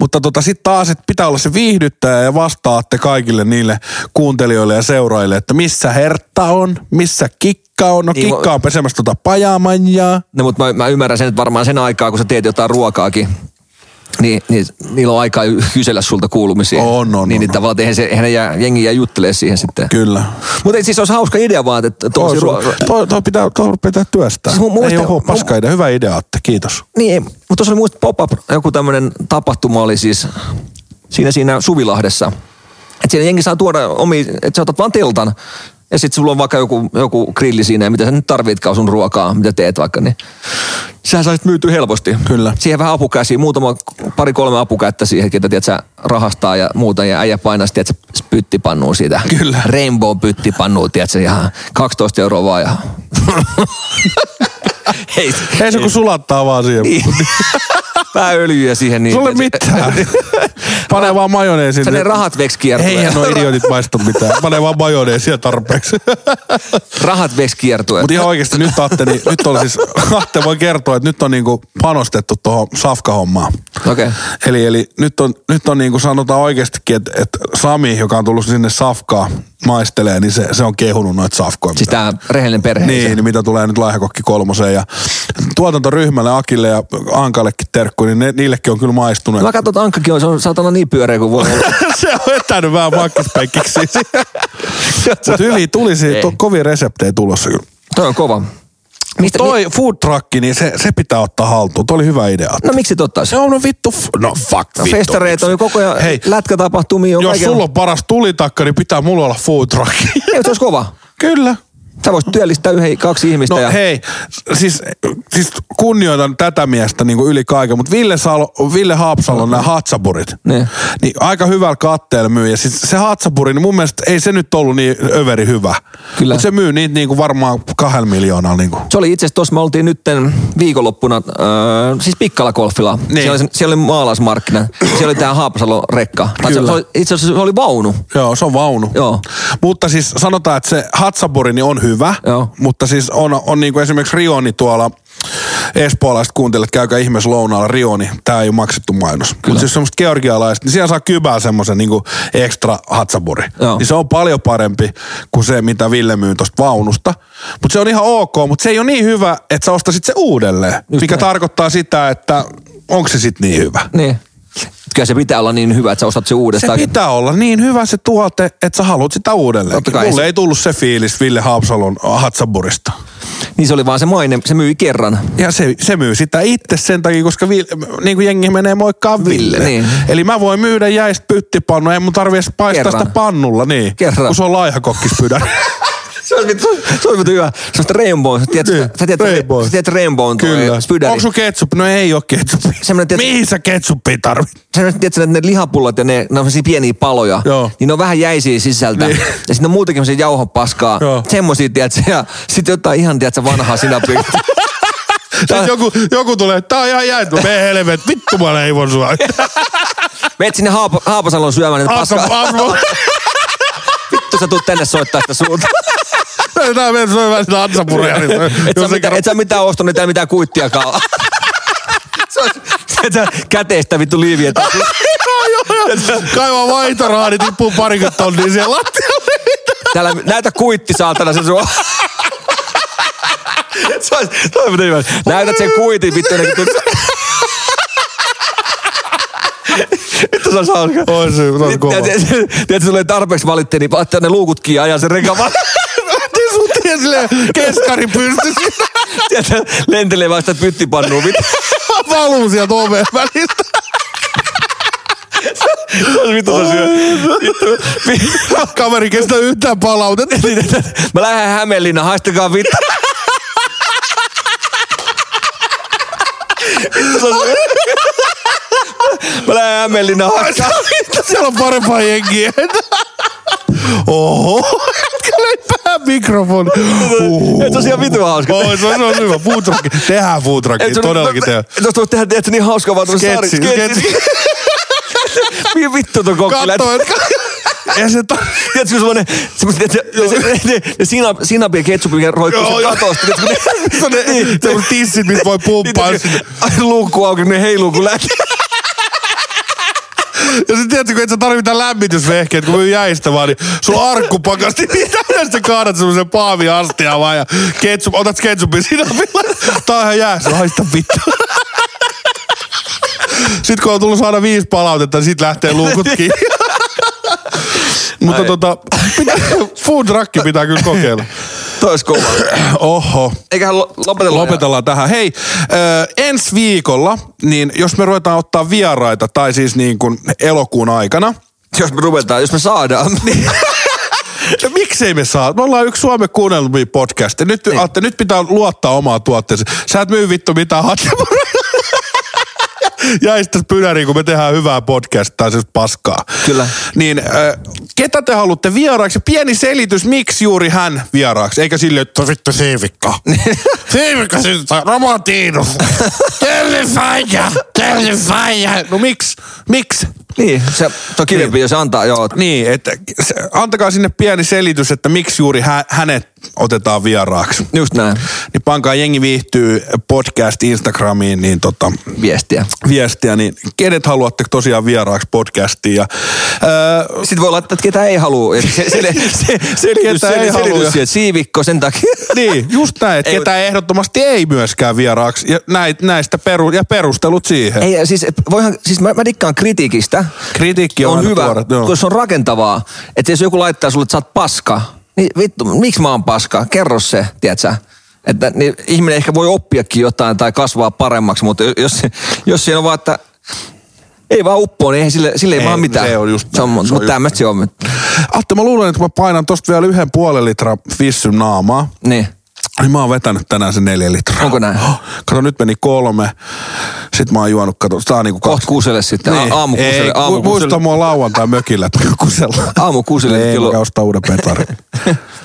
S3: Mutta tota, sitten taas, että pitää olla se viihdyttäjä ja vastaatte kaikille niille kuuntelijoille ja seuraajille, että missä hertta on, missä kikka on. No
S2: Niin,
S3: kikka
S2: mu-
S3: on pesemässä tota pajamanjaa.
S2: No, mutta mä, mä ymmärrän sen, että varmaan sen aikaa, kun sä teet jotain ruokaakin, niin, niin niillä on aikaa y- kysellä sulta kuulumisia.
S3: On, on,
S2: Niin,
S3: on,
S2: niin
S3: on.
S2: tavallaan että eihän, se, eihän ne jää, jengi jää juttelee siihen sitten.
S3: Kyllä.
S2: Mutta siis olisi hauska idea vaan, että
S3: Toi,
S2: tuollaisia
S3: sun-
S2: ruo-
S3: toi, toi pitää, toi pitää työstää.
S2: Siis mun- mun
S3: ei
S2: mielestä-
S3: ole paska
S2: mun-
S3: idea. Hyvä idea, Atte. Kiitos.
S2: Niin, mutta tuossa oli muista pop-up, joku tämmöinen tapahtuma oli siis siinä, siinä Suvilahdessa. Että siinä jengi saa tuoda omi, että sä otat vaan teltan ja sitten sulla on vaikka joku, joku grilli siinä ja mitä sä nyt tarvitkaan sun ruokaa, mitä teet vaikka, niin sähän saisit myytyä helposti.
S3: Kyllä.
S2: Siihen vähän apukäsiä, muutama, pari kolme apukättä siihen, ketä tiedät, sä rahastaa ja muuta ja äijä painaa sitten, että sä pyttipannuu siitä.
S3: Kyllä.
S2: Rainbow pyttipannuu, tiedät sä, ihan 12 euroa vaan ja... Hei,
S3: Ei se kun sulattaa vaan siihen.
S2: niin. Vähän öljyä siihen. Niin
S3: Sulle mitään. Pane vaan majoneesi.
S2: Sä ne rahat veksi
S3: Ei
S2: kiertuen.
S3: no idiotit maista mitään. Pane vaan majoneesia tarpeeksi.
S2: Rahat veksi kiertuen.
S3: Mutta ihan oikeasti nyt Atte, niin, nyt on siis, Atte voi kertoa, että nyt on niinku panostettu tuohon safkahommaan.
S2: Okei.
S3: Eli, eli nyt on, nyt on niin kuin sanotaan oikeastikin, että, että Sami, joka on tullut sinne safkaa maistelee, niin se, se on kehunut noita safkoja.
S2: Siis tää
S3: mitä-
S2: rehellinen perhe.
S3: Niin, niin mitä tulee nyt Laihakokki kolmoseen ja tuotantoryhmälle Akille ja Ankallekin terkku, niin ne, niillekin on kyllä maistunut.
S2: Mä katson, että Ankkakin on, se on saatana niin pyöreä kuin voi olla.
S3: se on vetänyt vähän makkispekkiksi. Mutta hyviä tulisi,
S2: Ei. Niin.
S3: to, kovia reseptejä tulossa kyllä.
S2: Toi on kova.
S3: Mistä, toi food truck, niin se, se pitää ottaa haltuun. Toi oli hyvä idea.
S2: No miksi et ottais?
S3: se on no vittu, f- no fuck
S2: No,
S3: vittu.
S2: Festareet on jo koko ajan
S3: Hei,
S2: lätkätapahtumia. On
S3: jos
S2: kaiken-
S3: sulla on paras tulitakka, niin pitää mulla olla food truck.
S2: Ei, mut se olisi kova.
S3: kyllä.
S2: Sä voisit työllistää yhden, kaksi ihmistä.
S3: No
S2: ja...
S3: hei, siis, siis kunnioitan tätä miestä niin kuin yli kaiken, mutta Ville, Salo, Ville Haapsalo on nämä hatsapurit.
S2: Niin.
S3: niin aika hyvällä katteella myy. Ja siis se hatsapuri, niin mun mielestä ei se nyt ollut niin överi hyvä.
S2: Kyllä.
S3: Mutta se myy niitä niin kuin varmaan kahdella miljoonalla. Niin kuin.
S2: Se oli itse asiassa, tuossa me oltiin nytten viikonloppuna, äh, siis Pikkala Golfilla.
S3: Niin.
S2: Siellä, oli, se- siellä oli maalaismarkkina. siellä oli tää Haapasalo rekka. Tai se,
S3: Kyllä.
S2: se oli, itse asiassa se oli vaunu.
S3: Joo, se on vaunu.
S2: Joo.
S3: Mutta siis sanotaan, että se hatsapuri niin on hyvä,
S2: Joo.
S3: mutta siis on, on niin kuin esimerkiksi niinku Rioni tuolla espoolaiset kuuntelijat, käykää ihmeessä lounaalla Rioni. Tää ei ole maksettu mainos. Mutta jos semmoista georgialaista, niin siellä saa kybää semmoisen niinku ekstra hatsapuri.
S2: Joo.
S3: Niin se on paljon parempi kuin se, mitä Ville myy tosta vaunusta. Mutta se on ihan ok, mutta se ei ole niin hyvä, että sä ostaisit se uudelleen.
S2: Just
S3: mikä
S2: näin.
S3: tarkoittaa sitä, että onko se sitten niin hyvä.
S2: Niin. Kyllä se pitää olla niin hyvä, että sä ostat se
S3: Se
S2: uudestaan.
S3: pitää olla niin hyvä se tuote, että sä haluat sitä uudelleen.
S2: Totta kai
S3: Mulle
S2: se-
S3: ei tullut se fiilis Ville Haapsalon Hatsaburista.
S2: Niin se oli vaan se maine, se myi kerran.
S3: Ja se, se myy sitä itse sen takia, koska Ville, niin kuin jengi menee moikkaa Ville.
S2: niin.
S3: Eli mä voin myydä jäistä pyttipannua, ei mun tarvi edes paistaa
S2: Kerran.
S3: sitä pannulla, niin.
S2: Kerran.
S3: Kun se on laihakokkisydän.
S2: Se on vittu, se on vittu hyvä. Se on sitä Rainbow. Sä tiedät,
S3: Niin,
S2: sä tiedät,
S3: Rainbow.
S2: Sä tiedät Rainbow on
S3: Kyllä.
S2: toi spydäri.
S3: Onko sun ketsup? No ei oo ketsupi.
S2: Semmoinen, tiedät-
S3: Mihin sä ketsuppia tarvit?
S2: Sä tiedät, että ne lihapullat ja ne, ne on sellaisia pieniä paloja.
S3: Joo.
S2: Niin ne on vähän jäisiä sisältä.
S3: Niin.
S2: Ja sitten on muutenkin se jauhopaskaa.
S3: Joo.
S2: Semmoisia, tiedätkö. Ja sitten jotain ihan, tiedätkö, vanhaa sinapia.
S3: Sitten joku, joku tulee, tää on ihan jäät. Me helvet, vittu mä leivon sua.
S2: Meet sinne Haapa, Haapasalon syömään niitä
S3: Asa,
S2: paskaa.
S3: asa.
S2: Vittu, sä tuut tänne soittaa sitä suuta.
S3: Tää menee syömään sitä ansapuria.
S2: Et sä, mitä, et sä mitään ostanut, et sä mitään kuittiakaan. ole. se on, et sä käteistä vittu liiviä. tai-
S3: Kaivaa vaihtorahaa, niin tippuu parikymmentä tonnia siellä lattialle.
S2: Täällä, näytä kuitti saatana se sua. se on, se on hyvä. Näytät sen kuitin vittu ennen kuin tulet. Vittu se on hauska.
S3: Oi se, se on kova.
S2: Ja se- se- Tiedätkö, tulee tarpeeksi valitteen, niin laittaa ne luukut kiinni ja ajaa sen rekan vaan.
S3: Tisut silleen keskari pystyssä.
S2: Tiedätkö, lentelee vaan sitä pyttipannua. Vittu.
S3: Valuu sieltä oveen välistä.
S2: Se on vittu se syö. Vittu. Vi-
S3: Kaveri kestää yhtään palautetta.
S2: Niin, Mä lähden Hämeenlinna, haistakaa vittu. Vittu, se on syö. Mä lähden Hämeenlinna, haistakaa
S3: Siellä on parempaa jengiä. Oho. Leipää mikrofoni. Uhu.
S2: Et se on ihan vitu hauska.
S3: Oi, se on, se on hyvä. Foodtrucki. Tehdään
S2: Et
S3: foodtrucki.
S2: se on-
S3: Todellakin tehdään.
S2: Et olisi tullut tehdä, että niin hauskaa vaan tuossa saari.
S3: Sketsi, sketsi.
S2: Mihin vittu ton kokkila?
S3: Katso, että... Ja se ta-
S2: Tiedätkö, kun semmonen, semmoset, tiedätkö, ne, ne, ne, ne sinap, sinapin ja ketsupin, mikä roikkuu
S3: Joo,
S2: sen
S3: joo.
S2: katosta.
S3: Se on ne, se on tissit, mistä voi pumppaa. sinne.
S2: Aina luukku auki, ne heiluu kun lähtee.
S3: Ja sit tiedätkö, kun et sä tarvitse mitään lämmitysvehkeet, kun myy jäistä vaan, niin sulla arkku pakasti, niin täydellä sä kaadat semmoisen paavin astia vaan ja ketsup, otat ketsupin sinapilla. Tää on ihan jäässä, haista vittu. Sitten kun on tullut saada viisi palautetta, niin sit lähtee luukut kiinni. Mutta
S2: Ai.
S3: tota, pitää, food trucki pitää kyllä kokeilla.
S2: Toi olisi kova.
S3: Oho.
S2: Eiköhän lo- lopetella.
S3: Lopetellaan tähän. Hei, ö, ensi viikolla, niin jos me ruvetaan ottaa vieraita, tai siis niin kuin elokuun aikana,
S2: Jos me ruvetaan, jos me saadaan. Niin.
S3: Ja miksei me saa? Me ollaan yksi Suomen kuunnelmi podcast. Nyt, niin. Atte, nyt pitää luottaa omaa tuotteeseen. Sä et myy vittu mitään hattemuria. Jäistä pynäriin, kun me tehdään hyvää podcastia, tai siis paskaa.
S2: Kyllä.
S3: Niin, äh, ketä te haluatte vieraaksi? Pieni selitys, miksi juuri hän vieraaksi? Eikä sille, että vittu siivikka. siivikka siis sitten, Romantinus. Terve faija, terve faija. No miksi? Miksi?
S2: niin, se, toi kivempi, jos antaa, joo.
S3: Niin, että se- antakaa sinne pieni selitys, että miksi juuri hä- hänet otetaan vieraaksi.
S2: Just näin,
S3: Niin pankaa jengi viihtyy podcast Instagramiin, niin tota,
S2: viestiä.
S3: viestiä, niin kenet haluatte tosiaan vieraaksi podcastiin. Ja, öö,
S2: Sitten voi laittaa, että ketä ei halua. Et Se, se, se, se, selitys,
S3: Ketä ei
S2: selitys,
S3: halua.
S2: siihen, että siivikko sen takia.
S3: niin, just näin, että
S2: Ei-
S3: ketä ehdottomasti ei myöskään vieraaksi. Ja, näit, näistä peru- ja perustelut siihen.
S2: Ei, siis, et voihan, siis mä, mä dikkaan kritiikistä.
S3: Kritiikki on
S2: on
S3: aina
S2: hyvä,
S3: tuore, joo.
S2: kun se on rakentavaa. Että jos joku laittaa sulle, että sä oot paska, niin vittu, miksi mä oon paska? Kerro se, tiedät sä. Että niin ihminen ehkä voi oppiakin jotain tai kasvaa paremmaksi, mutta jo- jos, jos siinä on vaan, että ei vaan uppoa, niin eihän sille, sille ei,
S3: Ei,
S2: vaan mitään.
S3: se on just
S2: se on,
S3: näin, se on
S2: mutta
S3: just
S2: tämmöistä se on.
S3: Atte, mä luulen, että mä painan tosta vielä yhden puolen litran fissyn naamaa.
S2: Niin.
S3: Niin mä oon vetänyt tänään sen neljä litraa.
S2: Onko näin?
S3: Oh, Kato, nyt meni kolme. Sitten mä oon juonut, kato, tää on niinku
S2: Kohta kuuselle sitten, niin. aamukuuselle,
S3: Ei, ku-
S2: aamukuuselle.
S3: Muista mua lauantai mökillä, että kusella.
S2: Aamukuuselle
S3: Ei,
S2: kello-
S3: mä käyn ostaa uuden petari.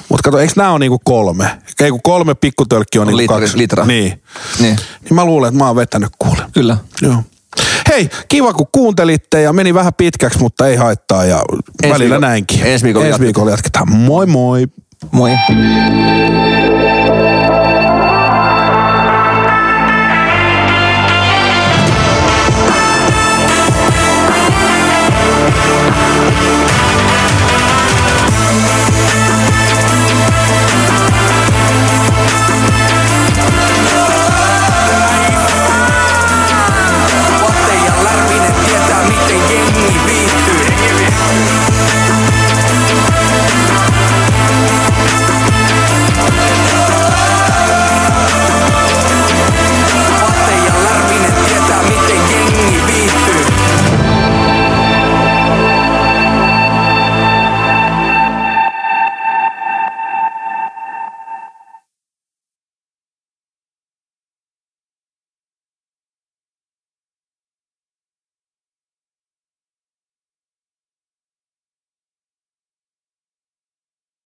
S3: Mut kato, eiks nää on niinku kolme? Ei, kun kolme pikkutölkkiä on,
S2: On
S3: niinku
S2: litri-
S3: kaksi.
S2: litra.
S3: Niin.
S2: Niin,
S3: Niin mä luulen, että mä oon vetänyt kuule.
S2: kyllä.
S3: Joo. Hei, kiva kun kuuntelitte ja meni vähän pitkäksi, mutta ei haittaa ja välillä
S2: viikolla-
S3: näinkin.
S2: ensi viikolla
S3: ensi viikolla jatketaan. Moi moi!
S2: Moi.